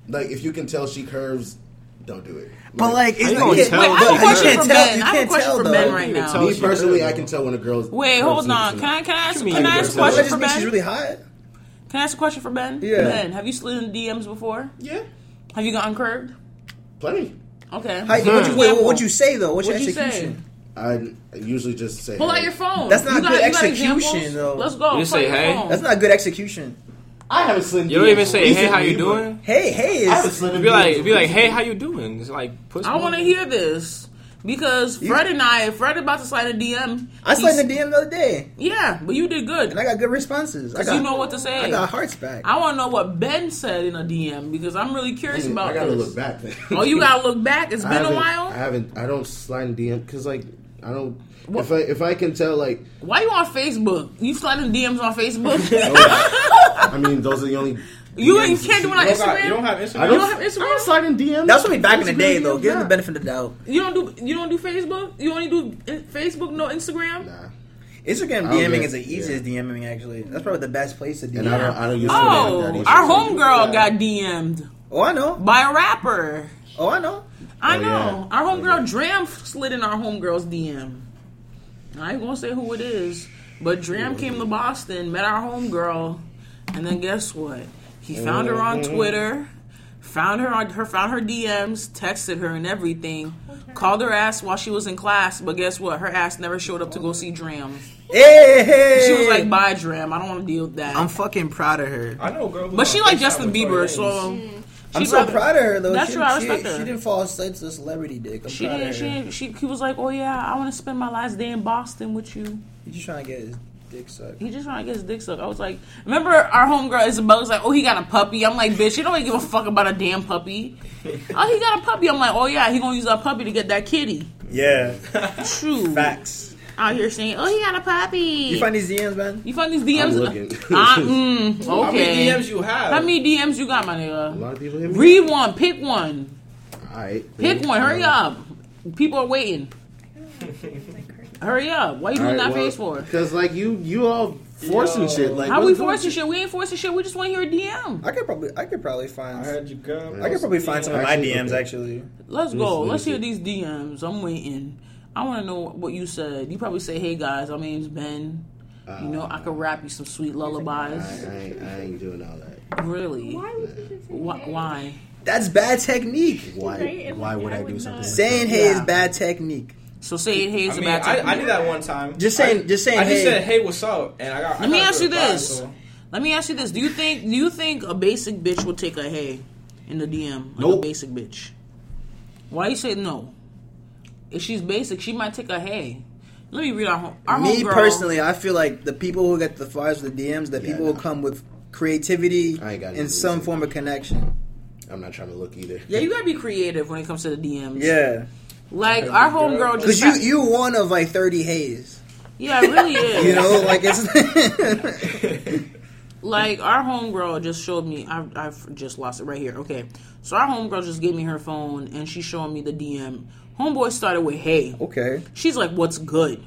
[SPEAKER 3] Like if you can tell she curves, don't do it.
[SPEAKER 1] But like, it's
[SPEAKER 8] you gonna
[SPEAKER 1] you can't-
[SPEAKER 8] tell? Wait, I have a
[SPEAKER 1] you can't tell-
[SPEAKER 2] question for Ben.
[SPEAKER 1] you
[SPEAKER 2] I have a
[SPEAKER 1] can't
[SPEAKER 2] question
[SPEAKER 1] tell,
[SPEAKER 2] for
[SPEAKER 1] though.
[SPEAKER 2] Ben right now.
[SPEAKER 8] tell
[SPEAKER 3] me
[SPEAKER 8] she
[SPEAKER 3] personally,
[SPEAKER 8] curves.
[SPEAKER 3] I can tell when a girl's.
[SPEAKER 2] Oh, Wait,
[SPEAKER 3] curves
[SPEAKER 2] hold
[SPEAKER 3] loose
[SPEAKER 2] on.
[SPEAKER 3] or
[SPEAKER 2] Can
[SPEAKER 3] not.
[SPEAKER 2] I, can I ask,
[SPEAKER 8] mean
[SPEAKER 2] can I
[SPEAKER 8] you
[SPEAKER 2] ask a
[SPEAKER 8] can tell?
[SPEAKER 1] That
[SPEAKER 2] question
[SPEAKER 1] just
[SPEAKER 2] for
[SPEAKER 1] means she's
[SPEAKER 2] Ben?
[SPEAKER 1] really hot.
[SPEAKER 2] Can I ask a question for Ben?
[SPEAKER 1] Yeah.
[SPEAKER 2] Ben, have you slid in DMs before?
[SPEAKER 3] Yeah,
[SPEAKER 2] Have you gotten curved?
[SPEAKER 3] plenty.
[SPEAKER 2] Okay.
[SPEAKER 1] How, what'd, you, wait,
[SPEAKER 2] Example.
[SPEAKER 1] what'd you say though? What's
[SPEAKER 2] What'd
[SPEAKER 1] your
[SPEAKER 2] you say?
[SPEAKER 1] execution?
[SPEAKER 3] I usually just say.
[SPEAKER 2] Pull
[SPEAKER 3] hey.
[SPEAKER 2] out your phone.
[SPEAKER 1] That's not
[SPEAKER 2] You
[SPEAKER 1] good
[SPEAKER 2] you examples?
[SPEAKER 1] execution, though.
[SPEAKER 2] Let's go.
[SPEAKER 8] You
[SPEAKER 2] Pull
[SPEAKER 8] say,
[SPEAKER 2] out your
[SPEAKER 8] hey?
[SPEAKER 2] phone.
[SPEAKER 1] That's not good execution.
[SPEAKER 3] I haven't slid. in
[SPEAKER 8] You don't
[SPEAKER 3] DMs
[SPEAKER 8] even say, "Hey, how you
[SPEAKER 3] recently, but-
[SPEAKER 8] doing?"
[SPEAKER 1] Hey, hey,
[SPEAKER 3] I haven't
[SPEAKER 1] is
[SPEAKER 3] slid.
[SPEAKER 8] It'd
[SPEAKER 3] in
[SPEAKER 8] be
[SPEAKER 3] DMs
[SPEAKER 8] like, it'd be like,
[SPEAKER 3] recently.
[SPEAKER 8] "Hey, how you doing?" It's like, push
[SPEAKER 2] I want to hear this because Fred and I, if Fred about to slide a DM,
[SPEAKER 1] I slid
[SPEAKER 2] he's-
[SPEAKER 1] in the DM the other day
[SPEAKER 2] Yeah, but you did good.
[SPEAKER 1] and I got good responses. I
[SPEAKER 2] 'Cause
[SPEAKER 1] got,
[SPEAKER 2] you know what to say.
[SPEAKER 1] I got hearts back.
[SPEAKER 2] I want to know what Ben said in a DM because I'm really curious
[SPEAKER 3] Hmm,
[SPEAKER 2] about
[SPEAKER 3] I gotta
[SPEAKER 2] this.
[SPEAKER 3] look back. Then.
[SPEAKER 2] Oh, you gotta look back. It's
[SPEAKER 3] I
[SPEAKER 2] been a
[SPEAKER 3] haven't- I
[SPEAKER 2] while.
[SPEAKER 3] haven't. I don't slide in DM because like I don't. If I if I can tell like
[SPEAKER 2] Why you on Facebook? You sliding DMs on Facebook?
[SPEAKER 3] I mean those are the only.
[SPEAKER 2] you, you
[SPEAKER 3] DMs
[SPEAKER 2] can't do it on
[SPEAKER 8] You don't, got-
[SPEAKER 2] Instagram.
[SPEAKER 8] you don't have Instagram.
[SPEAKER 3] I
[SPEAKER 2] You
[SPEAKER 3] don't,
[SPEAKER 2] don't have Instagram?
[SPEAKER 3] I don't slide in DMs.
[SPEAKER 1] That's what we back in the
[SPEAKER 3] Instagram
[SPEAKER 1] day though.
[SPEAKER 3] DMs,
[SPEAKER 1] Give him the
[SPEAKER 3] nah.
[SPEAKER 1] benefit of the doubt.
[SPEAKER 2] You don't do you don't do Facebook. You only do in- Facebook, no Instagram.
[SPEAKER 3] Nah.
[SPEAKER 1] Instagram
[SPEAKER 3] I don't
[SPEAKER 1] DMing
[SPEAKER 3] get-
[SPEAKER 1] is the easiest DMing actually. That's probably the best place to DM.
[SPEAKER 3] And I don't. I don't use.
[SPEAKER 2] Oh,
[SPEAKER 3] Instagram like that
[SPEAKER 2] our
[SPEAKER 3] either.
[SPEAKER 2] homegirl got DM'd
[SPEAKER 1] oh, I know.
[SPEAKER 2] by a rapper.
[SPEAKER 1] Oh, I know.
[SPEAKER 2] I
[SPEAKER 3] Oh,
[SPEAKER 2] know.
[SPEAKER 3] yeah.
[SPEAKER 2] Our homegirl
[SPEAKER 3] Oh, yeah.
[SPEAKER 2] Dram slid in our homegirl's DM. I ain't gonna say who it is, but Dram came to Boston, met our homegirl, and then guess what? He
[SPEAKER 3] Mm-hmm.
[SPEAKER 2] found her on Twitter, found her on her found her DMs, texted her and everything, called her ass while she was in class, but guess what? Her ass never showed up to go see Dram.
[SPEAKER 1] Hey, hey.
[SPEAKER 2] She was like, "Bye, Dram. I don't want to deal with that."
[SPEAKER 1] I'm fucking proud of her.
[SPEAKER 8] I know, a girl. who
[SPEAKER 2] but she
[SPEAKER 8] on
[SPEAKER 2] like
[SPEAKER 8] FaceTime
[SPEAKER 2] Justin
[SPEAKER 8] with
[SPEAKER 2] Bieber,
[SPEAKER 8] Tory Lanez.
[SPEAKER 2] so um,
[SPEAKER 1] I'm
[SPEAKER 2] she
[SPEAKER 1] so
[SPEAKER 2] probably-
[SPEAKER 1] proud of her though.
[SPEAKER 2] That's
[SPEAKER 1] she,
[SPEAKER 2] true, I
[SPEAKER 1] she-
[SPEAKER 2] respect her.
[SPEAKER 1] She didn't fall asleep to celebrity dick. I'm
[SPEAKER 2] She
[SPEAKER 1] proud
[SPEAKER 2] didn't.
[SPEAKER 1] of
[SPEAKER 2] She
[SPEAKER 1] her.
[SPEAKER 2] didn't. She, he was like, "Oh yeah, I want to spend my last day in Boston with you."
[SPEAKER 1] He's just trying to get his dick sucked.
[SPEAKER 2] He just trying to get his dick sucked. I was like, "Remember our homegirl Isabel was like, oh he got a puppy." I'm like, "Bitch, you don't give a fuck about a damn puppy." oh, he got a puppy. I'm like, "Oh yeah, he gonna use that puppy to get that kitty."
[SPEAKER 1] Yeah,
[SPEAKER 2] True.
[SPEAKER 1] facts.
[SPEAKER 2] Out here saying, "Oh, he got a puppy."
[SPEAKER 1] You find these DMs, man?
[SPEAKER 2] these DMs?
[SPEAKER 3] I'm looking.
[SPEAKER 2] Ah, mm, okay.
[SPEAKER 8] How many DMs you have?
[SPEAKER 2] How many DMs you got, my
[SPEAKER 3] A
[SPEAKER 2] nigga?
[SPEAKER 3] lot of people hit me.
[SPEAKER 2] Read one. Pick one.
[SPEAKER 3] All right.
[SPEAKER 2] Pick
[SPEAKER 3] cool.
[SPEAKER 2] one. Hurry
[SPEAKER 3] All right.
[SPEAKER 2] up. People are waiting. Hurry up. Why you doing that face for?
[SPEAKER 3] Because like you, you all forcing shit. Like
[SPEAKER 2] How
[SPEAKER 3] what's
[SPEAKER 2] we
[SPEAKER 3] going-
[SPEAKER 2] forcing shit? We ain't forcing shit. We just want to hear a DM.
[SPEAKER 1] I could probably, I could probably
[SPEAKER 8] I
[SPEAKER 1] find.
[SPEAKER 8] heard you go.
[SPEAKER 1] I could probably find some of my
[SPEAKER 3] Actually,
[SPEAKER 1] DMs
[SPEAKER 3] okay.
[SPEAKER 1] actually.
[SPEAKER 2] Let's
[SPEAKER 3] Let me
[SPEAKER 2] go.
[SPEAKER 3] see, let
[SPEAKER 2] Let's
[SPEAKER 3] me
[SPEAKER 2] hear
[SPEAKER 3] see.
[SPEAKER 2] these DMs. I'm waiting. I want to know what you said. You probably say, "Hey guys, my name's Ben. You know, I could rap you some sweet lullabies."
[SPEAKER 3] I, I, ain't, I ain't doing all that.
[SPEAKER 2] Really? Why? Why?
[SPEAKER 1] That's bad technique.
[SPEAKER 3] Why? Why would I do something? like
[SPEAKER 1] Saying hey is
[SPEAKER 2] Yeah.
[SPEAKER 1] bad technique.
[SPEAKER 2] So say, "Hey,
[SPEAKER 8] I
[SPEAKER 2] it's
[SPEAKER 8] mean,
[SPEAKER 2] a bad
[SPEAKER 8] I, I
[SPEAKER 2] time."
[SPEAKER 8] did that one time.
[SPEAKER 1] Just saying-
[SPEAKER 8] I,
[SPEAKER 1] just saying,
[SPEAKER 8] I just
[SPEAKER 1] hey.
[SPEAKER 8] said, "Hey, what's up?" And I got. I
[SPEAKER 2] Let me
[SPEAKER 8] got
[SPEAKER 2] ask you
[SPEAKER 8] good vibes,
[SPEAKER 2] this.
[SPEAKER 8] so-
[SPEAKER 2] Let me ask you this. Do you think? Do you think a basic bitch would take a hey in the DM? Like a
[SPEAKER 3] Nope.
[SPEAKER 2] basic bitch. Why you say no? If she's basic, she might take a hey. Let me read our home. Our
[SPEAKER 1] Me
[SPEAKER 2] homegirl-
[SPEAKER 1] personally, I feel like the people who get the flies with the DMs, the
[SPEAKER 3] Yeah,
[SPEAKER 1] people
[SPEAKER 3] nah.
[SPEAKER 1] who come with creativity
[SPEAKER 3] I ain't got
[SPEAKER 1] and
[SPEAKER 3] nothing to
[SPEAKER 1] some
[SPEAKER 3] say.
[SPEAKER 1] form of connection.
[SPEAKER 3] that? I'm not trying to look either.
[SPEAKER 2] Yeah, you gotta be creative when it comes to the DMs.
[SPEAKER 1] Yeah,
[SPEAKER 2] Like our homegirl
[SPEAKER 1] because
[SPEAKER 2] just
[SPEAKER 1] you you one of like thirty hays.
[SPEAKER 2] Yeah, it really is.
[SPEAKER 1] You know, like it's
[SPEAKER 2] Like our homegirl just showed me. I I just lost it right here. Okay, so our homegirl just gave me her phone and she's showing me the DM. Homeboy started with hey.
[SPEAKER 1] okay.
[SPEAKER 2] She's like, "What's good?"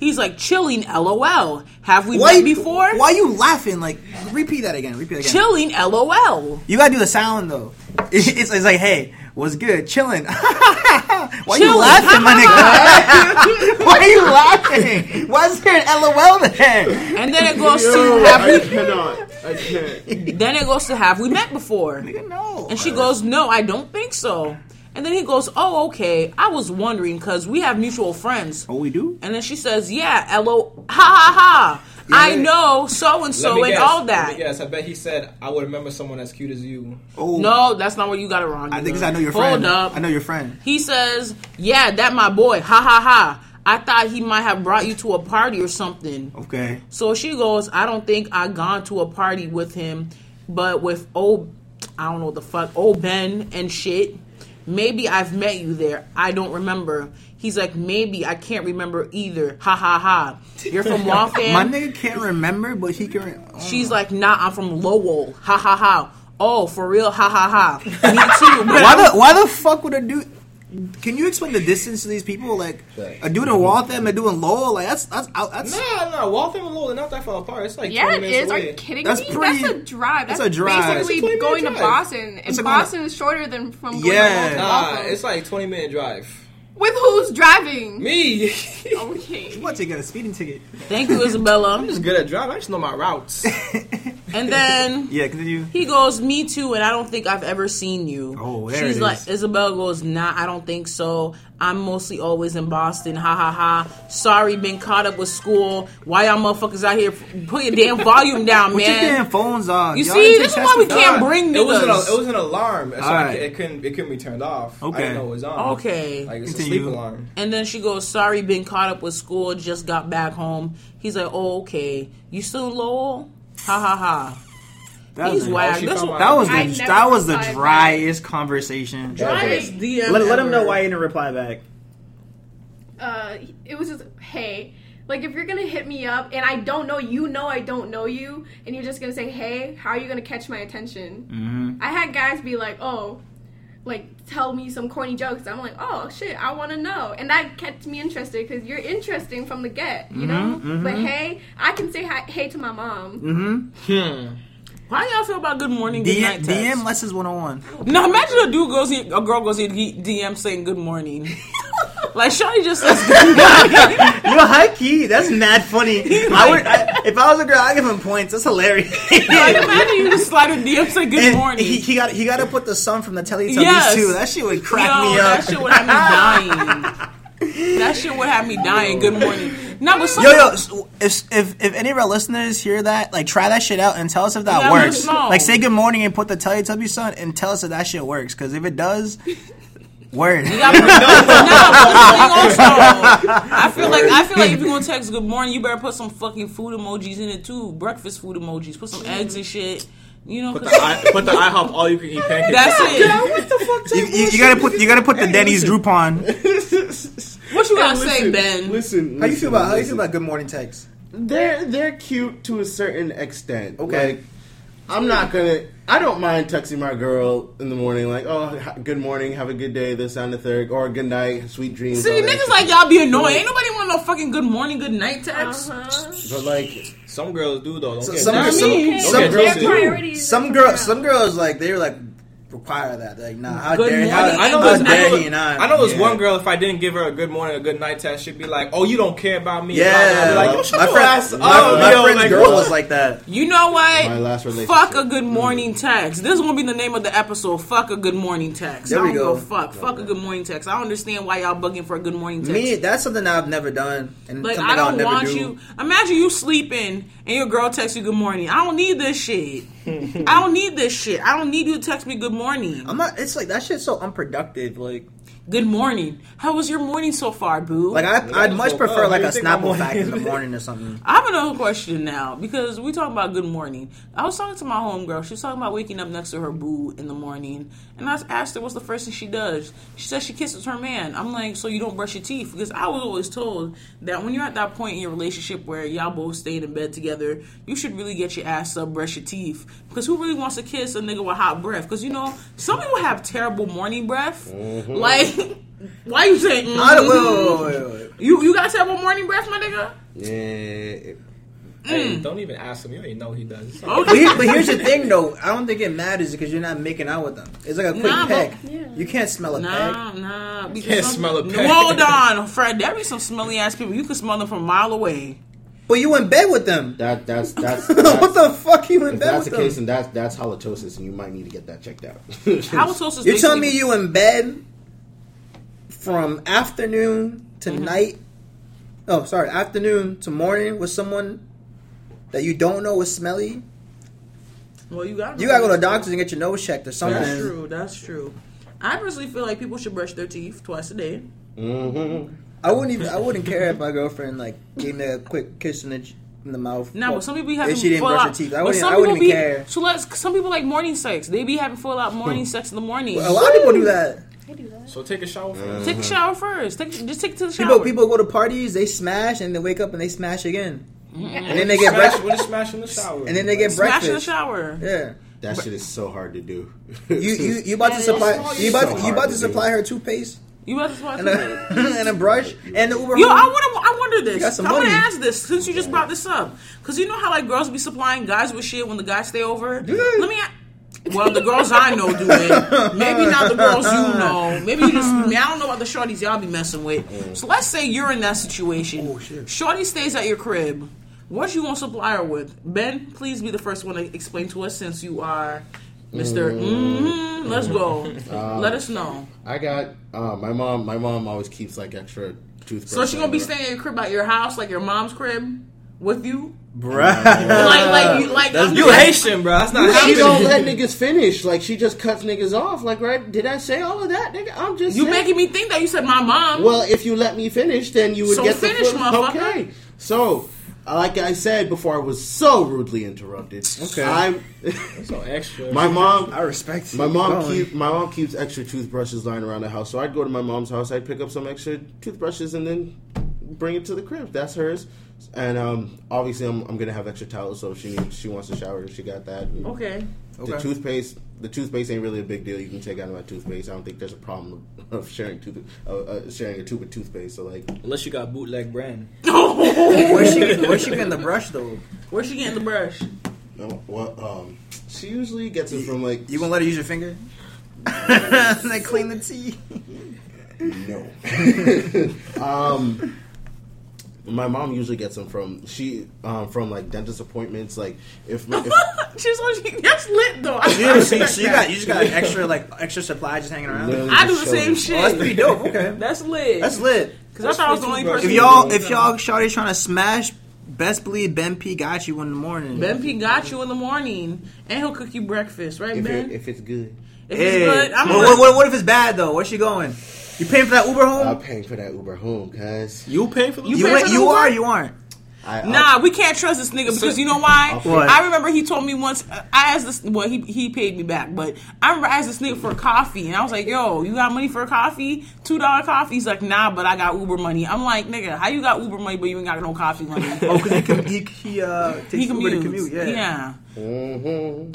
[SPEAKER 2] He's like, "Chilling, lol." Have we
[SPEAKER 1] Mm-hmm. Why
[SPEAKER 2] met before?
[SPEAKER 1] Why you laughing? Like repeat that again. Repeat again.
[SPEAKER 2] Chilling, lol.
[SPEAKER 1] You gotta do the sound though. It's, it's, it's like, hey, what's good? Chilling. Why you
[SPEAKER 2] Chillin'.
[SPEAKER 1] laughing, my nigga? Why you laughing? Why is there an LOL there?
[SPEAKER 2] And then it goes
[SPEAKER 3] Yo,
[SPEAKER 2] to have
[SPEAKER 3] I
[SPEAKER 2] we.
[SPEAKER 3] cannot. I can't.
[SPEAKER 2] Then it goes to have we met before?
[SPEAKER 1] No.
[SPEAKER 2] And she goes, "No, I don't think so." And then he goes, "Oh, okay. I was wondering because we have mutual friends."
[SPEAKER 1] Oh, we do.
[SPEAKER 2] And then she says, "Yeah, lo, ha ha ha. I know so and
[SPEAKER 8] Let
[SPEAKER 2] so
[SPEAKER 8] me
[SPEAKER 2] and
[SPEAKER 8] guess,
[SPEAKER 2] all
[SPEAKER 8] Let
[SPEAKER 2] that."
[SPEAKER 8] me guess. I bet he said, "I would remember someone as cute as you."
[SPEAKER 1] Oh
[SPEAKER 2] No, that's not what you got it wrong.
[SPEAKER 1] I think
[SPEAKER 2] nigga.
[SPEAKER 1] it's I know your
[SPEAKER 2] Hold
[SPEAKER 1] friend.
[SPEAKER 2] up.
[SPEAKER 1] I know your friend.
[SPEAKER 2] He says, "Yeah, that my boy. Ha ha ha." I thought he might have brought you to a party or something.
[SPEAKER 1] Okay.
[SPEAKER 2] So she goes, I don't think I gone to a party with him, but with old, I don't know what the fuck, old Ben and shit. Maybe I've met you there. I don't remember. He's like, maybe I can't remember either. Ha ha ha. You're from
[SPEAKER 1] My
[SPEAKER 2] Waltham.
[SPEAKER 1] nigga can't remember, but he can. Oh.
[SPEAKER 2] She's like, nah, I'm from Lowell. Ha ha ha. Oh, for real? Ha ha ha. Me too. But
[SPEAKER 1] Why the Why the fuck would a dude? Can you explain the distance to these people? Like
[SPEAKER 3] Right.
[SPEAKER 1] a dude in Waltham, a dude in Lowell. Like that's that's out- that's
[SPEAKER 8] Nah, nah, Waltham and Lowell are not that far apart. It's like
[SPEAKER 9] Yeah,
[SPEAKER 8] 20
[SPEAKER 9] it
[SPEAKER 8] minutes
[SPEAKER 9] is. Are
[SPEAKER 8] away.
[SPEAKER 9] you kidding
[SPEAKER 1] That's
[SPEAKER 9] me?
[SPEAKER 1] pretty-
[SPEAKER 9] that's a drive.
[SPEAKER 1] that's
[SPEAKER 9] That's,
[SPEAKER 1] a drive.
[SPEAKER 8] It's a 20
[SPEAKER 9] basically
[SPEAKER 8] minute
[SPEAKER 9] going
[SPEAKER 8] drive.
[SPEAKER 9] to Boston, and
[SPEAKER 1] That's like going
[SPEAKER 9] Boston is shorter than from going
[SPEAKER 1] Yeah.
[SPEAKER 9] to
[SPEAKER 8] Nah,
[SPEAKER 9] Waltham.
[SPEAKER 8] it's like twenty minute drive.
[SPEAKER 9] With who's driving?
[SPEAKER 8] Me,
[SPEAKER 9] Okay.
[SPEAKER 1] what to get a speeding ticket.
[SPEAKER 2] Thank you, Isabella.
[SPEAKER 8] just good at driving. I just know my routes.
[SPEAKER 2] And then
[SPEAKER 1] Yeah, continue.
[SPEAKER 2] He goes, "Me too," and I don't think I've ever seen you.
[SPEAKER 1] Oh, there
[SPEAKER 2] she's
[SPEAKER 1] it
[SPEAKER 2] like,
[SPEAKER 1] is.
[SPEAKER 2] Isabel goes, "Nah, I don't think so. I'm mostly always in Boston. Ha ha ha. Sorry, been caught up with school. Why y'all motherfuckers out here? Put your damn volume down,
[SPEAKER 1] Put your
[SPEAKER 2] man.
[SPEAKER 1] damn phones on.
[SPEAKER 2] You
[SPEAKER 1] Y'all
[SPEAKER 2] see,
[SPEAKER 1] ain't
[SPEAKER 2] this is
[SPEAKER 1] taking
[SPEAKER 2] why we
[SPEAKER 1] tests
[SPEAKER 2] can't
[SPEAKER 1] before.
[SPEAKER 2] bring
[SPEAKER 8] It was an
[SPEAKER 2] niggas.
[SPEAKER 8] it was an alarm, so I
[SPEAKER 1] Alright.
[SPEAKER 8] c it couldn't it couldn't be turned off. I
[SPEAKER 1] Okay.
[SPEAKER 8] didn't know it was on.
[SPEAKER 2] Okay.
[SPEAKER 8] like it's
[SPEAKER 1] Continue.
[SPEAKER 8] a sleep alarm.
[SPEAKER 2] And then she goes, "Sorry, been caught up with school. Just got back home." He's like, "Oh, okay. You still in Lowell? Ha ha ha.
[SPEAKER 1] That was
[SPEAKER 2] He's
[SPEAKER 1] the-
[SPEAKER 2] whack.
[SPEAKER 8] she
[SPEAKER 2] That's
[SPEAKER 8] found
[SPEAKER 2] what-
[SPEAKER 8] my-
[SPEAKER 1] That was
[SPEAKER 9] I
[SPEAKER 1] the
[SPEAKER 9] never
[SPEAKER 1] that was the
[SPEAKER 9] replied back.
[SPEAKER 1] driest conversation.
[SPEAKER 2] driest DM
[SPEAKER 1] Let, let him know
[SPEAKER 2] ever.
[SPEAKER 1] why he didn't reply back.
[SPEAKER 9] uh, it was just hey. Like if you're gonna hit me up and I don't know you, know I don't know you, and you're just gonna say hey, how are you gonna catch my attention?
[SPEAKER 1] Mhm.
[SPEAKER 9] I had guys be like, oh, like tell me some corny jokes. I'm like, oh shit, I want to know, and that kept me interested because you're interesting from the get,
[SPEAKER 1] Mm-hmm,
[SPEAKER 9] you know. But hey, I can say hi- hey to my mom.
[SPEAKER 1] Mm-hmm.
[SPEAKER 2] How y'all feel about good morning, good
[SPEAKER 1] DM,
[SPEAKER 2] night text?
[SPEAKER 1] DM lessons 101.
[SPEAKER 2] Now imagine a dude goes in, a girl goes in DM saying good morning. like Shawty just says good morning.
[SPEAKER 1] Yo, high key. That's mad funny. I would, I, if I was a girl, I'd give him points. That's hilarious.
[SPEAKER 2] like imagine you just slide a DM say good
[SPEAKER 1] And
[SPEAKER 2] morning.
[SPEAKER 1] He, he got he got to put the sun from the Teletubbies
[SPEAKER 2] Yes.
[SPEAKER 1] too. That shit would crack
[SPEAKER 2] Yo,
[SPEAKER 1] me
[SPEAKER 2] that
[SPEAKER 1] up.
[SPEAKER 2] shit would have me dying. that shit would have me dying. Good morning. Now but some
[SPEAKER 1] Yo yo, s- if, if if any of our listeners hear that, like try that shit out and tell us if that
[SPEAKER 2] Yeah, let us
[SPEAKER 1] works.
[SPEAKER 2] know.
[SPEAKER 1] Like say good morning and put the Teletubby sun and tell us if that shit works. Because if it does, word.
[SPEAKER 2] Nah, but- nah, but this thing also, I feel like I feel like if you're gonna text good morning, you better put some fucking food emojis in it too. Breakfast food emojis. Put some eggs and shit. You know,
[SPEAKER 8] Put the
[SPEAKER 2] 'cause-
[SPEAKER 8] I, put the IHOP all you can eat pancakes.
[SPEAKER 2] that's it.
[SPEAKER 1] You, you, you gotta put you gotta put the Denny's Groupon.
[SPEAKER 2] What you gotta say,
[SPEAKER 3] Listen,
[SPEAKER 2] Ben?
[SPEAKER 3] Listen,
[SPEAKER 1] How you feel about how you
[SPEAKER 3] listen.
[SPEAKER 1] feel about good morning texts?
[SPEAKER 3] They're they're cute to a certain extent.
[SPEAKER 1] Okay.
[SPEAKER 3] Like, I'm not gonna. I don't mind texting my girl in the morning, like, oh, h- good morning, have a good day, this and the third, or good night, sweet dreams.
[SPEAKER 2] See,
[SPEAKER 3] all that
[SPEAKER 2] niggas
[SPEAKER 3] shit.
[SPEAKER 2] like y'all be annoying. Ain't nobody want no fucking good morning, good night text.
[SPEAKER 9] Uh-huh.
[SPEAKER 3] But like,
[SPEAKER 8] Some girls do though. Don't
[SPEAKER 1] So-
[SPEAKER 8] get
[SPEAKER 1] some-
[SPEAKER 8] mad.
[SPEAKER 2] Not
[SPEAKER 1] some-
[SPEAKER 2] me.
[SPEAKER 1] some
[SPEAKER 8] Okay,
[SPEAKER 1] girls
[SPEAKER 8] Jason.
[SPEAKER 1] do.
[SPEAKER 9] Priorities
[SPEAKER 1] Some
[SPEAKER 9] are
[SPEAKER 1] girls,
[SPEAKER 9] something
[SPEAKER 1] some girls, like they were like require that. Like, nah, how
[SPEAKER 2] Good
[SPEAKER 1] dare,
[SPEAKER 2] morning.
[SPEAKER 1] how,
[SPEAKER 8] I know
[SPEAKER 1] how
[SPEAKER 8] there's
[SPEAKER 1] dare
[SPEAKER 8] I
[SPEAKER 1] he
[SPEAKER 8] know,
[SPEAKER 1] not?
[SPEAKER 8] I know there's
[SPEAKER 1] Yeah.
[SPEAKER 8] one girl. If I didn't give her a good morning, a good night test, she'd be like, "Oh, you don't care about me."
[SPEAKER 1] Yeah,
[SPEAKER 8] I'd be like, "Yo, shut
[SPEAKER 1] my
[SPEAKER 8] your
[SPEAKER 1] friend,
[SPEAKER 8] ass
[SPEAKER 1] my,
[SPEAKER 8] up,
[SPEAKER 1] my
[SPEAKER 8] yo,
[SPEAKER 1] friend's
[SPEAKER 8] like,
[SPEAKER 1] girl
[SPEAKER 8] what?"
[SPEAKER 1] was like that.
[SPEAKER 2] You know what?
[SPEAKER 3] My last relationship. Mm.
[SPEAKER 2] Fuck a good morning text. This will be the name of the episode. Fuck a good morning text.
[SPEAKER 1] There
[SPEAKER 2] I
[SPEAKER 1] we
[SPEAKER 2] don't
[SPEAKER 1] go.
[SPEAKER 2] give a fuck. Fuck a good morning text. I don't understand why y'all bugging for a good morning text.
[SPEAKER 1] Me, that's something that I've never done, and
[SPEAKER 2] like
[SPEAKER 1] something
[SPEAKER 2] I
[SPEAKER 1] will
[SPEAKER 2] don't
[SPEAKER 1] never
[SPEAKER 2] want
[SPEAKER 1] do.
[SPEAKER 2] you. Imagine you sleeping and your girl texts you good morning. I don't need this shit. I don't need this shit. I don't need you to text me good morning.
[SPEAKER 1] I'm not. It's like that shit's so unproductive. Like,
[SPEAKER 2] Good morning. How was your morning so far, boo?
[SPEAKER 1] like
[SPEAKER 8] I
[SPEAKER 1] I, I'd
[SPEAKER 8] just
[SPEAKER 1] much
[SPEAKER 8] woke
[SPEAKER 1] prefer
[SPEAKER 8] up.
[SPEAKER 1] like a
[SPEAKER 8] What do oh, you think my
[SPEAKER 1] Snapple
[SPEAKER 8] morning
[SPEAKER 1] fact in the
[SPEAKER 8] is?
[SPEAKER 1] morning or something.
[SPEAKER 2] I have another question now because we talking about good morning. I was talking to my homegirl. She was talking about waking up next to her boo in the morning, and I asked her what's the first thing she does. She says she kisses her man. I'm like, so you don't brush your teeth because I was always told that when you're at that point in your relationship where y'all both staying in bed together, you should really get your ass up, brush your teeth because who really wants to kiss a nigga with hot breath? Because you know some people have terrible morning breath. Like, why you saying? mm
[SPEAKER 1] I don't, wait, wait, wait, wait, wait, wait.
[SPEAKER 2] You you got terrible morning breath, my nigga.
[SPEAKER 3] yeah.
[SPEAKER 8] Hey, don't even ask him. You already know he does.
[SPEAKER 1] But, here, but here's the thing, though. I don't think it matters because you're not making out with them. It's like a quick
[SPEAKER 2] Nah, but-
[SPEAKER 1] peck. You can't smell a peck.
[SPEAKER 2] Nah, nah. Because
[SPEAKER 8] can't
[SPEAKER 2] some-
[SPEAKER 8] smell a
[SPEAKER 2] No,
[SPEAKER 8] pet.
[SPEAKER 2] Hold on, Fred. There be some smelly ass people. You can smell them from a mile away.
[SPEAKER 1] But you in bed with them.
[SPEAKER 3] That that's that's,
[SPEAKER 1] what
[SPEAKER 3] that's
[SPEAKER 1] the fuck you in
[SPEAKER 3] if
[SPEAKER 1] bed with
[SPEAKER 3] that's the
[SPEAKER 1] them?
[SPEAKER 3] case, and that's that's halitosis, and you might need to get that checked out.
[SPEAKER 2] How was supposed to?
[SPEAKER 1] You're telling me you in bed from afternoon to
[SPEAKER 3] Mm-hmm.
[SPEAKER 1] night? Oh, sorry, afternoon to morning with someone that you don't know is smelly.
[SPEAKER 2] Well, you got.
[SPEAKER 1] You gotta go to the doctor and get your nose checked or something.
[SPEAKER 2] That's true. That's true. I personally feel like people should brush their teeth twice a day.
[SPEAKER 3] hmm
[SPEAKER 1] I wouldn't even. I wouldn't care if my girlfriend like gave me a quick kiss in the j- in the mouth.
[SPEAKER 2] Now, but some people be
[SPEAKER 1] If
[SPEAKER 2] having
[SPEAKER 1] she didn't
[SPEAKER 2] full
[SPEAKER 1] brush her
[SPEAKER 2] out-
[SPEAKER 1] teeth, I
[SPEAKER 2] but
[SPEAKER 1] wouldn't-
[SPEAKER 2] some
[SPEAKER 1] I wouldn't
[SPEAKER 2] people
[SPEAKER 1] even
[SPEAKER 2] be-
[SPEAKER 1] care.
[SPEAKER 2] So let's. Some people like morning sex. They be having full out morning sex in the morning.
[SPEAKER 1] a lot of people do that.
[SPEAKER 8] So take a shower first.
[SPEAKER 2] Take a shower first. Take just take it to the shower.
[SPEAKER 1] People people go to parties, they smash, and they wake up and they smash again, and then they get
[SPEAKER 8] Smash,
[SPEAKER 1] breakfast,
[SPEAKER 8] what is smash in the shower?
[SPEAKER 1] and then they get
[SPEAKER 2] smash in the
[SPEAKER 1] breakfast.
[SPEAKER 2] shower.
[SPEAKER 1] Yeah,
[SPEAKER 3] That shit is so hard to do.
[SPEAKER 1] you you you about to
[SPEAKER 9] Yeah,
[SPEAKER 1] supply
[SPEAKER 9] it's
[SPEAKER 1] you about
[SPEAKER 3] so
[SPEAKER 1] you about
[SPEAKER 3] hard
[SPEAKER 1] to
[SPEAKER 3] to do.
[SPEAKER 1] supply her toothpaste.
[SPEAKER 2] You about to watch
[SPEAKER 1] and
[SPEAKER 2] it?
[SPEAKER 1] a, and a brush and the Uber.
[SPEAKER 2] Yo,
[SPEAKER 1] home.
[SPEAKER 2] I want to. I wonder
[SPEAKER 1] got
[SPEAKER 2] this.
[SPEAKER 1] some
[SPEAKER 2] I want to
[SPEAKER 1] money.
[SPEAKER 2] ask this since you just brought this up, because you know how like girls be supplying guys with shit when the guys stay over.
[SPEAKER 1] they?
[SPEAKER 2] Let me. a- Well, the girls I know do it. Maybe not the girls you know. Maybe you just. I, mean, I don't know about the shorties y'all be messing with. So let's say you're in that situation.
[SPEAKER 1] Mm. Oh, shit.
[SPEAKER 2] Shorty stays at your crib. What you gonna supply her with? Ben, please be the first one to explain to us since you are Mister.
[SPEAKER 1] Mm.
[SPEAKER 2] Mm-hmm, let's go.
[SPEAKER 1] Uh,
[SPEAKER 2] Let us know.
[SPEAKER 3] I got uh, my mom. My mom always keeps like extra toothbrush.
[SPEAKER 2] So she gonna be
[SPEAKER 3] on her.
[SPEAKER 2] staying in your crib at your house, like your mom's crib, with you?
[SPEAKER 1] Bruh.
[SPEAKER 2] Like, like, you, like
[SPEAKER 1] That's
[SPEAKER 2] I'm-
[SPEAKER 10] You Haitian, bro. That's not
[SPEAKER 3] She
[SPEAKER 10] happening.
[SPEAKER 3] don't let niggas finish. Like she just cuts niggas off. Like right? Did I say all of that? Nigga, I'm just.
[SPEAKER 2] You
[SPEAKER 3] saying.
[SPEAKER 2] making me think that you said my mom.
[SPEAKER 3] Well, if you let me finish, then you would
[SPEAKER 2] So
[SPEAKER 3] get the
[SPEAKER 2] finish,
[SPEAKER 3] full-
[SPEAKER 2] motherfucker.
[SPEAKER 3] Okay. So, like I said before, I was so rudely interrupted.
[SPEAKER 1] Okay.
[SPEAKER 3] I'm.
[SPEAKER 4] So extra.
[SPEAKER 3] my mom.
[SPEAKER 1] I respect you.
[SPEAKER 3] My mom
[SPEAKER 1] Going.
[SPEAKER 3] keep my mom keeps extra toothbrushes lying around the house. So I'd go to my mom's house, I'd pick up some extra toothbrushes and then bring it to the crib. That's hers. And um, obviously I'm, I'm gonna have extra towels, so if she needs she wants to shower, she got that. And
[SPEAKER 2] okay.
[SPEAKER 1] Okay.
[SPEAKER 3] The toothpaste the toothpaste ain't really a big deal. You can take out of my toothpaste. I don't think there's a problem of sharing tooth uh, uh, sharing a tube of toothpaste. So like
[SPEAKER 10] Unless you got bootleg brand.
[SPEAKER 1] Where's she? Where's she getting the brush though?
[SPEAKER 2] Where's she getting the brush?
[SPEAKER 3] no, what um she usually gets it from like
[SPEAKER 1] You gonna let her use your finger? and then clean the tea.
[SPEAKER 3] No. um, my mom usually gets them from she um, from like dentist appointments. Like if, if
[SPEAKER 2] She's on. She, that's lit though. I,
[SPEAKER 1] Yeah,
[SPEAKER 2] I
[SPEAKER 1] see,
[SPEAKER 2] respect
[SPEAKER 1] so you
[SPEAKER 2] that.
[SPEAKER 1] got you just got extra like extra supply just hanging around.
[SPEAKER 3] Literally
[SPEAKER 2] I do
[SPEAKER 3] just
[SPEAKER 2] the same
[SPEAKER 3] showed-
[SPEAKER 2] shit.
[SPEAKER 1] Oh, that's pretty dope. Okay,
[SPEAKER 2] That's lit.
[SPEAKER 1] that's lit.
[SPEAKER 2] Because I thought I was the only
[SPEAKER 1] If
[SPEAKER 2] person. who
[SPEAKER 1] y'all
[SPEAKER 2] did
[SPEAKER 1] if
[SPEAKER 2] that.
[SPEAKER 1] y'all shawty's trying to smash, best believe Ben P got you in the morning.
[SPEAKER 2] Ben P got you in the morning, and he'll cook you breakfast, right,
[SPEAKER 3] If,
[SPEAKER 2] Ben?
[SPEAKER 3] it, if it's good,
[SPEAKER 2] if
[SPEAKER 1] Hey,
[SPEAKER 2] it's good, I'm
[SPEAKER 1] what,
[SPEAKER 2] gonna-
[SPEAKER 1] what, what, what if it's bad though? Where's she going? You paying for that Uber home?
[SPEAKER 3] I'm paying for that Uber home, cause
[SPEAKER 4] you pay for the
[SPEAKER 2] You
[SPEAKER 1] you
[SPEAKER 2] paying
[SPEAKER 1] went-
[SPEAKER 2] for the
[SPEAKER 1] you
[SPEAKER 2] Uber?
[SPEAKER 1] are you aren't.
[SPEAKER 3] I,
[SPEAKER 2] Nah, we can't trust this nigga because you know why?
[SPEAKER 1] What?
[SPEAKER 2] I remember he told me once. uh, I asked this. Well, he he paid me back, but I remember I asked this nigga for coffee, and I was like, "Yo, you got money for a coffee? Two dollar coffee?" He's like, "Nah, but I got Uber money." I'm like, "Nigga, how you got Uber money but you ain't got no coffee money?"
[SPEAKER 1] Oh, because he com- he he uh takes
[SPEAKER 2] he
[SPEAKER 1] Uber to
[SPEAKER 2] commutes.
[SPEAKER 1] commute. Yeah.
[SPEAKER 2] yeah.
[SPEAKER 3] Mhm.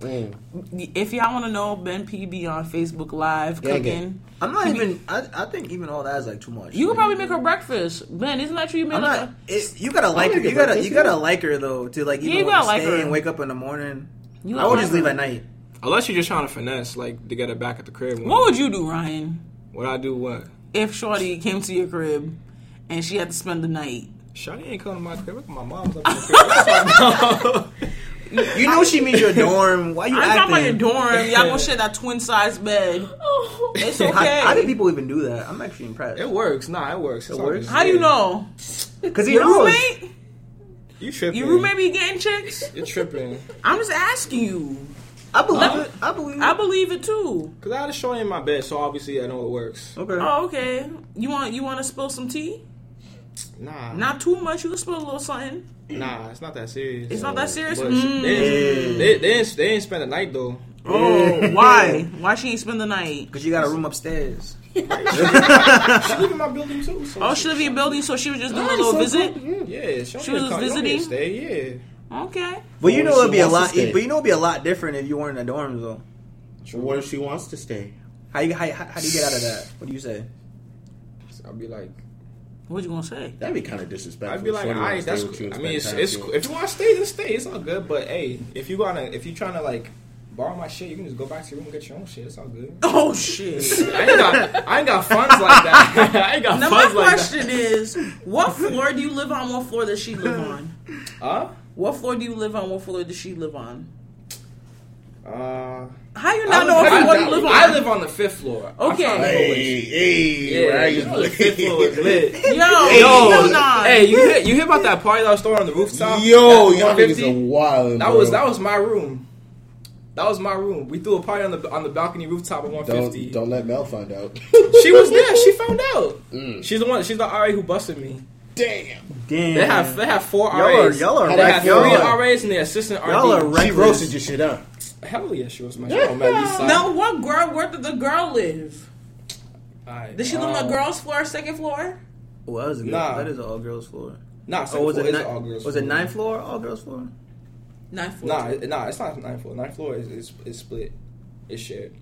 [SPEAKER 3] Mm.
[SPEAKER 2] If y'all want to know, Ben PB on Facebook Live
[SPEAKER 3] Gang it.
[SPEAKER 2] cooking.
[SPEAKER 1] I'm not even. I, I think even all that is like too much.
[SPEAKER 2] You
[SPEAKER 1] Like,
[SPEAKER 2] could probably make her breakfast, Ben. Isn't that true? You made
[SPEAKER 1] I'm
[SPEAKER 2] like
[SPEAKER 1] not.
[SPEAKER 2] a-
[SPEAKER 1] It, you gotta like her. You
[SPEAKER 3] making
[SPEAKER 1] gotta.
[SPEAKER 3] breakfast,
[SPEAKER 1] You gotta
[SPEAKER 3] yeah.
[SPEAKER 1] like her though to like even
[SPEAKER 2] you
[SPEAKER 1] want
[SPEAKER 2] gotta
[SPEAKER 1] to
[SPEAKER 2] like
[SPEAKER 1] stay
[SPEAKER 2] her.
[SPEAKER 1] and wake up in the morning.
[SPEAKER 2] you
[SPEAKER 1] I would
[SPEAKER 2] like
[SPEAKER 1] just
[SPEAKER 2] her.
[SPEAKER 1] leave at night.
[SPEAKER 4] Unless you're just trying to finesse, like to get it back at the crib.
[SPEAKER 2] What would you do, Ryan,
[SPEAKER 4] What I do? What?
[SPEAKER 2] if Shorty came to your crib and she had to spend the night?
[SPEAKER 4] Shawty ain't coming to my crib. Look at my mom's up in the crib.
[SPEAKER 1] You know she means your dorm. Why you
[SPEAKER 2] I'm
[SPEAKER 1] acting?
[SPEAKER 2] talking about your dorm. Y'all gonna share that twin size bed. Oh, It's okay.
[SPEAKER 1] How,
[SPEAKER 2] How,
[SPEAKER 1] how do people even do that? I'm actually impressed.
[SPEAKER 4] it works. Nah, it works. It's
[SPEAKER 1] It
[SPEAKER 4] all
[SPEAKER 1] works?
[SPEAKER 4] good.
[SPEAKER 2] do you know?
[SPEAKER 1] Because he
[SPEAKER 2] Your
[SPEAKER 1] knows.
[SPEAKER 2] roommate?
[SPEAKER 4] You tripping?
[SPEAKER 2] Your roommate be getting chicks?
[SPEAKER 4] You're tripping.
[SPEAKER 2] I'm just asking you.
[SPEAKER 1] I believe
[SPEAKER 2] Huh?
[SPEAKER 1] it. I believe
[SPEAKER 2] I
[SPEAKER 1] it.
[SPEAKER 2] believe it too.
[SPEAKER 4] Cause I had a shorty in my bed, so obviously I know it works.
[SPEAKER 1] Okay.
[SPEAKER 2] Oh, okay. You want you want to spill some tea?
[SPEAKER 4] Nah,
[SPEAKER 2] Not too much. You can spill a little something.
[SPEAKER 4] nah, it's not that serious.
[SPEAKER 2] It's not that serious.
[SPEAKER 4] But she- they,
[SPEAKER 2] Mm.
[SPEAKER 4] didn't, they, they, didn't, they didn't spend the night though.
[SPEAKER 2] Oh, why? Why she ain't spend the night?
[SPEAKER 1] Because you got a room upstairs.
[SPEAKER 4] She live in my building too. So
[SPEAKER 2] Oh, she live in your building, so she was just doing a little visit.
[SPEAKER 4] yeah, she,
[SPEAKER 2] She
[SPEAKER 4] don't
[SPEAKER 2] was
[SPEAKER 4] need to come- you don't need
[SPEAKER 2] visiting?
[SPEAKER 4] to Stay, yeah.
[SPEAKER 2] Okay.
[SPEAKER 1] But you
[SPEAKER 3] Or
[SPEAKER 1] know
[SPEAKER 3] she
[SPEAKER 1] it'd be a
[SPEAKER 3] wants
[SPEAKER 1] lot.
[SPEAKER 3] to stay.
[SPEAKER 1] But you know it'd be a lot different if you weren't in the dorms though.
[SPEAKER 3] What if she wants to stay?
[SPEAKER 1] How you how, how, how do you get out of that? What do you say?
[SPEAKER 4] So I'll be like,
[SPEAKER 2] What you gonna say?
[SPEAKER 3] That'd be kind of disrespectful.
[SPEAKER 4] I'd be like,
[SPEAKER 3] Shorty wanna
[SPEAKER 4] all right,
[SPEAKER 3] stay
[SPEAKER 4] that's.
[SPEAKER 3] with you
[SPEAKER 4] Cool.
[SPEAKER 3] and
[SPEAKER 4] I
[SPEAKER 3] spend
[SPEAKER 4] mean, it's,
[SPEAKER 3] time
[SPEAKER 4] it's
[SPEAKER 3] with you.
[SPEAKER 4] cool. If you want to stay, then stay. It's all good. But hey, if you wanna, if you trying to like borrow my shit, you can just go back to your room and get your own shit. It's all good.
[SPEAKER 2] Oh shit.
[SPEAKER 4] I ain't got, I ain't got funds like that. I ain't got
[SPEAKER 2] Now my
[SPEAKER 4] funds like
[SPEAKER 2] question is, what floor do you live on? What floor does she live on?
[SPEAKER 4] that. Huh?
[SPEAKER 2] What floor do you live on? What floor does she live on?
[SPEAKER 4] Uh,
[SPEAKER 2] How you
[SPEAKER 4] I
[SPEAKER 2] not know what
[SPEAKER 4] live- I
[SPEAKER 2] floor
[SPEAKER 4] live-
[SPEAKER 2] you live on?
[SPEAKER 4] I live on the fifth floor. I
[SPEAKER 2] Okay.
[SPEAKER 4] found the
[SPEAKER 3] Hey, hey,
[SPEAKER 4] Yeah,
[SPEAKER 3] right?
[SPEAKER 4] you know the fifth floor is lit.
[SPEAKER 2] Yo,
[SPEAKER 4] Yo,
[SPEAKER 2] hell nah.
[SPEAKER 4] hey, you hear, you hear about that party that was throwing on the rooftop?
[SPEAKER 3] Yo,
[SPEAKER 4] At
[SPEAKER 3] y'all niggas
[SPEAKER 4] 150?
[SPEAKER 3] are wild.
[SPEAKER 4] That was that was my room. That was my room. We threw a party on the on the balcony rooftop at
[SPEAKER 3] Don't
[SPEAKER 4] 150.
[SPEAKER 3] don't let Mel find out.
[SPEAKER 4] She was there. She found out.
[SPEAKER 3] Mm.
[SPEAKER 4] She's the one. She's the RA who busted me.
[SPEAKER 3] Damn.
[SPEAKER 1] Damn.
[SPEAKER 4] They have they have four
[SPEAKER 1] Y'all are,
[SPEAKER 4] RAs.
[SPEAKER 1] y'all are
[SPEAKER 3] They
[SPEAKER 4] They have
[SPEAKER 1] wrecked.
[SPEAKER 4] three
[SPEAKER 1] Y'all
[SPEAKER 3] y'all are-
[SPEAKER 4] RAs and the assistant RD.
[SPEAKER 1] Y'all are
[SPEAKER 3] She
[SPEAKER 1] wrecked.
[SPEAKER 3] roasted your shit up.
[SPEAKER 4] Hell yeah, she was my. She was on my east side.
[SPEAKER 2] No, what girl? Where did the girl live?
[SPEAKER 4] Alright,
[SPEAKER 2] Did she live on
[SPEAKER 4] um,
[SPEAKER 2] the girls' floor, second floor?
[SPEAKER 1] Oh, that was a good.
[SPEAKER 4] Nah.
[SPEAKER 1] That is an all girls floor.
[SPEAKER 4] Nah,
[SPEAKER 1] Oh, was it
[SPEAKER 4] it's
[SPEAKER 1] ni-
[SPEAKER 4] all girls.
[SPEAKER 1] was it ninth floor? All girls floor.
[SPEAKER 2] Ninth floor.
[SPEAKER 4] Nah, it- nah, it's not ninth floor. Ninth floor is is, is split. It's shared.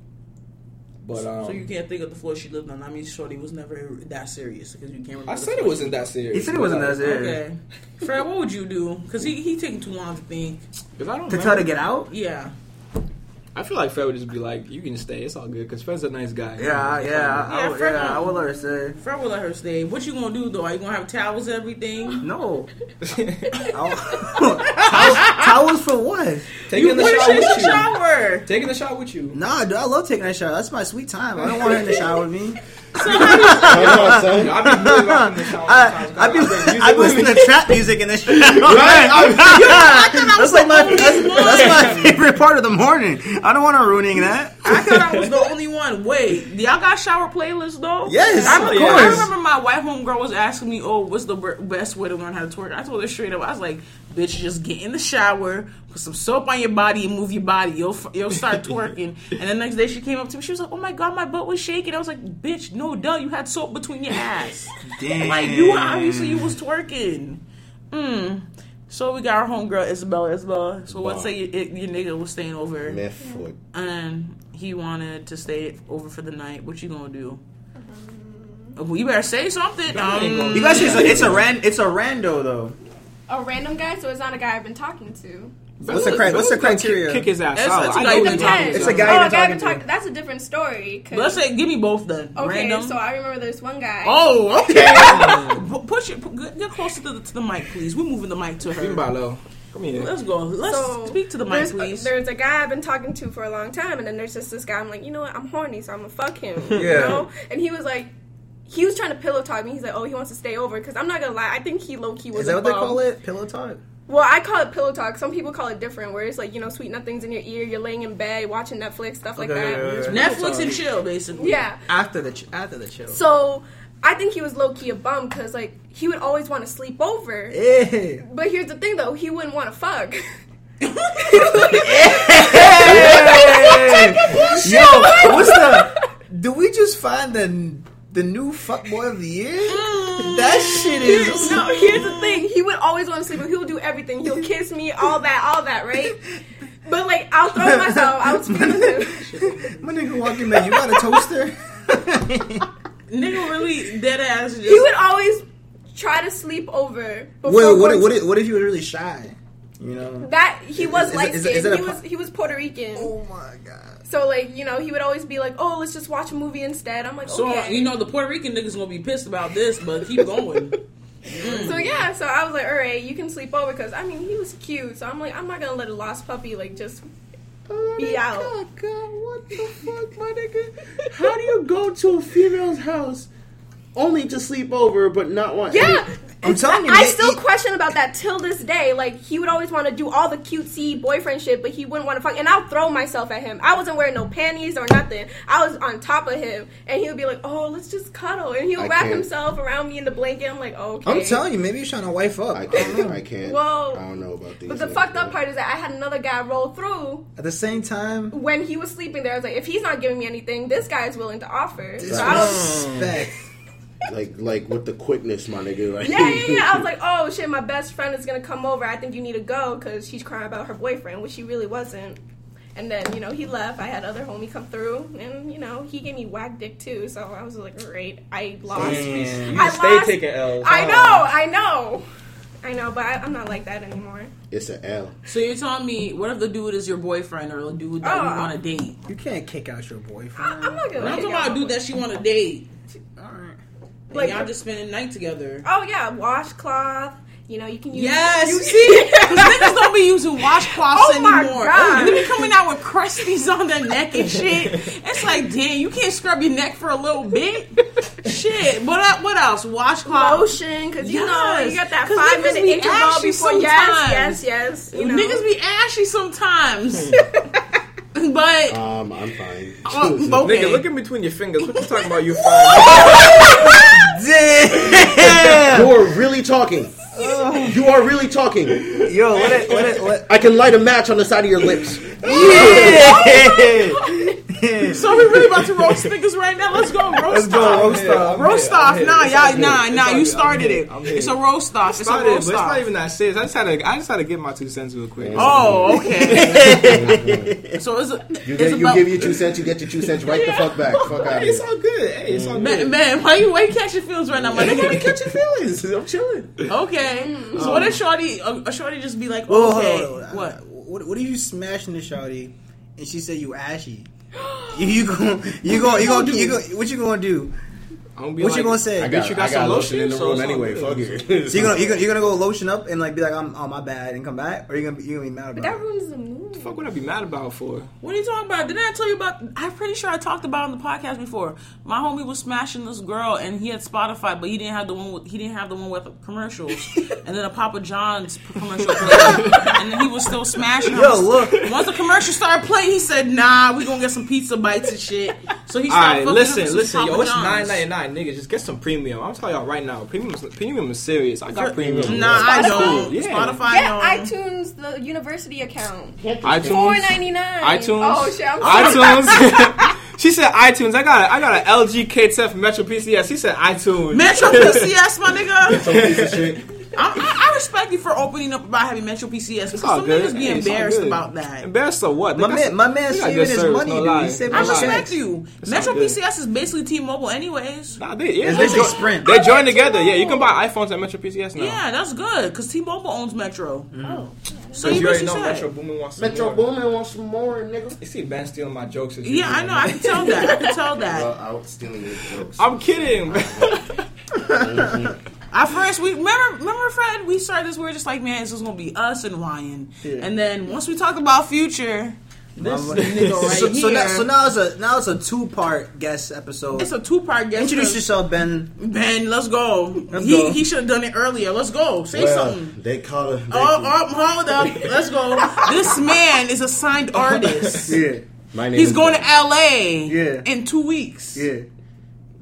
[SPEAKER 8] But um,
[SPEAKER 2] so you can't think of the floor she lived on. I mean, Shorty was never that serious because you can't remember.
[SPEAKER 8] I
[SPEAKER 2] the
[SPEAKER 8] said
[SPEAKER 2] floor
[SPEAKER 8] it
[SPEAKER 2] she-
[SPEAKER 8] wasn't that serious.
[SPEAKER 1] He said it wasn't that serious.
[SPEAKER 2] Okay, Fred, what would you do? Because he he taking too long to think.
[SPEAKER 8] Because I don't.
[SPEAKER 1] To
[SPEAKER 8] remember.
[SPEAKER 1] tell her to get out?
[SPEAKER 2] Yeah,
[SPEAKER 8] I feel like Fred would just be like, "You can stay. It's all good." Because Fred's a nice guy.
[SPEAKER 1] Yeah, yeah, I,
[SPEAKER 2] Yeah,
[SPEAKER 1] would,
[SPEAKER 2] Fred
[SPEAKER 1] yeah, I
[SPEAKER 2] won't-
[SPEAKER 1] would let her say.
[SPEAKER 2] Fred will let her stay. What you gonna do though? Are you gonna have towels, everything?
[SPEAKER 1] No. I- towels, towels for what?
[SPEAKER 8] Taking the
[SPEAKER 2] Where's
[SPEAKER 8] shower
[SPEAKER 2] she in
[SPEAKER 8] with
[SPEAKER 2] the
[SPEAKER 8] you.
[SPEAKER 2] shower?
[SPEAKER 8] Taking the shower with you.
[SPEAKER 1] Nah, dude, I love taking that shower. That's my sweet time. I don't want her in the shower with me.
[SPEAKER 3] I'm
[SPEAKER 8] Yo,
[SPEAKER 3] saying.
[SPEAKER 8] I be really rocking the shower.
[SPEAKER 1] I,
[SPEAKER 8] sometimes.
[SPEAKER 1] I be,
[SPEAKER 8] been using
[SPEAKER 1] I be listening to trap music in the shower. that's like my that's, that's my favorite part of the morning. I don't want her ruining that.
[SPEAKER 2] I thought I was the only one. Wait, y'all got shower playlists though?
[SPEAKER 1] Yes,
[SPEAKER 2] I,
[SPEAKER 1] of
[SPEAKER 2] remember- I
[SPEAKER 1] course.
[SPEAKER 2] remember my white homegirl was asking me, "Oh, what's the ber- best way to learn how to twerk?" I told her straight up, I was like, "Bitch, just get in the shower, put some soap on your body, and move your body. You'll f- you'll start twerking." and the next day, she came up to me. She was like, "Oh my god, my butt was shaking." I was like, "Bitch, no, duh, you had soap between your ass.
[SPEAKER 1] Damn.
[SPEAKER 2] like you obviously you was twerking." Mm. So we got our homegirl Isabella. Isabella. So let's
[SPEAKER 3] Wow.
[SPEAKER 2] say your, your nigga was staying over
[SPEAKER 3] Myth.
[SPEAKER 2] and Um, he wanted to stay over for the night. What you gonna do?
[SPEAKER 9] Um,
[SPEAKER 2] Well, you better say something. Um,
[SPEAKER 1] You guys, it's a, it's a ran, it's a rando though.
[SPEAKER 9] A random guy, so it's not a guy I've been talking to.
[SPEAKER 1] What's the cri- what's the
[SPEAKER 8] Fred's gonna
[SPEAKER 1] criteria?
[SPEAKER 8] Kick, kick his ass
[SPEAKER 2] That's-
[SPEAKER 8] out.
[SPEAKER 2] that's
[SPEAKER 8] I
[SPEAKER 2] what
[SPEAKER 8] know
[SPEAKER 2] I did.
[SPEAKER 8] he's talking
[SPEAKER 9] Depends.
[SPEAKER 1] It's a
[SPEAKER 8] to
[SPEAKER 1] guy
[SPEAKER 9] Oh,
[SPEAKER 1] you've
[SPEAKER 9] a
[SPEAKER 1] been
[SPEAKER 9] guy I've been
[SPEAKER 1] talking
[SPEAKER 9] talking. That's a different story. 'cause-
[SPEAKER 2] let's say give me both then.
[SPEAKER 9] okay,
[SPEAKER 2] Random.
[SPEAKER 9] so I remember there's one guy.
[SPEAKER 2] oh, okay. Pu- Push it. pu- Get get closer to the, to the mic, please. We're moving the mic to
[SPEAKER 8] Give me
[SPEAKER 2] her.
[SPEAKER 8] Barlow. Come here.
[SPEAKER 2] Let's go. Let's speak to the mic,
[SPEAKER 9] there's,
[SPEAKER 2] please.
[SPEAKER 9] There's a guy I've been talking to for a long time, and then there's just this guy. I'm like, you know what? I'm horny, so I'm gonna fuck him. You
[SPEAKER 1] Yeah.
[SPEAKER 9] know? And he was like, he was trying to pillow talk me. He's like, oh, he wants to stay over because I'm not gonna lie. I think he low key was.
[SPEAKER 1] Is that what they
[SPEAKER 9] involved.
[SPEAKER 1] call it? Pillow talk.
[SPEAKER 9] Well, I call it pillow talk. Some people call it different, where it's like you know, sweet nothings in your ear. You're laying in bed watching Netflix, stuff like
[SPEAKER 1] Okay,
[SPEAKER 9] that.
[SPEAKER 1] yeah, yeah,
[SPEAKER 2] Netflix and chill, basically.
[SPEAKER 9] yeah.
[SPEAKER 1] After the ch- after the chill.
[SPEAKER 9] So I think he was low key a bum because like he would always want to sleep over.
[SPEAKER 1] Eh.
[SPEAKER 9] But here's the thing though, he wouldn't want to fuck.
[SPEAKER 1] Yo, what's the? Do we just find the the new fuckboy of the year?
[SPEAKER 3] Mm.
[SPEAKER 1] That shit is.
[SPEAKER 9] no, here's the thing, he would always want to sleep. over. He would do everything. He'll kiss me, all that, all that, right? But like I'll throw myself. I was feeling him.
[SPEAKER 1] My nigga walking man, you got a toaster?
[SPEAKER 2] Nigga, really dead ass. Just,
[SPEAKER 9] He would always try to sleep over. before
[SPEAKER 1] Well, what
[SPEAKER 9] going
[SPEAKER 1] if,
[SPEAKER 9] to-
[SPEAKER 1] what if, what if you were really shy? You know.
[SPEAKER 9] That he was
[SPEAKER 1] Is it-
[SPEAKER 9] light
[SPEAKER 1] is it- is
[SPEAKER 9] skinned.
[SPEAKER 1] it
[SPEAKER 9] He
[SPEAKER 1] a
[SPEAKER 9] was
[SPEAKER 1] pro-
[SPEAKER 9] he was Puerto Rican.
[SPEAKER 1] Oh my god.
[SPEAKER 9] So like you know he would always be like, oh let's just watch a movie instead. I'm like,
[SPEAKER 2] so
[SPEAKER 9] okay.
[SPEAKER 2] you know the Puerto Rican niggas gonna be pissed about this, but keep going.
[SPEAKER 9] So yeah, so I was like, all right, you can sleep over because I mean he was cute. So I'm like, I'm not gonna let a lost puppy like just be out.
[SPEAKER 3] Oh what the fuck, my nigga? How do you go to a female's house only to sleep over but not want?
[SPEAKER 9] Yeah,
[SPEAKER 1] I'm telling you,
[SPEAKER 9] I
[SPEAKER 1] man,
[SPEAKER 9] still
[SPEAKER 1] he-
[SPEAKER 9] question about that till this day. Like he would always want to do all the cutesy boyfriend shit, but he wouldn't want to fuck. And I'll throw myself at him. I wasn't wearing no panties or nothing. I was on top of him, and he would be like, oh let's just cuddle, and he would
[SPEAKER 3] I
[SPEAKER 9] wrap
[SPEAKER 3] can't.
[SPEAKER 9] himself around me in the blanket. I'm like, okay.
[SPEAKER 1] I'm telling you, maybe he's trying to wife up.
[SPEAKER 3] I can't. I can't.
[SPEAKER 9] Well,
[SPEAKER 3] I don't know about these.
[SPEAKER 9] But the
[SPEAKER 3] niggas,
[SPEAKER 9] fucked up
[SPEAKER 3] bro.
[SPEAKER 9] part is that I had another guy roll through
[SPEAKER 1] At the same time,
[SPEAKER 9] when he was sleeping there. I was like, if he's not giving me anything, this guy is willing to offer. So I was,
[SPEAKER 1] disrespect.
[SPEAKER 3] like, like with the quickness, my nigga. Like,
[SPEAKER 9] yeah, yeah, yeah. I was like, oh shit, my best friend is gonna come over. I think you need to go because she's crying about her boyfriend, which she really wasn't. And then you know he left. I had other homie come through, and you know he gave me whack dick too. So I was like, great, I lost.
[SPEAKER 1] Damn.
[SPEAKER 9] I
[SPEAKER 4] stay
[SPEAKER 9] lost.
[SPEAKER 4] taking L's,
[SPEAKER 9] I
[SPEAKER 4] huh?
[SPEAKER 9] know, I know, I know. But I, I'm not like that anymore.
[SPEAKER 3] it's an L.
[SPEAKER 2] So you're telling me what if the dude is your boyfriend or a dude that you
[SPEAKER 9] Oh.
[SPEAKER 2] want to date?
[SPEAKER 1] You can't kick out your
[SPEAKER 9] I,
[SPEAKER 1] boyfriend.
[SPEAKER 9] I'm not gonna.
[SPEAKER 2] I'm talking
[SPEAKER 9] kick out
[SPEAKER 2] about a
[SPEAKER 9] my
[SPEAKER 2] dude that she want to date.
[SPEAKER 1] Alright.
[SPEAKER 9] Like-
[SPEAKER 2] Like y'all just spending the night together.
[SPEAKER 9] Oh yeah, washcloth. You know you can use.
[SPEAKER 2] Yes, you
[SPEAKER 9] you-
[SPEAKER 2] see, 'Cause niggas don't be using washcloths
[SPEAKER 9] Oh my
[SPEAKER 2] anymore.
[SPEAKER 9] God.
[SPEAKER 2] They be coming out with crusties on their neck and shit. It's like, damn, you can't scrub your neck for a little bit. shit, what el- what else? Washcloth.
[SPEAKER 9] Lotion, because you know
[SPEAKER 2] Yes,
[SPEAKER 9] you got that
[SPEAKER 2] 'cause
[SPEAKER 9] five
[SPEAKER 2] niggas
[SPEAKER 9] minute
[SPEAKER 2] be
[SPEAKER 9] interval
[SPEAKER 2] ashy
[SPEAKER 9] before.
[SPEAKER 2] sometimes.
[SPEAKER 9] Yes, yes, yes. You know.
[SPEAKER 2] Niggas be ashy sometimes, but
[SPEAKER 3] Um, I'm fine.
[SPEAKER 2] Oh, both-
[SPEAKER 8] Nigga,
[SPEAKER 2] Okay.
[SPEAKER 8] look in between your fingers. What you talking about? You fine?
[SPEAKER 1] Damn!
[SPEAKER 3] you are really talking. You are really talking.
[SPEAKER 1] Yo, what? A, what? A, what?
[SPEAKER 3] I can light a match on the side of your lips.
[SPEAKER 1] Yeah!
[SPEAKER 2] So we really about to roast niggas right now. Let's go roast off.
[SPEAKER 8] roast off.
[SPEAKER 2] Roast off. Nah, y'all, nah, nah. You
[SPEAKER 8] I'm
[SPEAKER 2] started
[SPEAKER 8] here.
[SPEAKER 2] it.
[SPEAKER 8] I'm here.
[SPEAKER 2] It's a roast off. It's a
[SPEAKER 8] Started, but it's
[SPEAKER 2] roast
[SPEAKER 8] not
[SPEAKER 2] off.
[SPEAKER 8] even that serious. I just had to, I just had to give my two cents real quick.
[SPEAKER 2] Oh, okay. so it's, a,
[SPEAKER 3] You,
[SPEAKER 2] it's
[SPEAKER 3] get, you
[SPEAKER 2] about
[SPEAKER 3] give your two cents, you get your two cents right the fuck back. Fuck out of
[SPEAKER 8] It's
[SPEAKER 3] here.
[SPEAKER 8] all good. Hey, it's all
[SPEAKER 2] Mm. man,
[SPEAKER 8] good.
[SPEAKER 2] man. Why you way catching feels right now, my nigga?
[SPEAKER 8] catch your feelings. I'm chilling.
[SPEAKER 2] Okay. So what if shorty? A, a shorty just be like, okay,
[SPEAKER 1] Whoa, Oh, hold on, hold on.
[SPEAKER 2] what?
[SPEAKER 1] What? What are you smashing the shawty? And she said you ashy. You, you go. You go. You go. You go. What you gonna do?
[SPEAKER 8] I'm gonna be
[SPEAKER 1] What
[SPEAKER 8] like,
[SPEAKER 1] you gonna say?
[SPEAKER 3] I got,
[SPEAKER 8] you got
[SPEAKER 3] I got
[SPEAKER 8] some
[SPEAKER 3] lotion in the
[SPEAKER 8] lotion,
[SPEAKER 3] room
[SPEAKER 8] so it's all
[SPEAKER 3] anyway.
[SPEAKER 8] good.
[SPEAKER 3] Fuck it.
[SPEAKER 1] So you gonna you gonna you gonna go lotion up and like be like I'm oh my bad and come back, or you gonna be, you gonna be mad
[SPEAKER 9] But
[SPEAKER 1] about
[SPEAKER 9] that
[SPEAKER 1] it?
[SPEAKER 9] ruins the mood.
[SPEAKER 8] Fuck would I be mad about for?
[SPEAKER 2] What are you talking about? Didn't I tell you about? I'm pretty sure I talked about it on the podcast before. My homie was smashing this girl, and he had Spotify, but he didn't have the one. With, he didn't have the one with commercials, and then a Papa John's p- commercial played, and then he was still smashing. her.
[SPEAKER 1] Yo, look.
[SPEAKER 2] Once the commercial started playing, he said, "Nah, we gonna get some pizza bites and shit." So he
[SPEAKER 8] All right,
[SPEAKER 2] started.
[SPEAKER 8] listen,
[SPEAKER 2] fucking up with some
[SPEAKER 8] listen, yo,
[SPEAKER 2] Papa
[SPEAKER 8] it's nine
[SPEAKER 2] John's.
[SPEAKER 8] ninety nine, niggas. Just get some premium. I'm telling y'all right now, premium, is- premium is serious. I got premium.
[SPEAKER 2] Nah, I don't.
[SPEAKER 8] Yeah.
[SPEAKER 2] Spotify,
[SPEAKER 9] Get
[SPEAKER 2] no.
[SPEAKER 9] iTunes, the university account. Four
[SPEAKER 8] iTunes,
[SPEAKER 9] ninety nine.
[SPEAKER 8] iTunes,
[SPEAKER 9] Oh shit, I'm sorry.
[SPEAKER 8] iTunes. she said iTunes. I got, a, I got an LG KTF E Metro PCS. She said iTunes.
[SPEAKER 2] Metro PCS, my nigga.
[SPEAKER 3] Piece of shit.
[SPEAKER 2] I, I, I respect you for opening up about having Metro PCS because
[SPEAKER 8] It's all
[SPEAKER 2] some
[SPEAKER 8] good.
[SPEAKER 2] niggas be
[SPEAKER 8] Hey, it's all
[SPEAKER 2] embarrassed
[SPEAKER 8] good.
[SPEAKER 2] about that.
[SPEAKER 8] Embarrassed or what? They
[SPEAKER 1] My
[SPEAKER 8] got
[SPEAKER 1] man-
[SPEAKER 8] some-
[SPEAKER 1] my man
[SPEAKER 8] they got
[SPEAKER 1] saving
[SPEAKER 8] good
[SPEAKER 1] his
[SPEAKER 8] service,
[SPEAKER 1] money,
[SPEAKER 8] no
[SPEAKER 1] dude.
[SPEAKER 8] lie.
[SPEAKER 1] He saving
[SPEAKER 2] I
[SPEAKER 1] his
[SPEAKER 8] No lie.
[SPEAKER 2] respect you.
[SPEAKER 8] It's
[SPEAKER 2] Metro
[SPEAKER 8] all good.
[SPEAKER 2] PCS is basically T-Mobile, anyways.
[SPEAKER 8] Nah, they, yeah,
[SPEAKER 1] It's
[SPEAKER 8] they,
[SPEAKER 1] basically
[SPEAKER 8] join-
[SPEAKER 1] Sprint.
[SPEAKER 8] they join together. Yeah, you can buy iPhones at Metro PCS now.
[SPEAKER 2] Yeah, that's good because T-Mobile owns Metro.
[SPEAKER 8] Mm-hmm.
[SPEAKER 2] So
[SPEAKER 8] Because
[SPEAKER 2] you
[SPEAKER 8] you already
[SPEAKER 2] basically
[SPEAKER 8] know
[SPEAKER 2] said,
[SPEAKER 8] Metro Boomin wants some
[SPEAKER 3] Metro
[SPEAKER 8] more.
[SPEAKER 3] Boomin wants some more, nigga.
[SPEAKER 8] You see Ben stealing my jokes. as
[SPEAKER 2] yeah,
[SPEAKER 8] usual,
[SPEAKER 2] I know.
[SPEAKER 8] man.
[SPEAKER 2] I can tell that. I can tell that.
[SPEAKER 3] out stealing your jokes.
[SPEAKER 8] I'm kidding. man.
[SPEAKER 2] At first, we remember, remember, Fred. We started this. We were just like, man, this is gonna be us and Ryan. And then once we talked about future, this
[SPEAKER 1] Mama-
[SPEAKER 2] nigga right
[SPEAKER 1] so,
[SPEAKER 2] here.
[SPEAKER 1] so now so now it's a now it's a two part guest episode.
[SPEAKER 2] it's a two-part guest.
[SPEAKER 1] Introduce
[SPEAKER 2] list.
[SPEAKER 1] yourself, Ben.
[SPEAKER 2] Ben, let's go. he
[SPEAKER 1] go.
[SPEAKER 2] he should have done it earlier. Let's go. Say something.
[SPEAKER 3] they call her. They,
[SPEAKER 9] Uh,
[SPEAKER 2] Oh, oh, hold up. Let's go. This man is a signed artist.
[SPEAKER 1] Yeah,
[SPEAKER 3] my name
[SPEAKER 2] He's
[SPEAKER 3] is
[SPEAKER 2] going to LA
[SPEAKER 1] Yeah.
[SPEAKER 2] in two weeks.
[SPEAKER 1] yeah.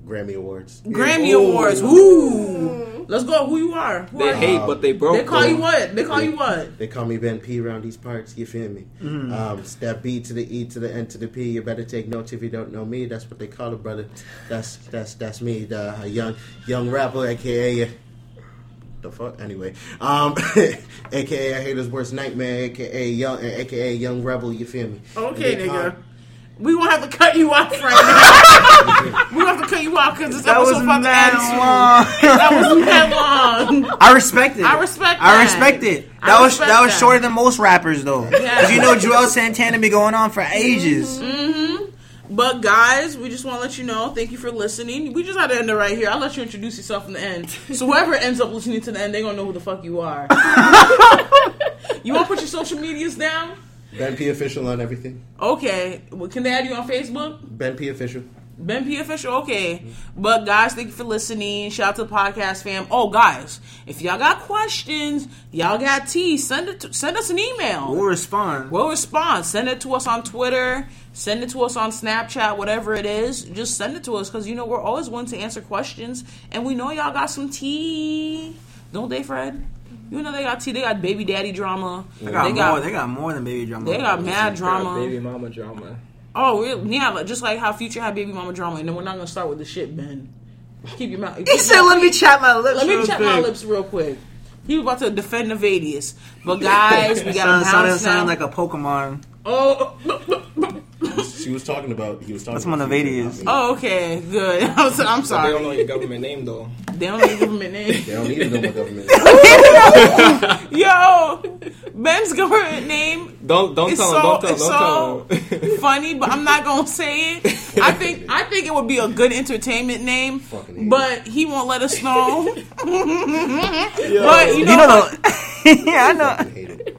[SPEAKER 3] Grammy Awards.
[SPEAKER 2] Grammy Awards. Woo! Let's go. Who you are? Who
[SPEAKER 8] they
[SPEAKER 2] are you?
[SPEAKER 8] hate, but they broke.
[SPEAKER 2] They call
[SPEAKER 8] though.
[SPEAKER 2] you what? They call you what?
[SPEAKER 3] They call me Ben P around these parts. You feel me?
[SPEAKER 2] Mm.
[SPEAKER 3] Um, it's that B to the E to the N to the P. You better take notes if you don't know me. That's what they call it, brother. That's that's that's me, the uh, young young rapper, aka uh, the fuck. Anyway, um, aka I hate his worst nightmare, aka young, aka young rebel. You feel me?
[SPEAKER 2] Okay,
[SPEAKER 3] They call-
[SPEAKER 2] nigga. We gonna have to cut you off right now. we gonna have to cut you off because this episode about to end soon. That was that long.
[SPEAKER 1] I respect it.
[SPEAKER 2] I respect
[SPEAKER 1] I
[SPEAKER 2] that.
[SPEAKER 1] respect it.
[SPEAKER 2] I
[SPEAKER 1] That was
[SPEAKER 2] respect
[SPEAKER 1] that was
[SPEAKER 2] that.
[SPEAKER 1] shorter than most rappers though.
[SPEAKER 2] Yeah.
[SPEAKER 1] Cause you know Joel Santana be going on for ages.
[SPEAKER 2] But guys, we just want to let you know. Thank you for listening. We just had to end it right here. I'll let you introduce yourself in the end. So whoever ends up listening to the end, they gonna know who the fuck you are. you wanna put your social medias down?
[SPEAKER 3] Ben P official on everything.
[SPEAKER 2] Okay. Well, can they add you on Facebook?
[SPEAKER 3] Ben P official.
[SPEAKER 2] Ben P official, okay. But guys, thank you for listening. Shout out to the podcast fam. Oh, guys, if y'all got questions, y'all got tea, send it. To, send us an email.
[SPEAKER 1] We'll respond.
[SPEAKER 2] We'll respond. Send it to us on Twitter. Send it to us on Snapchat. Whatever it is, just send it to us because you know we're always willing to answer questions, and we know y'all got some tea, don't they, Fred? You know they got tea. They got baby daddy drama.
[SPEAKER 1] they, got more, they got more than baby drama.
[SPEAKER 2] they got mad drama.
[SPEAKER 8] Baby mama drama.
[SPEAKER 2] Oh, real- yeah, like- just like how Future had baby mama drama, and then we're not gonna start with the shit, Ben. Keep your mouth.
[SPEAKER 1] He said, "Let me chat my lips."
[SPEAKER 2] Let me
[SPEAKER 1] real
[SPEAKER 2] check my
[SPEAKER 1] quick."
[SPEAKER 2] lips real quick. He was about to defend Nevadius, but guys, we
[SPEAKER 1] Sound-
[SPEAKER 2] got to
[SPEAKER 1] sounded,
[SPEAKER 2] bounce now.
[SPEAKER 1] sounded like a Pokemon.
[SPEAKER 2] oh,
[SPEAKER 3] She was talking about. He was talking.
[SPEAKER 1] That's one of
[SPEAKER 3] about Future,
[SPEAKER 1] Adidas.
[SPEAKER 3] not me.
[SPEAKER 2] oh, okay, good. I'm, so- I'm
[SPEAKER 8] They
[SPEAKER 2] sorry.
[SPEAKER 8] don't know your government name though.
[SPEAKER 2] They don't even give him a name.
[SPEAKER 3] They don't even know what government.
[SPEAKER 2] Yo, Ben's government name
[SPEAKER 8] Don't don't
[SPEAKER 2] It's
[SPEAKER 8] tell them.
[SPEAKER 2] so-
[SPEAKER 8] Don't
[SPEAKER 2] it's
[SPEAKER 8] tell them. Don't tell them.
[SPEAKER 2] funny, but I'm not gonna say it. I think I think it would be a good entertainment name,
[SPEAKER 3] Fucking idiot.
[SPEAKER 2] but he won't let us know. but you know,
[SPEAKER 1] You know,
[SPEAKER 2] what?
[SPEAKER 1] the, yeah, I know.
[SPEAKER 3] Hate it.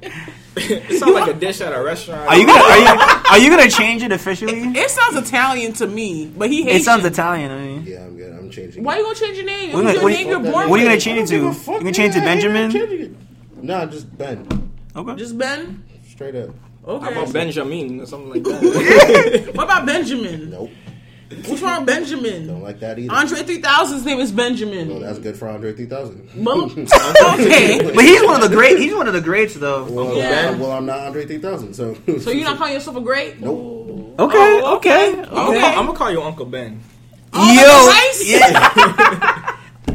[SPEAKER 8] it sounds like a dish at a restaurant.
[SPEAKER 1] Are you gonna are you, are you gonna change it officially?
[SPEAKER 2] It sounds Italian to me, but he hates
[SPEAKER 1] It sounds Italian. I mean,
[SPEAKER 3] Yeah, I'm good. I'm changing.
[SPEAKER 2] Why you gonna change your name? It was
[SPEAKER 1] What-
[SPEAKER 2] your
[SPEAKER 1] what-
[SPEAKER 2] name you're born
[SPEAKER 1] what are you gonna
[SPEAKER 2] with.
[SPEAKER 1] change it to? You gonna change it to Benjamin?
[SPEAKER 3] Nah, just Ben.
[SPEAKER 1] Okay.
[SPEAKER 2] Just Ben.
[SPEAKER 3] Straight up.
[SPEAKER 2] Okay.
[SPEAKER 8] How about Benjamin or something like that?
[SPEAKER 2] What about Benjamin?
[SPEAKER 3] Nope.
[SPEAKER 2] What's wrong with Benjamin?
[SPEAKER 3] Don't like that either.
[SPEAKER 2] Andre 3000's name is
[SPEAKER 3] Well,
[SPEAKER 2] Benjamin.
[SPEAKER 3] that's good for Andre 3000.
[SPEAKER 2] Well, okay.
[SPEAKER 1] But he's one of the great. He's one of the greats, though.
[SPEAKER 3] Well,
[SPEAKER 2] Yeah.
[SPEAKER 3] well, I'm not Andre 3000, so.
[SPEAKER 2] So you're not calling yourself a great?
[SPEAKER 3] Nope.
[SPEAKER 1] Okay, okay,
[SPEAKER 8] I'm,
[SPEAKER 1] okay.
[SPEAKER 8] gonna call, I'm gonna call you Uncle Ben.
[SPEAKER 2] Oh,
[SPEAKER 1] Yo,
[SPEAKER 2] Christ.
[SPEAKER 1] yeah,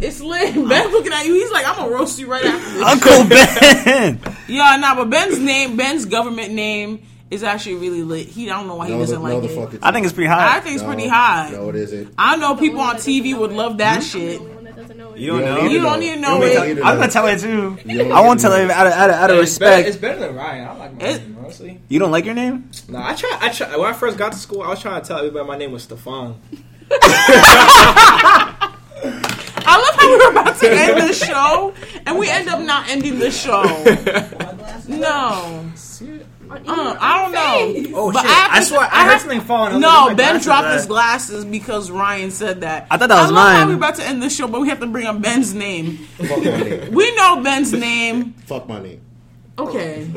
[SPEAKER 2] It's lit. Ben's looking at you. He's like, I'm gonna roast you right after this.
[SPEAKER 1] Uncle Ben.
[SPEAKER 2] yeah, nah, but Ben's name, Ben's government name is actually really lit. He I don't know why he
[SPEAKER 3] No, the,
[SPEAKER 2] doesn't
[SPEAKER 3] no,
[SPEAKER 2] like
[SPEAKER 3] the
[SPEAKER 2] it.
[SPEAKER 3] fuck it's
[SPEAKER 1] I think it's pretty high.
[SPEAKER 2] I think it's
[SPEAKER 3] No,
[SPEAKER 2] pretty high.
[SPEAKER 3] No, it isn't.
[SPEAKER 2] I know people on
[SPEAKER 9] that doesn't
[SPEAKER 2] TV would
[SPEAKER 9] know it.
[SPEAKER 2] love that
[SPEAKER 9] I'm
[SPEAKER 2] shit.
[SPEAKER 9] the only one that doesn't know it.
[SPEAKER 8] You don't
[SPEAKER 3] Yeah,
[SPEAKER 8] know.
[SPEAKER 3] you
[SPEAKER 2] You
[SPEAKER 3] don't
[SPEAKER 2] don't
[SPEAKER 3] know.
[SPEAKER 2] even know
[SPEAKER 3] You don't
[SPEAKER 2] it.
[SPEAKER 3] even
[SPEAKER 1] I'm gonna
[SPEAKER 3] know.
[SPEAKER 1] tell her too.
[SPEAKER 3] You don't
[SPEAKER 1] I won't
[SPEAKER 3] even
[SPEAKER 1] tell
[SPEAKER 3] know.
[SPEAKER 1] her out of out of, out of
[SPEAKER 8] It's better, it's
[SPEAKER 1] respect.
[SPEAKER 8] better than Ryan. I like my
[SPEAKER 2] It-
[SPEAKER 8] name, honestly.
[SPEAKER 1] You don't like your name?
[SPEAKER 8] Nah, I try. I try. When I first got to school, I was trying to tell everybody my name was Stefan.
[SPEAKER 2] I love how we were about to end the show and we end up not ending the show. No, uh, I don't know.
[SPEAKER 1] Oh
[SPEAKER 2] But
[SPEAKER 1] shit!
[SPEAKER 2] I have
[SPEAKER 1] I
[SPEAKER 2] to-
[SPEAKER 1] swear,
[SPEAKER 2] I
[SPEAKER 1] I
[SPEAKER 2] have-
[SPEAKER 1] heard
[SPEAKER 8] Something falling. I was like,
[SPEAKER 2] No,
[SPEAKER 8] "Oh my
[SPEAKER 2] Ben
[SPEAKER 8] gosh,
[SPEAKER 2] dropped
[SPEAKER 8] is
[SPEAKER 2] his
[SPEAKER 8] that-"
[SPEAKER 2] glasses because Ryan said that.
[SPEAKER 1] I thought that was
[SPEAKER 2] I love How
[SPEAKER 1] mine.
[SPEAKER 2] we about to end the show, but we have to bring up Ben's name.
[SPEAKER 3] Fuck my name.
[SPEAKER 2] We know Ben's name.
[SPEAKER 3] Fuck my name.
[SPEAKER 2] Okay.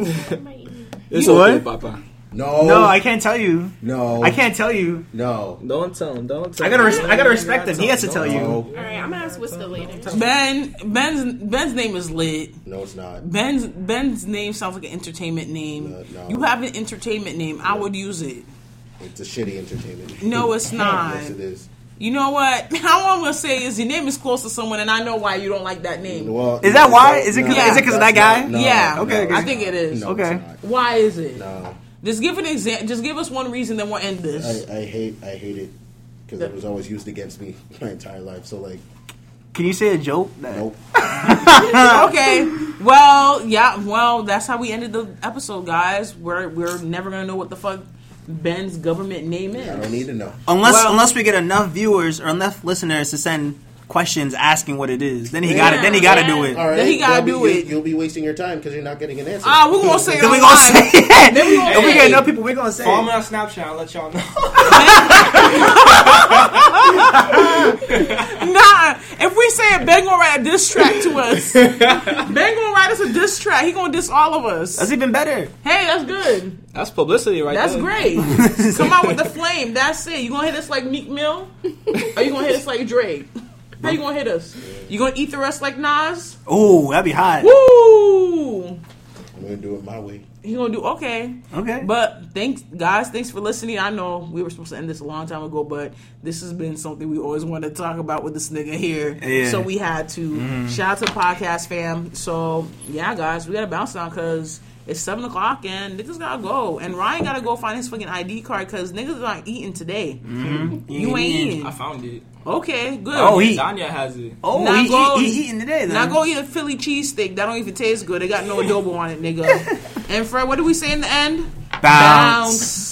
[SPEAKER 8] It's
[SPEAKER 1] You
[SPEAKER 8] okay,
[SPEAKER 1] what?
[SPEAKER 8] Papa.
[SPEAKER 3] No.
[SPEAKER 1] No, I can't tell you.
[SPEAKER 3] No.
[SPEAKER 1] I can't tell you.
[SPEAKER 3] No.
[SPEAKER 8] Don't tell him. Don't tell
[SPEAKER 1] I gotta,
[SPEAKER 8] him.
[SPEAKER 1] res- I gotta respect him. He has to tell you.
[SPEAKER 3] No.
[SPEAKER 9] All right, I'm gonna ask Whisker later.
[SPEAKER 2] Ben Ben's Ben's name is lit.
[SPEAKER 3] No, it's not.
[SPEAKER 2] Ben's Ben's name sounds like an entertainment name.
[SPEAKER 3] No, no.
[SPEAKER 2] You have an entertainment name. I would use it.
[SPEAKER 3] It's a shitty entertainment.
[SPEAKER 2] No, it's not.
[SPEAKER 3] yes, it is.
[SPEAKER 2] You know what? All I'm gonna say is your name is close to someone, and I know why you don't like that name.
[SPEAKER 3] Well,
[SPEAKER 1] Is that
[SPEAKER 3] no,
[SPEAKER 1] why?
[SPEAKER 3] it's
[SPEAKER 1] Is it
[SPEAKER 3] not.
[SPEAKER 1] 'cause-
[SPEAKER 2] is it 'cause
[SPEAKER 1] of that
[SPEAKER 3] That's
[SPEAKER 1] guy?
[SPEAKER 3] not- no,
[SPEAKER 2] yeah,
[SPEAKER 3] no,
[SPEAKER 1] Okay,
[SPEAKER 3] it's
[SPEAKER 2] I think it
[SPEAKER 3] not.
[SPEAKER 2] is.
[SPEAKER 3] No,
[SPEAKER 1] Okay.
[SPEAKER 3] it's
[SPEAKER 2] Why is it?
[SPEAKER 3] not. No.
[SPEAKER 2] Just give an example. Just give us one reason, then we'll end this.
[SPEAKER 3] I, I hate I hate it because it was always used against me my entire life. So like,
[SPEAKER 1] Can you say a joke? That-
[SPEAKER 3] nope.
[SPEAKER 2] okay. Well, yeah. Well, that's how we ended the episode, guys. We're we're never gonna know what the fuck Ben's government name is.
[SPEAKER 3] I don't need to know.
[SPEAKER 1] Unless
[SPEAKER 2] Well-
[SPEAKER 1] unless we get enough viewers or enough listeners to send questions asking what it is, then he got it. Then he got to do it.
[SPEAKER 3] All right,
[SPEAKER 2] Then he gotta
[SPEAKER 3] that'll be-
[SPEAKER 2] do
[SPEAKER 3] you-
[SPEAKER 2] it.
[SPEAKER 3] You'll be wasting your time because you're not getting an answer.
[SPEAKER 2] Ah, we're gonna say it
[SPEAKER 1] Then we
[SPEAKER 2] online.
[SPEAKER 1] gonna say it.
[SPEAKER 2] Then we gonna
[SPEAKER 1] If we
[SPEAKER 2] say
[SPEAKER 1] get
[SPEAKER 2] it.
[SPEAKER 1] enough people, we gonna say
[SPEAKER 8] Follow me
[SPEAKER 1] it.
[SPEAKER 8] on Snapchat. I'll let y'all know.
[SPEAKER 2] Nah, if we say it, Ben gonna write a diss track to us. ben gonna write us a diss track. He gonna diss all of us.
[SPEAKER 1] That's even better.
[SPEAKER 2] hey, that's good.
[SPEAKER 8] That's publicity, right
[SPEAKER 2] That's
[SPEAKER 8] there.
[SPEAKER 2] great. Come out with the flame. That's it. You gonna hit us like Meek Mill? Are you gonna hit us like Drake? How you gonna hit us? You gonna eat the rest like Nas?
[SPEAKER 1] Ooh, that'd be hot.
[SPEAKER 2] Woo!
[SPEAKER 3] I'm gonna do it my way.
[SPEAKER 2] He gonna do okay.
[SPEAKER 1] Okay.
[SPEAKER 2] But thanks, guys. Thanks for listening. I know we were supposed to end this a long time ago, but this has been something we always wanted to talk about with this nigga here.
[SPEAKER 1] Yeah. Mm-hmm.
[SPEAKER 2] So we had to shout out to the podcast fam. So yeah, guys, we gotta bounce now because it's seven o'clock and niggas gotta go, and Ryan gotta go find his fucking ID card because niggas aren't eating today. You ain't eating.
[SPEAKER 8] I found it.
[SPEAKER 2] Okay, good.
[SPEAKER 1] Mm-hmm. Oh, he-
[SPEAKER 8] Danya has it.
[SPEAKER 1] Oh,
[SPEAKER 2] Now
[SPEAKER 1] he,
[SPEAKER 2] go-
[SPEAKER 1] he, he eating today. Then.
[SPEAKER 2] Now go eat a Philly cheesesteak. That don't even taste good. They got no adobo on it, nigga. and Fred, what did we say in the end?
[SPEAKER 1] Bounce.